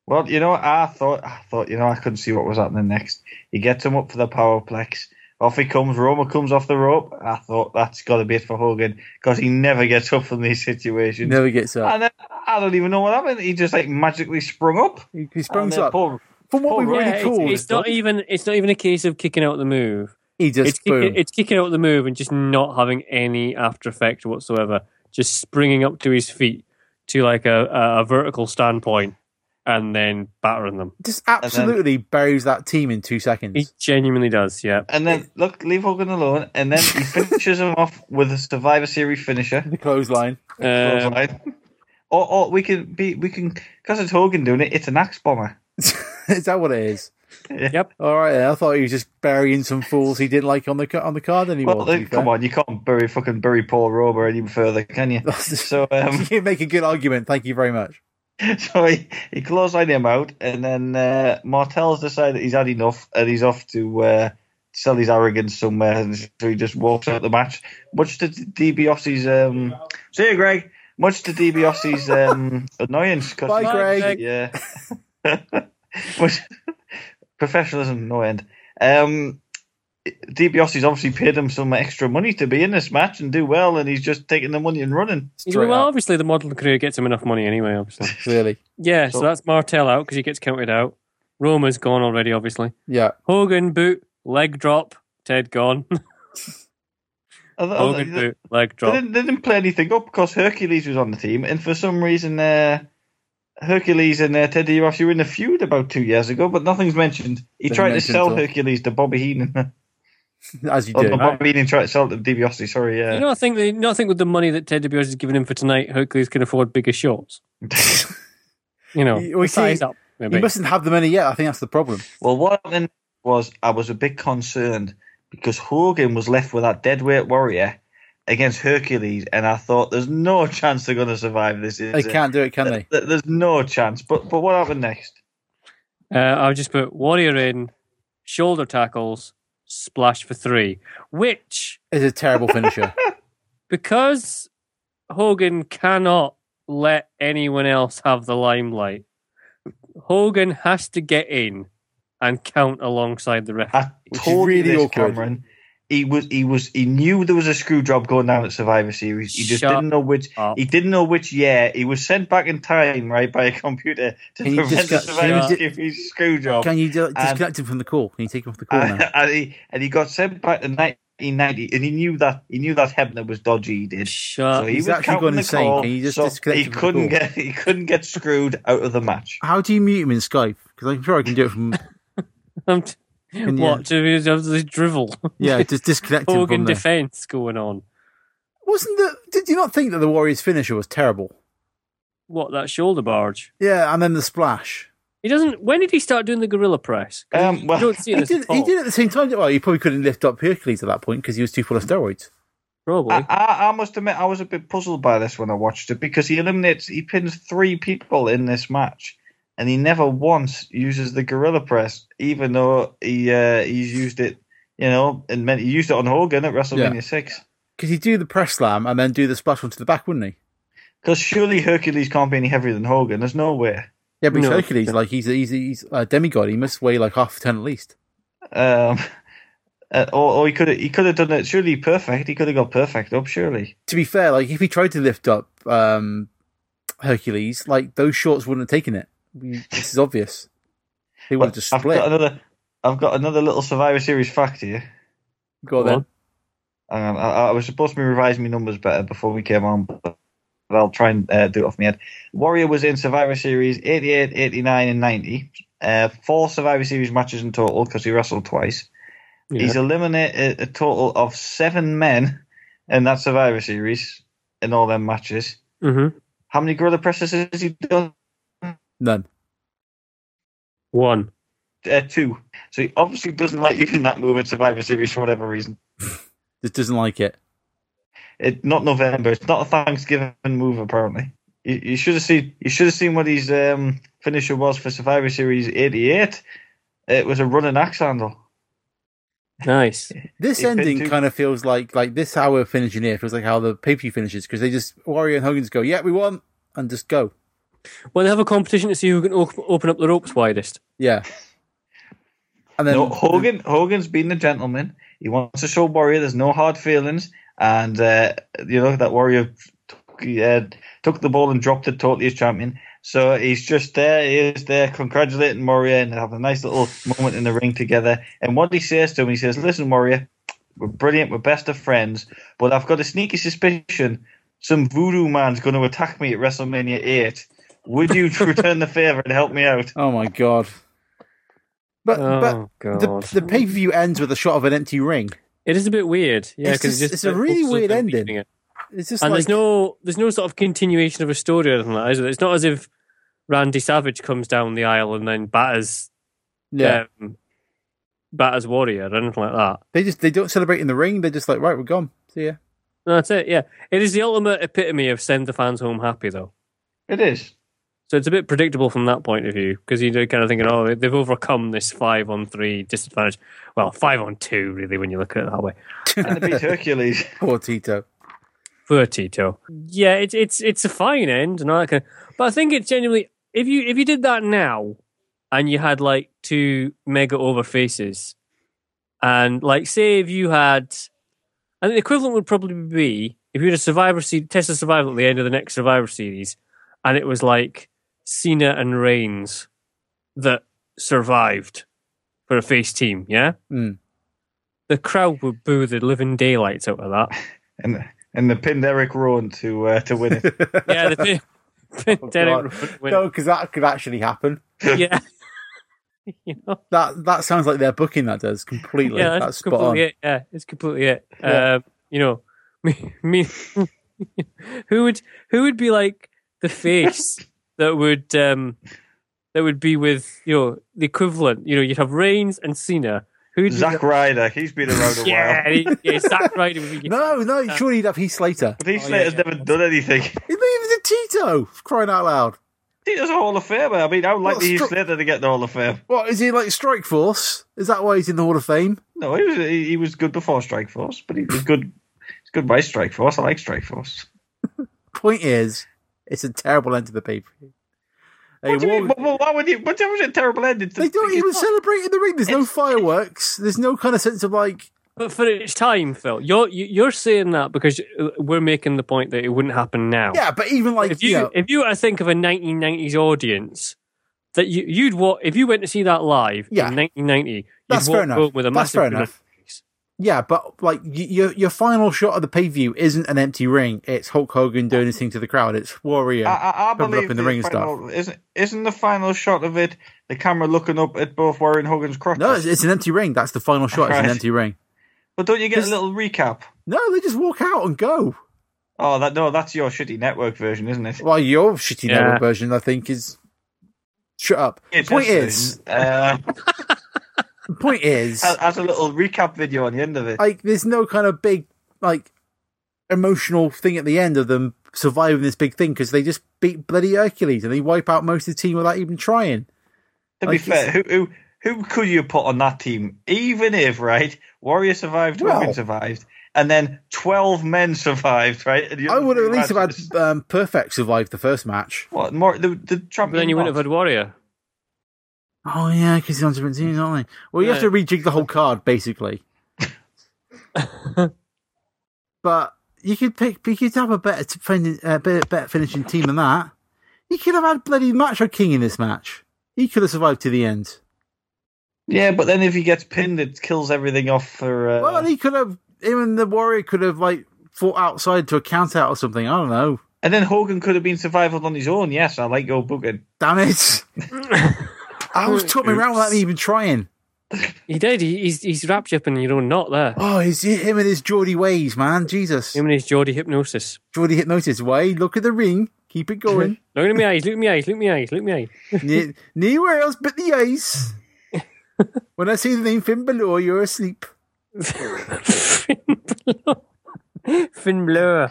A: Well, you know, what? I thought, I thought, you know, I couldn't see what was happening next. He gets him up for the powerplex. Off he comes. Roma comes off the rope. I thought that's got to be it for Hogan because he never gets up from these
D: He
A: situations.
D: never gets up.
A: And then I don't even know what happened. He just like magically sprung up.
D: He, he sprung
A: And then
D: up.
A: uh, Paul-
D: From what
A: Paul
D: we've
A: Really
C: yeah,
D: already
C: it's-
D: called,
C: it's, not even it's not even a case of kicking out the move.
D: he just
C: It's
D: boom.
C: kicking, it's kicking out the move and just not having any after effect whatsoever. Just springing up to his feet to like a, a, a vertical standpoint and then battering them.
D: just
A: then-
D: absolutely buries that team in two seconds.
C: He genuinely does. Yeah,
A: And then look, leave Hogan alone, and then he finishes him off with a Survivor Series finisher.
D: the clothesline.
C: um,
A: or, or we can be we can because it's Hogan doing it. It's an axe bomber.
D: *laughs* is that what it is?
C: Yep.
D: All right. then. I thought he was just burying some fools he didn't like on the ca- on the card anymore.
A: Well,
D: to be
A: then, come
D: fair.
A: on, you can't bury fucking bury Paul Rober any further, can you?
D: *laughs*
A: So um,
D: you make a good argument. Thank you very much.
A: *laughs* so he, he clotheslined him out, and then uh, Martel's decided he's had enough, and he's off to uh, sell his arrogance somewhere, and so he just walks out the match. Much to DiBiase's um, see you, Greg. Much to DiBiase's um, annoyance. 'cause
D: Bye,
A: he-
D: Greg.
C: uh,
A: Yeah. *laughs* Which, professionalism, no end. Um, DiBiase's obviously paid him some extra money to be in this match and do well, and he's just taking the money and running.
D: Straight
C: well,
D: up,
C: obviously the model career gets him enough money anyway. Obviously,
D: clearly.
C: yeah. So, that's Martel out because he gets counted out. Roma's gone already, obviously.
D: Yeah.
C: Hogan boot leg drop. Ted
A: *laughs*
C: gone.
A: I th- I th-
C: Hogan boot leg
A: Oh,
D: Oh,
C: drop.
A: They didn't, they didn't play anything up because Hercules was on the team, and for some reason, uh, Hercules and uh, Teddy DiBiase were in a feud about two years ago, but nothing's mentioned. He
D: Didn't
A: tried to
D: mention
A: sell
D: at all.
A: Hercules to Bobby Heenan. *laughs*
D: As you
A: oh, no,
D: do.
A: Bobby Heenan tried to sell it to DiBiase, sorry.
C: You
A: Yeah.
C: know, I think they, you know, I think with the money that Ted DiBiase is giving him for tonight, Hercules can afford bigger
A: *laughs*
C: shots. You know,
D: You- we
C: the size
D: see-
C: up. Maybe.
D: You mustn't have the money yet. I think that's the problem.
A: well, what happened was I was a bit concerned because Hogan was left with that deadweight warrior against Hercules, and I thought there's no *laughs* chance they're going to survive this. Is
D: They
A: it?
D: can't do it, can they?
A: There- There's no chance. But but what happened next?
C: Uh, I'll just put Warrior in, shoulder tackles, splash for three, which
D: It's a terrible
A: *laughs*
D: finisher.
C: because Hogan cannot let anyone else have the limelight. Hogan has to get in and count alongside the ref.
A: I
D: is
A: told you
D: really
A: this,
D: awkward.
A: Cameron. He was he was he knew there was a screw job going down at Survivor Series. He just
C: Shut
A: didn't know which
C: up.
A: he didn't know which year. He was sent back in time, right, by a computer to
D: Can you
A: prevent
D: just
A: the
D: get-
A: Survivor
D: can you
A: Series *laughs* screw job.
D: Can you do-
A: Um,
D: disconnect him from the call? Can you take him off the call
A: and, *laughs*
D: now?
A: and he, and he got sent back in nineteen ninety and he knew that he knew that Hebner was dodgy, he did.
C: Shut
A: so he
D: he's
A: was
D: actually
A: counting
D: gone
A: the
D: insane.
A: call,
D: Can you just
A: so
D: disconnect
A: he
D: him from the
A: couldn't
D: call?
A: get he couldn't get screwed out of the match.
D: How do you mute him in Skype? Because I'm sure I can do it from
C: I'm t-
D: in the-
C: what? Do we have this drivel? *laughs*
D: yeah, just disconnect him from
C: Hogan
D: the.
C: defense going on.
D: Wasn't the? Did you not think that the Warriors' finisher was terrible?
C: What that shoulder barge?
D: Yeah, and then the splash.
C: He doesn't. When did he start doing the gorilla press? 'Cause
A: Um,
C: you
A: well,
C: don't see
D: *laughs* He
C: this
D: did, he did it at the same time. Well, he probably couldn't lift up Hercules at that point because he was too full of steroids.
C: probably.
D: Uh,
A: I, I, I must admit, I was a bit puzzled by this when I watched it because he eliminates, he pins three people in this match, and he never once uses the gorilla press, even though he uh, he's used it, you know, and meant he used it on Hogan at WrestleMania
D: Yeah.
A: six.
D: Because he'd do the press slam and then do the splash onto the back, wouldn't he?
A: Because surely Hercules can't be any heavier than Hogan. There's no way.
D: Yeah, but he's
C: No.
D: Hercules, like he's a, he's, a, he's a demigod. He must weigh like half a ton at least.
A: Um, *laughs* uh, or, or he could he could have done it surely perfect. He could have got perfect up surely.
D: To be fair, like if he tried to lift up um, Hercules, like those shorts wouldn't have taken it. We- This is obvious. He would have just
A: I've
D: split.
A: got another. I've got another little Survivor Series fact here.
D: Go on then.
A: Hang on, Um, I, I was supposed to be revising my numbers better before we came on, but I'll try and uh, do it off my head. Warrior was in Survivor Series 88, 89, and 90. Uh, four Survivor Series matches in total because he wrestled twice. He's eliminated a total of seven men in that Survivor Series in all them matches.
C: mm-hmm.
A: How many Gorilla Presses has he done?
D: None.
C: One.
A: Uh, two. So he obviously doesn't like using that move in Survivor Series for whatever reason.
D: Just doesn't like it.
A: It, not November. It's not a Thanksgiving move, apparently. You, you should have seen. You should have seen what his um, finisher was for Survivor Series '88. It was a running axe handle.
C: Nice.
D: *laughs* This
A: If it
D: ending
A: do-
D: kind of feels like like this how we're finishing here feels like how the pay per view finishes because they just Warrior and Hogan's go, yeah, we won, and just go.
C: Well, they have a competition to see who can op- open up the ropes widest.
D: Yeah. And then
A: No, Hogan. Hogan's been the gentleman. He wants to show Warrior there's no hard feelings, and uh, you know that Warrior took, uh, took the ball and dropped it totally as champion. So he's just there. He is there, congratulating Warrior and having a nice little moment in the ring together. And what he says to him, he says, "Listen, Warrior, we're brilliant. We're best of friends, but I've got a sneaky suspicion some voodoo man's going to attack me at WrestleMania eight. Would you return the favor and help me out?"
D: Oh my god. But
C: Oh,
D: but
C: God.
D: the the pay per view ends with a shot of an empty ring.
C: It is a bit weird. Yeah,
D: It's
C: because
D: just- it's a really weird ending. It's just
C: And
D: like
C: there's no there's no sort of continuation of a story or anything like that, is there? It's not as if Randy Savage comes down the aisle and then batters
D: yeah.
C: um, batters Warrior or anything like that.
D: They just they don't celebrate in the ring. They're just like right, we're gone. See ya.
C: No, that's it. Yeah, it is the ultimate epitome of send the fans home happy though.
A: It is.
C: So it's a bit predictable from that point of view because you're kind of thinking, oh, they've overcome this five on three disadvantage. Well, five on two really when you look at it that way.
A: And it beat Hercules.
D: Poor Tito.
C: for Tito. Yeah, it's it's it's a fine end and all that kind. Of, but I think it's genuinely if you if you did that now and you had like two mega over faces, and like say if you had, I think the equivalent would probably be if you had a Survivor Series test of survival at the end of the next Survivor Series, and it was like Cena and Reigns that survived for a face team. Yeah.
D: Mm.
C: The crowd would boo the living daylights out of that.
A: and and the pinned Eric Rowan to uh, to win
D: *laughs*
A: it.
C: Yeah, the pin, pin
D: Oh,
C: *laughs*
D: God.
C: Derek Rowan win.
D: No, because that could actually happen. *laughs*
C: Yeah. you know,
D: That that sounds like their booking. That does completely.
C: yeah,
D: that's
C: that's
D: spot on.
C: completely it. Yeah, it's completely it. Um, you know, *laughs* me, me who would who would be like the
D: *laughs*
C: face that would um that would be with you know the equivalent. You know, you'd have Reigns and Cena. Who'd be
A: Zack Ryder, he's been around a
C: the- *laughs* yeah,
A: while.
C: he- yeah,
D: *laughs*
C: Zack Ryder would be.
D: No, no, surely he'd have Heath Slater.
A: But Heath Slater's never done anything. *laughs*
D: He's not even a Tito. for Crying out loud.
A: Tito's a Hall of Famer. I mean, I would like
D: Well,
A: to Heath
D: stro-
A: Slater to get the Hall of Fame.
D: What is he like? Strike Force? Is that why he's in the Hall of Fame?
A: No, he was he, he was good before Strike Force, but he was good. He's good by Strike Force. I like Strike Force.
D: Point is, it's a terrible end to the pay per view. They,
A: What do you mean?
D: walk-
A: What, what, why would you? What was a terrible ending? To
D: they don't
A: it's
D: even
A: not-
D: celebrate in the ring. There's no fireworks. There's no kind of sense of like,
C: But for its time, Phil, you're you- you're saying that because uh, we're making the point that it wouldn't happen now.
D: yeah, but even like,
C: if
D: you,
C: you
D: know,
C: if you were to think of a 1990s audience that you, you'd wa if you went to see that live
D: Yeah.
C: in 1990
D: That's
C: you'd
D: fair
C: walk
D: enough.
C: home with a
D: That's
C: massive
D: fair
C: grin on
D: enough.
C: your face.
D: yeah, but like y- your your final shot of the pay per view isn't an empty ring. It's Hulk Hogan doing his thing to the crowd. It's Warrior
A: I, I, I
D: coming
A: believe
D: up in the ring and stuff.
A: final, Isn't, isn't the final shot of it the camera looking up at both Warren and Hogan's crotch?
D: No, it's, it's an empty ring. That's the final shot. It's an
A: Right.
D: empty ring.
A: but don't you get a
D: it's-
A: little recap?
D: No, they just walk out and go.
A: Oh, that no, that's your shitty network version, isn't it?
D: Well, your shitty
A: Yeah.
D: network version, I think, is shut up. point is,
A: *laughs* uh,
D: point is,
A: has has a little recap video on the end of it.
D: like, there's no kind of big, like, emotional thing at the end of them surviving this big thing because they just beat bloody Hercules and they wipe out most of the team without even trying.
A: to be
D: like,
A: fair,
D: it's-
A: who, who who could you put on that team? Even if right, Warrior survived, Women survived, and then twelve men survived, right? And the
D: I
A: other
D: would have
A: three
D: at least
A: lads-
D: have had um, Perfect survive the first match.
A: what more the the champion.
C: then you wouldn't
A: lost.
C: have had Warrior.
D: Oh yeah, because they're on different teams, aren't they? Well, you have
C: Yeah.
D: to rejig the whole card basically. but you could pick. You could have a better t- fin- uh, better, better finishing team than that. You could have had bloody Macho King in this match. He could have survived to the end.
A: Yeah, but then if he gets pinned, it kills everything off for. Uh,
D: Well, he could have. Him and the Warrior could have like fought outside to a count out or something. I don't know.
A: and then Hogan could have been survival on his own. Yes, I like your booking.
D: Damn *laughs* it! I was took me around without me even trying.
C: He did. He, he's he's wrapped you up in your own knot there.
D: Oh, it's him and his Geordie ways, man. Jesus.
C: Him and his Geordie hypnosis.
D: Geordie hypnosis. Why? Look at the ring. Keep it *laughs* going.
C: Look at me eyes. Look at me eyes. Look at me eyes. Look at me eyes.
D: Ne- Anywhere else but the *laughs* ice. when I see the name Finn below, you're asleep.
C: *laughs* Finn Blur.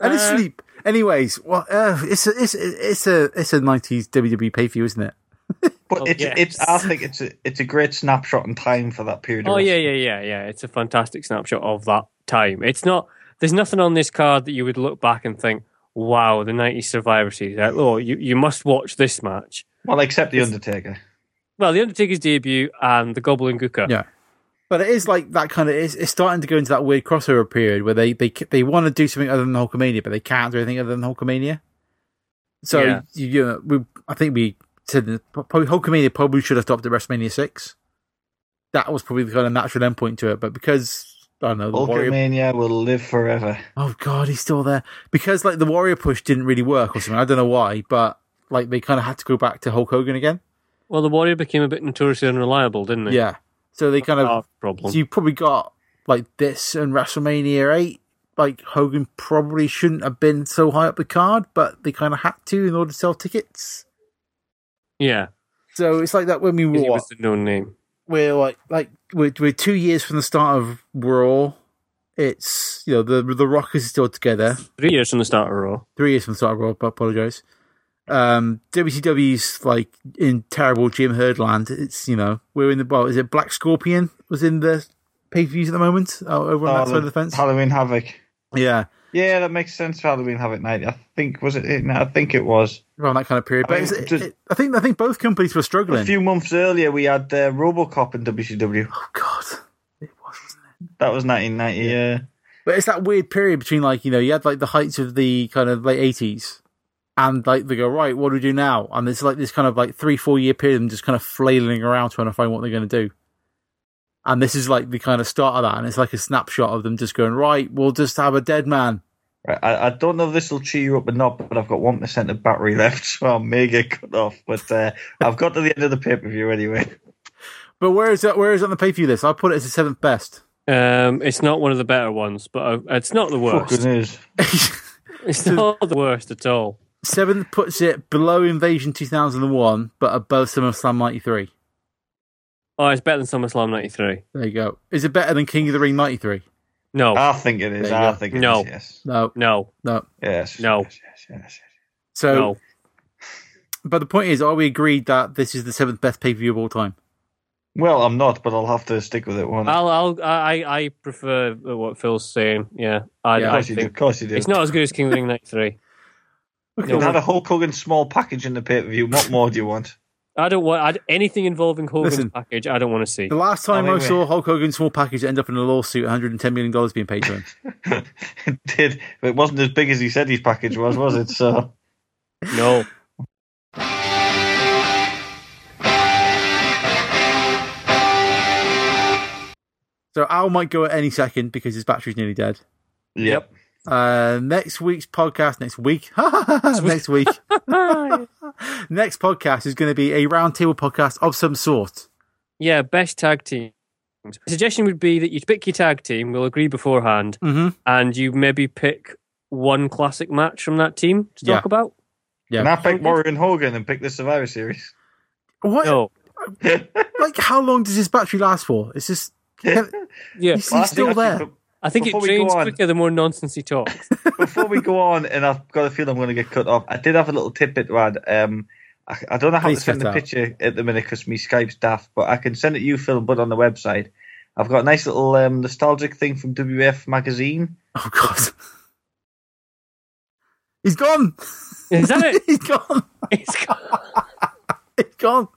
D: And asleep. Anyways, well, uh, it's a it's a, it's a it's a nineties WWE pay per view, isn't it?
A: But
C: Oh,
A: it's
C: yes.
A: it's. I think it's a it's a great snapshot in time for that period. of
C: Oh yeah,
A: wrestling.
C: yeah, yeah, yeah. It's a fantastic snapshot of that time. It's not. There's nothing on this card that you would look back and think, "Wow, the '90s Survivor Series." Like, oh, you you must watch this match.
A: Well, except the Undertaker.
C: Well, the Undertaker's debut and the Goblin Gooker.
D: Yeah. But it is like that kind of it's, it's starting to go into that weird crossover period where they they they want to do something other than Hulkamania, but they can't do anything other than Hulkamania. So
C: Yeah.
D: you, you know, we I think we said that probably Hulkamania probably should have stopped at WrestMania six. That was probably the kind of natural endpoint to it, but because I don't know the Warrior
A: Hulkamania will live forever.
D: Oh god, he's still there because like the warrior push didn't really work or something. I don't know why, but like they kind of had to go back to Hulk Hogan again.
C: Well, the Warrior became a bit notoriously unreliable, didn't he?
D: Yeah, so they kind of
C: Our problem.
D: so you probably got like this and WrestleMania eight. Like Hogan probably shouldn't have been so high up the card, but they kind of had to in order to sell tickets.
C: yeah,
D: So it's like that when we were
C: he
D: what,
C: was the known name.
D: we're like like we're, we're two years from the start of Raw. It's you know the the Rock is still together.
C: Three years from the start of Raw.
D: three years from the start of Raw, but apologise. Um, WCW's like in terrible Jim Herd land. It's you know we're in the well, is it Black Scorpion was in the pay per views at the moment uh, over
A: Oh,
D: on that
A: the
D: side of the fence.
A: Halloween Havoc.
D: Yeah,
A: Yeah, that makes sense. for Halloween Havoc Night. I think was it. it? No, I think it was.
D: around that kind of period.
A: I
D: But
A: mean,
D: it's- it-
A: just-
D: it- I think I think both companies were struggling.
A: A few months earlier, we had uh, RoboCop in WCW.
D: Oh God, it was. wasn't it?
A: That was 1990. Yeah.
D: But it's that weird period between like you know you had like the heights of the kind of late eighties. And like they go right, what do we do now? And it's like this kind of like three, four year period, of them just kind of flailing around trying to find what they're going to do. And this is like the kind of start of that, and it's like a snapshot of them just going right. We'll just have a dead man.
A: Right, I, I don't know if this will cheer you up or not, but I've got one percent of battery *laughs* left, so I may get cut off. But uh, I've got to the end of the pay per view anyway.
D: But where is that? Where is it on the pay per view list? I put it as the seventh best.
C: Um, it's not one of the better ones, but uh, it's not the
A: Fucking
C: worst.
A: news.
C: *laughs* It's not the worst at all.
D: seventh puts it below Invasion two thousand and one, but above SummerSlam ninety three.
C: Oh, it's better than SummerSlam '93.
D: There you go. Is it better than King of the Ring ninety three?
C: No,
D: Ah.
A: I think it is.
D: There you
A: I
D: go.
A: think it is.
C: No.
A: Yes.
D: No,
C: no,
D: no.
A: Yes.
C: No.
A: Yes, yes, yes, yes.
D: So
C: no.
D: But the point is, are we agreed that this is the seventh best pay per view of all time?
A: Well, I'm not, but I'll have to stick with it. One.
C: I'll, I'll, I, I I prefer what Phil's saying. Yeah, I,
D: Yeah,
C: I
A: Of course you do. Of
C: think
A: course you do.
C: it's not as good as King of the Ring
D: *laughs*
C: '93.
A: It had a Hulk Hogan small package in the pay per view. What more do you want? *laughs*
C: I don't want I, anything involving Hogan's
D: Listen.
C: package. I don't want to see.
D: The last time
A: Oh,
D: I
A: wait,
D: saw
A: wait.
D: Hulk Hogan's small package end up in a lawsuit, 110 million dollars being paid to him.
A: it did, but it wasn't as big as he said his package was, was it? So
C: No,
D: so Al might go at any second because his battery's nearly dead.
A: yep.
D: Uh, next week's podcast, next week, *laughs* next week, next podcast is going to be a roundtable podcast of some sort.
C: yeah, best tag team. suggestion would be that you pick your tag team. We'll agree beforehand,
D: Mhm.
C: and you maybe pick one classic match from that team to talk
D: Yeah.
C: about.
D: Yeah.
A: And I picked Warren Hogan and picked the Survivor Series.
D: What?
C: No,
D: Like, how long does his battery last for? It's just.
C: yeah,
D: He's,
A: Well,
D: he's still
A: actually,
D: there.
A: be-
C: I think it
A: Before we go
C: drains
A: on.
C: quicker the more nonsense he talks.
A: Before we go on, and I've got a feeling I'm going to get cut off, I did have a little tidbit to add. Um, I, I don't know how
D: Please
A: to send
D: cut
A: the
D: out.
A: picture at the minute because my Skype's daft, but I can send it to you, Phil, but on the website. I've got a nice little um, nostalgic thing from WF magazine.
D: Oh, God. He's gone.
C: Is that
A: *laughs*
C: it?
D: *laughs* He's gone.
C: It's got- *laughs*
D: He's gone.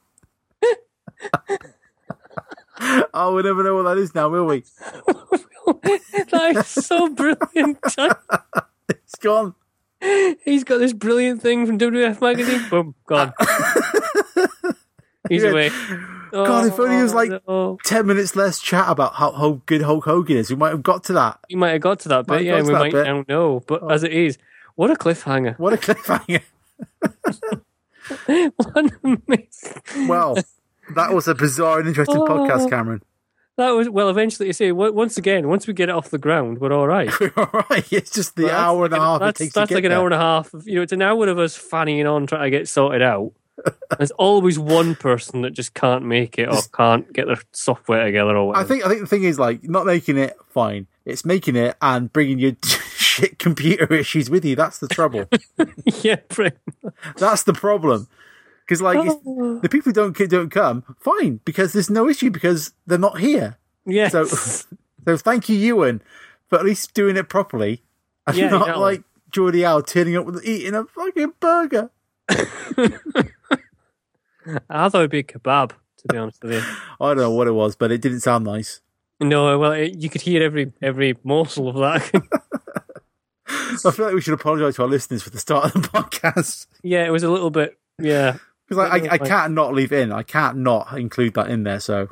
D: oh, we never know what that is now, will we?
C: that is so brilliant. *laughs*
D: It's gone.
C: He's got this brilliant thing from WWF magazine. Boom, gone. He's
D: Yeah.
C: away.
D: God, if only he was
C: Oh,
D: like-
C: no.
D: Ten minutes less chat about how, how good Hulk Hogan is. We might have got to that.
C: we might have got to that
D: Might
C: bit,
D: have
C: yeah,
D: got
C: and
D: to
C: we
D: that
C: might
D: bit. Oh.
C: now know. But as it is, what a cliffhanger!
D: What
C: *laughs*
D: a cliffhanger.
C: What an amazing-
D: Well, that was a bizarre and interesting
C: Oh.
D: podcast, Cameron. *laughs*
C: *laughs* that was well. Eventually, you say wo- once again, once we get it off the ground, we're all
D: *laughs*
C: right.
D: We're all right. It's just the
C: But that's
D: hour and a
C: like an-
D: half it
C: That's,
D: takes
C: that's
D: to get
C: like an
D: there.
C: hour and a half. Of, you know, it's an hour of us fannying on trying to get sorted
D: *laughs*
C: out. There's always one person that just can't make it or can't get their software together or whatever.
D: I think I think the thing is like not making it fine. It's making it and bringing your *laughs* shit computer issues with you. That's the trouble.
C: *laughs* yeah, pretty
D: That's the problem. Because like it's, the people who don't don't come, fine, because there's no issue because they're not here.
C: Yes. *laughs*
D: So so thank you, Ewan, for at least doing it properly. *laughs* And
C: Yeah,
D: not
C: exactly.
D: like Geordie Al turning up with eating a fucking burger.
C: I thought it'd be a kebab, to be honest with you.
D: I don't know what it was, but it didn't sound nice.
C: No, well, it, you could hear every every morsel of that. *laughs*
D: I feel like we should apologise to our listeners for the start of the *laughs* podcast.
C: yeah, it was a little bit. Yeah.
D: Because like, I, I
C: Like-
D: can't not leave it in. I can't not include that in there. So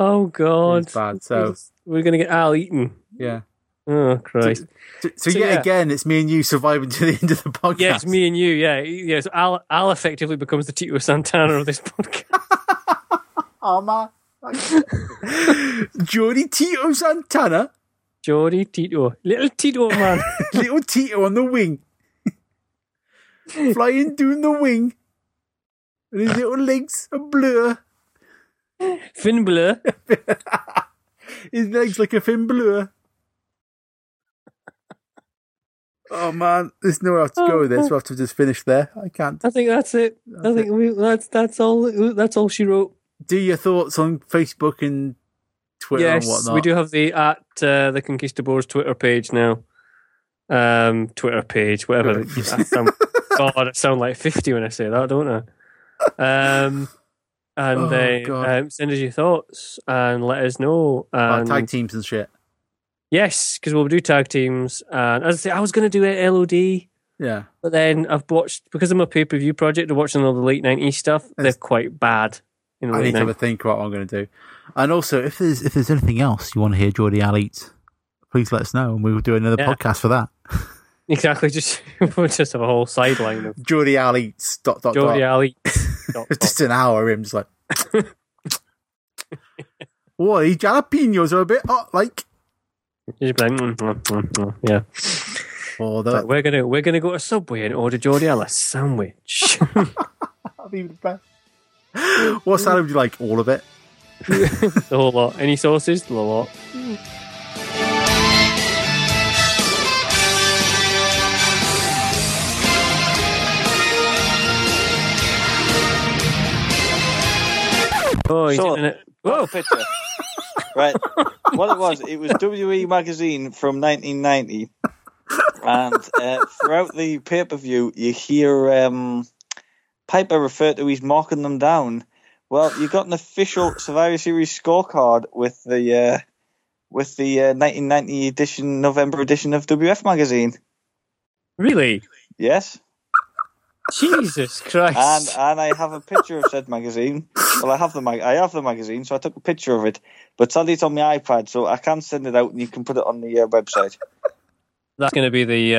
C: Oh God.
D: It's bad, so-
C: we're gonna get Al eaten.
D: yeah.
C: Oh Christ.
D: So, so
C: So,
D: yet
C: yeah.
D: again, it's me and you surviving to the end of the podcast.
C: Yeah, it's me and you. Yeah, yeah. So Al Al effectively becomes the Tito Santana of this *laughs* podcast.
D: Oh man. Jordy Tito Santana,
C: Jody Tito, little Tito
D: *laughs*
C: man.
D: little Tito on the wing, flying down the wing, and his little legs are blur.
C: Finn Blur.
D: His legs like a fin blur. Oh man, there's nowhere else to go with this. We'll have to just finish there. I can't.
C: I think that's it. I think we, that's that's all. That's all she wrote.
D: Do your thoughts on Facebook and Twitter and
C: yes,
D: whatnot.
C: we do have the at uh, the Conquistadors Twitter page now. Um, Twitter page, whatever. I
D: *laughs*
C: sound, God, I sound like fifty when I say that, don't I? Um, and
D: Oh,
C: they
D: God.
C: um, send us your thoughts and let us know.
D: Uh,
C: And
D: tag teams and shit.
C: yes, because we'll do tag teams. And as I say, I was going to do it LOD,
D: Yeah.
C: but then I've watched because I'm a pay per view project. I'm watching all the late '90s stuff. They're
D: It's-
C: quite bad. In the
D: I
C: late
D: need to have
C: 90s.
D: a think about what I'm going to do. And also, if there's if there's anything else you want to hear Geordie Al eat, please let us know, and we will do another
C: Yeah.
D: podcast for that.
C: *laughs* Exactly. Just *laughs* we'll just have a whole sideline
D: *laughs*
C: of
D: Geordie Al eats dot dot
C: Jody
D: dot. *laughs*
C: Ali.
D: It's just an hour of him just like. Whoa, these jalapenos are a bit hot, like.
C: Just be like, "Mm, mm, mm, mm," yeah.
D: Oh,
C: Like,
D: that
C: we're gonna we're gonna go to Subway and order Jordi a sandwich. *laughs*
D: would be the best. What salad would you like? All of it.
C: the whole lot. Any sauces? The whole lot. Oh, he's
A: So-
C: doing it. Whoa!
A: picture.
D: *laughs*
A: right. What it was, it was WE magazine from 1990, and uh, throughout the pay per view, you hear um, Piper refer to he's marking them down. Well, you got an official Survivor Series scorecard with the uh, with the uh, 1990 edition, November edition of WF magazine.
C: Really?
A: Yes,
C: Jesus
A: and
B: uh,
C: Christ!
A: and I have a picture of said magazine. Well, I have the mag- I have the magazine, so I took a picture of it. But sadly, it's on my iPad, so I can send it out, and you can put it on the uh, website.
C: That's going to be the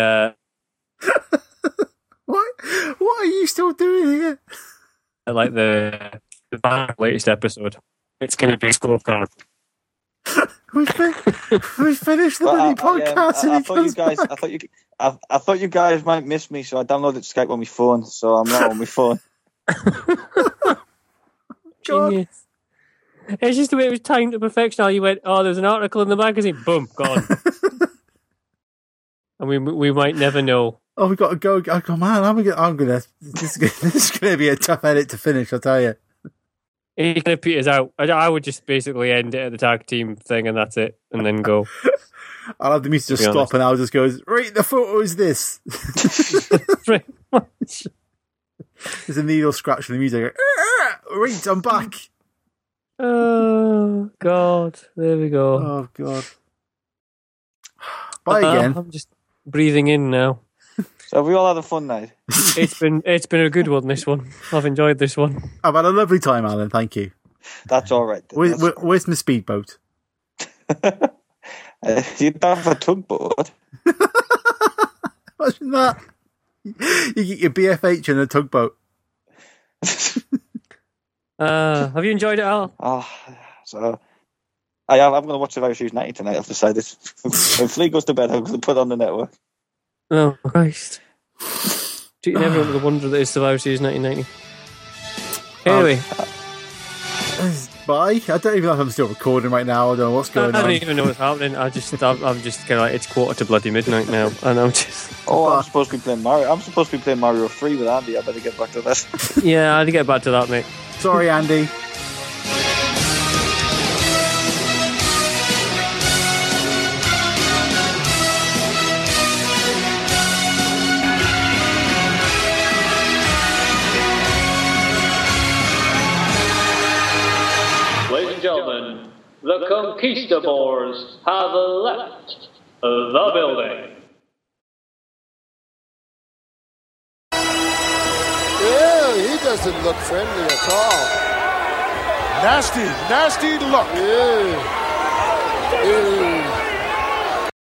C: uh,
D: What? What are you still doing here?
C: I like the the banner latest episode. It's going to be scorecard.
D: we, fin- we finished the
A: But
D: mini
A: I- I, um,
D: podcast
A: I, I
D: and he
A: thought you
D: comes
A: guys,
D: back.
A: I thought you, I, I thought you guys might miss me, so I downloaded Skype on my phone. So I'm not on
D: *laughs*
A: my phone.
C: Genius. It's just the way it was timed to perfection. How you went, oh, there's an article in the magazine, boom, gone. and we we might never know.
D: Oh, we got to go. I go, man. I'm gonna. I'm gonna. This is gonna, *laughs* this is gonna be a tough edit to finish. I'll tell you.
C: He kind of peters out. I, I would just basically end it at the tag team thing, and that's it, and then go.
D: I'll have the music just
C: be
D: stop,
C: honest.
D: and I'll just go. Right, the photo is this. *laughs*
C: Right.
D: There's a needle scratch in the music. I go, *laughs* Right, I'm back.
C: oh God, there we go.
D: Oh god. Bye
C: Uh,
D: Oh, again.
C: I'm just breathing in now.
A: So have we all had a fun night?
C: It's been it's been a good one. This one, I've enjoyed this one.
D: I've had a lovely time, Alan. Thank you.
A: That's all right. then.
D: Where,
A: That's-
D: where, where's my speedboat?
A: Uh, *laughs* You'd have a tugboat. *laughs*
D: Imagine that. *laughs* You get your BFH and a tugboat.
C: Uh, have you enjoyed it, Al?
A: Oh, so I am. I'm going to watch the Irish United tonight. I've decided. *laughs* when Flea goes to bed, I'm going to put on the network.
C: Oh Christ! Treating everyone with the wonder that is Survivor Series 1990.
D: Oh,
C: Anyway,
D: Bye. I don't even know if I'm still recording right now. I don't know what's
C: I
D: going
C: don't
D: on.
C: even know what's happening. I just, I'm, I'm just kind of like, it's quarter to bloody midnight
D: *laughs*
C: now, and I'm just,
A: Oh, I'm supposed to be playing Mario. I'm supposed to be playing Mario Three with Andy. I better get back to that.
C: yeah, I had to get back to that, mate.
D: Sorry, Andy.
K: Ladies and gentlemen, the conquistadors have left the building.
G: Yeah, he doesn't look friendly at all.
H: Nasty, nasty look.
G: Yeah. Yeah.